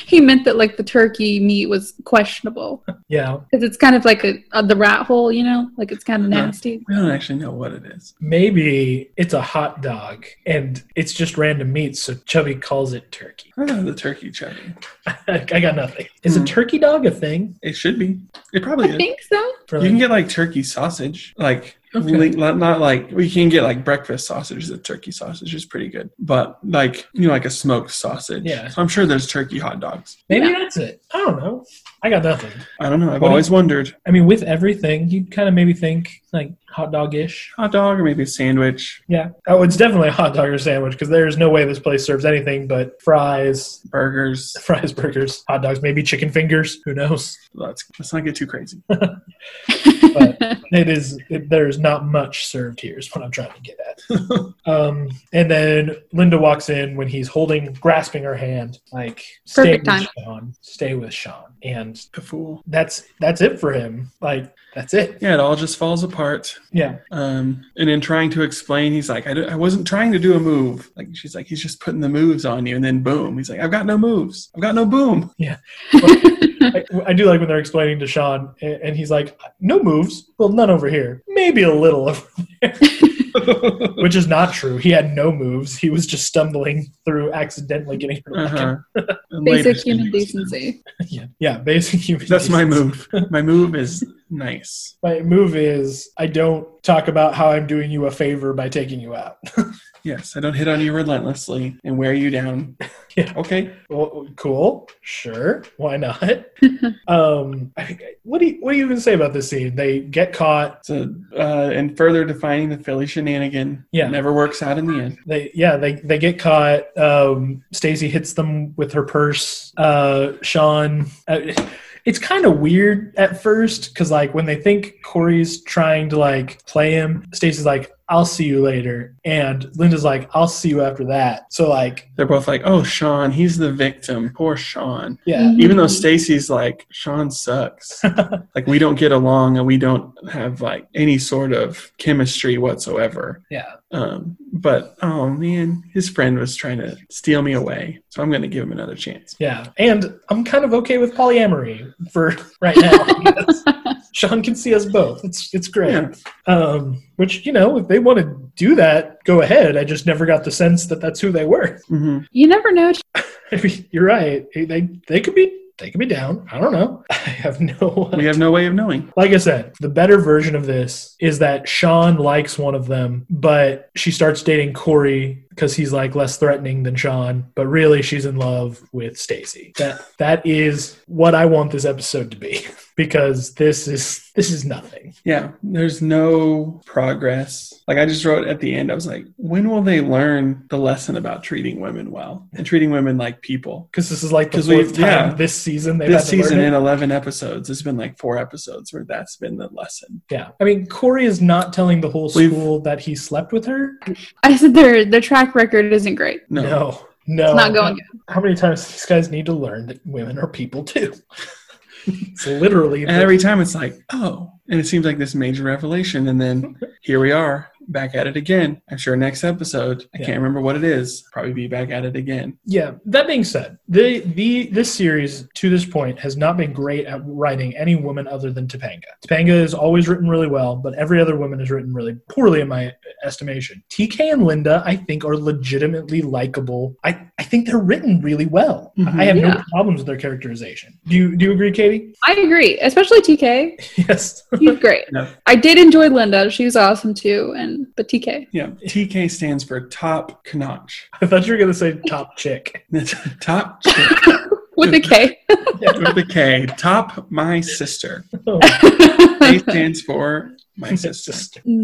C: he meant that like the turkey meat was questionable
A: Yeah.
C: because it's kind of like a, uh the rat hole, you know, like it's kind of
B: Yeah.
C: nasty.
B: We don't actually know what it is.
A: Maybe it's a hot dog and it's just random meat, so Chubby calls it turkey.
B: I don't know the turkey chubby.
A: I got nothing. Is
B: Hmm.
A: a turkey dog a thing?
B: It should be. It probably
C: I
B: is.
C: think so.
A: For
B: You
A: like-
B: can get like turkey sausage, like
A: Okay.
B: li- not, not like we can get like breakfast sausage. The turkey sausage is pretty good, but like you know, like a smoked sausage.
A: Yeah.
B: So I'm sure there's turkey hot dogs.
A: maybe
C: Yeah.
A: that's it. I don't know. I got nothing.
B: I don't know. I've
A: What do
B: always wondered
A: I mean, with everything, you kind of maybe think like hot dog ish.
B: hot dog or maybe a sandwich,
A: Yeah. Oh, it's definitely a hot dog or sandwich because there's no way this place serves anything but fries,
B: burgers.
A: fries, burgers, hot dogs, maybe chicken fingers. Who knows?
B: Let's let's not get too crazy.
A: But- It is. It, there's not much served here. Is what I'm trying to get at. Um, and then Linda walks in when he's holding, grasping her hand, like stay with
C: Perfect time.
A: Sean, stay with Sean, and
B: the fool.
A: that's that's it for him. Like that's it.
B: Yeah, it all just falls part.
A: Yeah.
B: Um, and in trying to explain, he's like, I d- I wasn't trying to do a move. Like she's like, he's just putting the moves on you, and then boom, he's like, I've got no moves. I've got no boom.
A: I, I do like when they're explaining to Sean, a- and he's like, "No moves. Well, none over here. Maybe a little over there," which is not true. He had no moves. He was just stumbling through, accidentally getting her. to
B: Uh-huh. And later
C: Basic
B: she
C: human
B: uses them.
C: decency.
A: Yeah, yeah. Basic human.
B: That's my
A: decency.
B: move. My move is nice.
A: My move is I don't talk about how I'm doing you a favor by taking you out.
B: Yes, I don't hit on you relentlessly and wear you down.
A: Yeah.
B: Okay.
A: Well, cool. Sure. Why not? um, I- what do you, what do you even say about this scene? They get caught.
B: So, uh, and further defining the Philly shenanigan.
A: Yeah.
B: Never works out in the end.
A: They yeah they they get caught. Um, Stacy hits them with her purse. Uh, Sean. Uh, it's kind of weird at first because like when they think Corey's trying to like play him, Stacy's like, "I'll see you later," and Linda's like, "I'll see you after that." So like
B: They're both like, "Oh, Sean, he's the victim. Poor Sean."
A: yeah
B: Even though Stacy's like, "Sean sucks. like we don't get along and we don't have like any sort of chemistry whatsoever."
A: yeah
B: Um, but oh man, his friend was trying to steal me away, so I'm going to give him another chance.
A: yeah, and I'm kind of okay with polyamory for right now. I guess. Sean can see us both. It's it's great.
B: Yeah.
A: Um, which you know, if they want to do that, go ahead. I just never got the sense that that's who they were.
B: hmm
C: You never know.
A: I mean, you're right. They they could be they could be down. I don't know. I have no.
B: We have no way of knowing.
A: Like I said, the better version of this is that Sean likes one of them, but she starts dating Corey because he's like less threatening than Sean. But really, she's in love with Stacy. That that is what I want this episode to be because this is this is nothing.
B: Yeah, there's no progress. Like I just wrote at the end, I was like, when will they learn the lesson about treating women well and treating women like people?
A: Because this is like the
B: 'Cause we-
A: fourth time
B: yeah.
A: this season they've
B: this
A: had to learn
B: season
A: it.
B: in 11 episodes it's been like four episodes where that's been the lesson
A: Yeah, I mean, Corey is not telling the whole
B: We've-
A: school that he slept with her.
C: I said their their track record isn't great.
B: no,
A: no, no.
C: It's
B: Oh,
C: not going
A: How many times these guys need to learn that women are people too? it's literally
B: and every time it's like oh and it seems like this major revelation and then here we are back at it again i'm sure next episode i
A: Yeah.
B: can't remember what it is probably be back at it again
A: yeah. That being said, the the this series to this point has not been great at writing any woman other than Topanga. Topanga is always written really well, but every other woman is written really poorly in my estimation. TK and Linda, I think, are legitimately likable. I, I think they're written really well.
B: Mhm.
A: I have no
C: Yeah.
A: problems with their characterization. Do you do you agree, Katie?
C: I agree, especially TK.
A: Yes.
C: He's great.
B: No.
C: I did enjoy Linda. She was awesome too, and but TK.
B: yeah tk stands for top knotch
A: I thought you were gonna say top chick.
B: top chick
C: With a K.
B: with the k top my sister
A: Oh.
B: k stands for my sister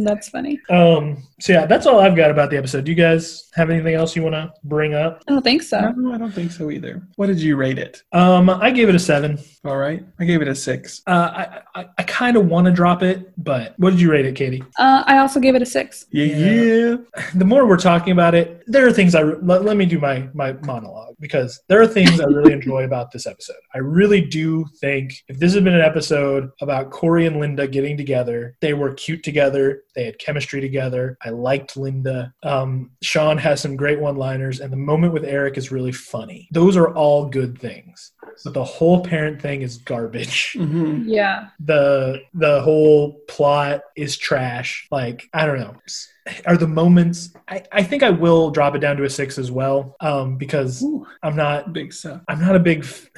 C: That's funny.
A: Um, so yeah, that's all I've got about the episode. Do you guys have anything else you want to bring up?
C: I don't think so.
B: no i don't think so either what did you rate it
A: Um, I gave it a seven.
B: all right i gave it a six
A: Uh, I I, I kind of want to drop it, but what did you rate it, Katie?
C: Uh, I also gave it a six.
B: yeah,
A: Yeah.
B: yeah.
A: The more we're talking about it, there are things I re- let, let me do my my monologue because there are things I really enjoy about this episode. I really do think if this had been an episode about Corey and Linda getting together, they were cute together, they had chemistry together. I liked Linda. Um, Sean has some great one-liners, and the moment with Eric is really funny. Those are all good things, but the whole parent thing is garbage
B: hmm
C: Yeah.
A: the the whole plot is trash like i don't know are the moments i, I think i will drop it down to a six as well um, because i'm not
B: big stuff.
A: i'm not a big f-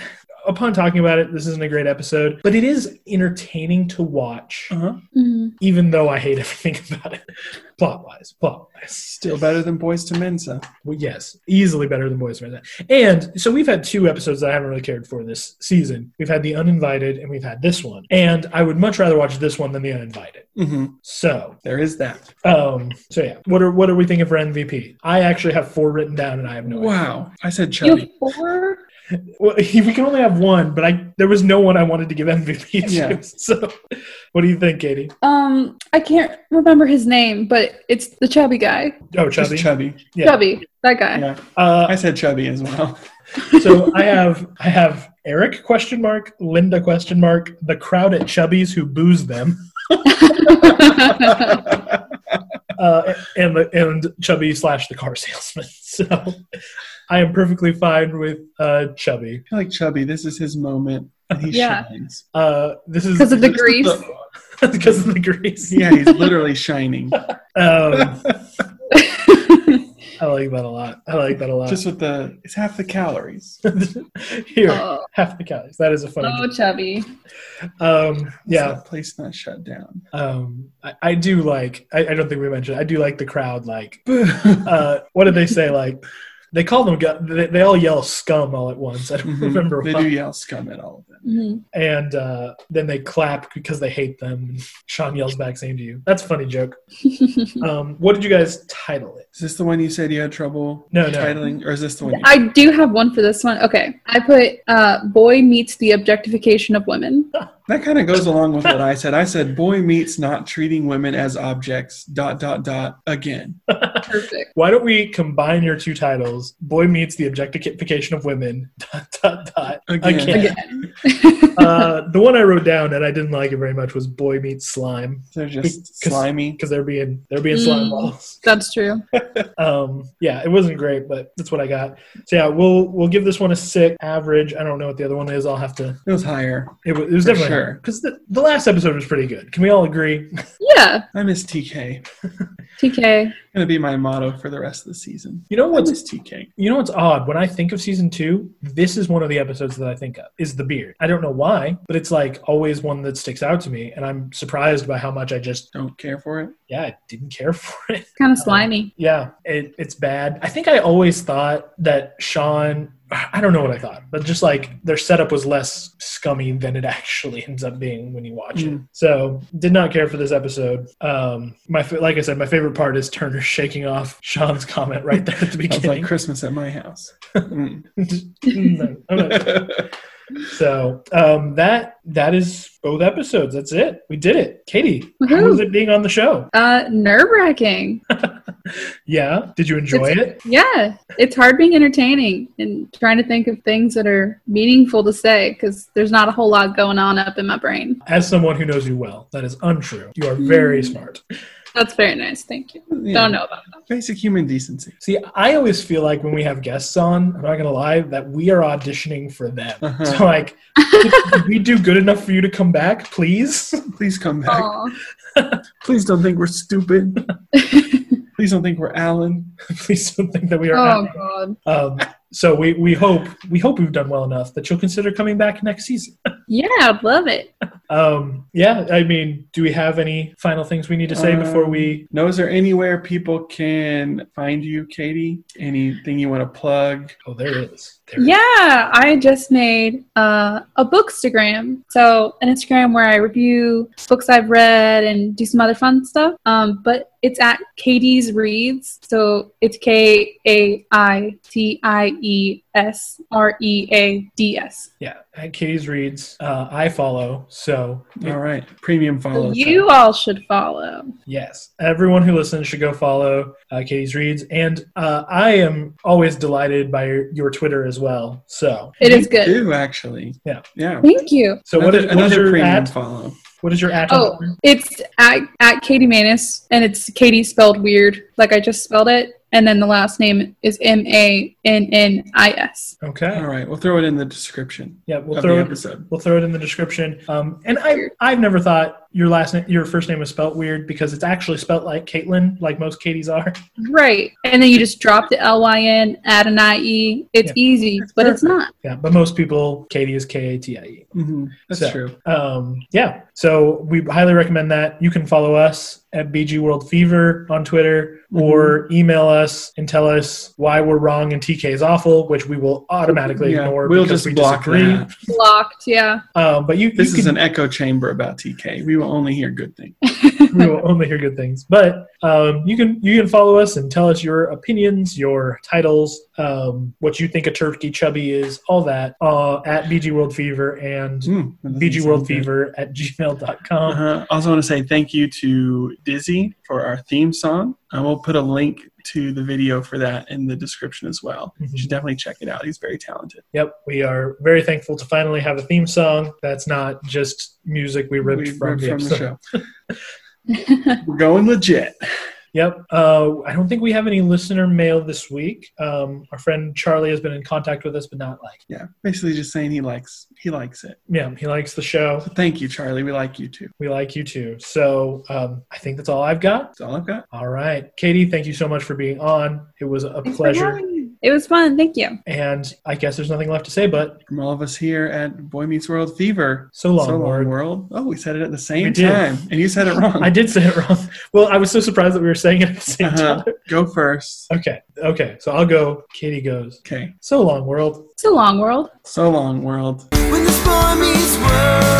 A: upon talking about it this isn't a great episode but it is entertaining to watch
B: Uh-huh.
C: Mhm.
A: even though i hate everything about it plot wise plot wise
B: Still better than Boys to Men, so
A: well, yes, easily better than Boys Men. And so we've had two episodes that I haven't really cared for this season. We've had the Uninvited, and we've had this one. And I would much rather watch this one than the Uninvited.
B: Mhm.
A: So,
B: There is that.
A: um, so yeah, what are what are we thinking for MVP? I actually have four written down, and I have no. idea.
B: Wow, I said
C: You
B: chubby.
C: have four?
A: Well, we can only have one, but I there was no one I wanted to give MVP to.
B: Yeah.
A: So, what do you think, Katie?
C: Um, I can't remember his name, but it's the chubby guy.
A: Oh,
B: Just
A: chubby.
B: chubby.
A: Yeah.
C: Chubby, that guy.
B: Yeah,
A: Uh,
B: I said chubby as well.
A: so I have I have Eric question mark Linda question mark the crowd at Chubby's who boos them. uh, and the and Chubby slash the car salesman. So I am perfectly fine with uh, Chubby.
B: feel like Chubby, this is his moment. And he
C: Yeah.
B: shines.
A: Uh, this is
C: Because of the grease.
A: because of the grease.
B: Yeah, he's literally shining.
A: Um, I like that a lot. I like that a lot.
B: Just with the, it's half the calories.
A: Here,
C: oh,
A: half the calories. That is a funny.
C: so chubby.
A: Um, yeah,
B: That place not shut down.
A: um, I, I do like. I, I don't think we mentioned. I do like the crowd. Like, uh, what did they say? Like, they call them. gu- They, they all yell "scum" all at once. I don't
B: Mhm.
A: remember
B: They
A: why.
B: do yell scum at all of them.
C: Mhm.
A: And uh, then they clap because they hate them. Sean yells back, "Same to you." That's a funny joke. um, what did you guys title it?
B: Is this the one you said you had trouble
A: No, no.
B: titling? Or is this the one you
C: I do have one for this one. Okay. I put uh, boy meets the objectification of women.
B: That kind of goes along with what I said. I said, boy meets not treating women as objects, dot, dot, dot, again.
C: Perfect.
A: Why don't we combine your two titles? Boy meets the objectification of women. Dot dot dot.
B: Again.
C: Again.
A: uh, the one I wrote down and I didn't like it very much was boy meets slime
B: They're just
A: Because-
B: slimy.
A: because they're being they're being slime
C: Mm.
A: balls.
C: That's true.
A: Um, yeah, it wasn't great, but that's what I got. So yeah, we'll we'll give this one a six average. I don't know what the other one is. I'll have to.
B: It was higher.
A: It was, it was
B: For
A: definitely
B: sure.
A: because the, the last episode was pretty good. Can we all agree?
C: Yeah.
B: I miss TK.
C: TK.
B: Gonna be my motto for the rest of the season.
A: You know
B: What
A: what's
B: is TK?
A: you know what's odd when I think of season two. This is one of the episodes that I think of is the beard. I don't know why, but it's like always one that sticks out to me, and I'm surprised by how much I just
B: Don't care for it.
A: yeah I didn't care for it.
C: Kind of slimy.
A: Yeah, it, it's bad. I think I always thought that Sean. I don't know what I thought, but just like their setup was less scummy than it actually ends up being when you watch it.
B: Mm.
A: So did not care for this episode. Um, my fa- like I said, my favorite part is Turner shaking off Sean's comment right there at the
B: It's like
A: beginning.
B: Christmas at my house. Mm.
A: No, I'm not- so um, that that is both episodes. That's it. We did it, Katie. How
C: Woohoo.
A: was it being on the show?
C: Uh, Nerve wracking.
A: Yeah, did you enjoy
C: It's-
A: it?
C: Yeah, it's hard being entertaining and trying to think of things that are meaningful to say because there's not a whole lot going on up in my brain.
A: As someone who knows you well, that is untrue. You are very
C: Hmm.
A: smart.
C: That's very nice. Thank you.
B: Yeah.
C: Don't know about that.
B: Basic human decency.
A: See, I always feel like when we have guests on, I'm not gonna lie, that we are auditioning for them.
B: Uh-huh.
A: So like, if if we do good enough for you to come back, please.
B: Please come back.
C: Aw.
B: Please don't think we're stupid. Please don't think we're Alan.
A: please don't think that we are.
C: Oh,
A: out.
C: God.
A: Um, so we, we hope we hope we've done well enough that you'll consider coming back next season.
C: Yeah, I'd love it.
A: Um, yeah, I mean, do we have any final things we need to say before we?
C: Um,
B: No, is there anywhere people can find you, Katie? Anything you want to plug?
A: Oh, there it is. There it is.
C: Yeah, I just made uh, a bookstagram. So, an Instagram where I review books I've read and do some other fun stuff. Um, but it's at Katie's Reads. So, it's K A I T I E S R E A D S.
A: Yeah, at Katie's reads. Uh, I follow. So
C: Oh,
B: All right, premium follow.
C: You all should follow.
A: Yes, everyone who listens should go follow uh, Katie's Reads, and uh, I am always delighted by your, your Twitter as well. So,
C: It is
B: You
C: good.
B: do actually.
A: Yeah.
B: Yeah.
C: Thank you.
A: so what
B: another,
A: is what is
B: another
A: your
B: premium
A: at?
B: follow?
A: What is your at?
C: Oh.
A: on Twitter?
C: It's at, at Katie Manis, and it's Katie spelled weird, like I just spelled it. And then the last name is M A N N I S.
A: Okay.
B: All right, we'll throw it in the description
A: Yeah, we'll
B: Uh, of
A: throw
B: the
A: it.
B: episode.
A: We'll throw it in the description. Um, and I, I've never thought your last name, your first name was spelt weird because it's actually spelt like Caitlin, like most Katie's are.
C: Right. And then you just drop the L Y N, add an I E. It's
A: Yeah.
C: easy, but it's not.
A: Yeah, but most people, Katie is K A T I E.
B: hmm That's
A: So-
B: true.
A: um, yeah so we highly recommend that you can follow us at bg world fever on twitter
B: Mm-hmm.
A: or email us and tell us why we're wrong and tk is awful which we will automatically
B: Yeah,
A: ignore
B: we'll
A: because
B: just block that.
C: Blocked, yeah.
A: um, but you,
B: This
A: you
B: is
A: can,
B: an echo chamber about TK. We will only hear good things.
A: we will only hear good things but um, you can you can follow us and tell us your opinions your titles um, what you think a turkey chubby is all that uh, at bg world fever and
B: Mm, that doesn't
A: bg
B: sound
A: world
B: good.
A: fever at gmail.com
B: Uh-huh. Also, want to say thank you to Dizzy for our theme song. I will put a link to the video for that in the description as well. You
A: Mm-hmm.
B: should definitely check it out. He's very talented.
A: Yep, we are very thankful to finally have a theme song that's not just music we ripped
B: We
A: from,
B: ripped
A: the, episode.
B: show. We're going legit.
A: Yep. Uh, I don't think we have any listener mail this week. Um, our friend Charlie has been in contact with us, but not like.
B: Yeah, basically just saying he likes he likes it.
A: Yeah, he likes the show.
B: So thank you, Charlie. We like you too.
A: We like you too. So um, I think that's all I've got.
B: That's all I've got.
A: All right, Katie. Thank you so much for being on. It was a
C: Thanks for
A: pleasure.
C: having me. It was fun. Thank you.
A: And I guess there's nothing left to say, but
B: From all of us here at Boy Meets World Fever.
A: so long,
B: so long
A: Lord.
B: world. Oh, we said it at the
A: We
B: same
A: did.
B: time, and you said it wrong.
A: I did say it wrong. Well, I was so surprised that we were saying it at the same
B: Uh-huh.
A: time.
B: Go first.
A: Okay. Okay. So I'll go. Katie goes.
B: Okay.
A: So long, world.
C: It's a long world.
B: So long, world.
D: When this boy meets world.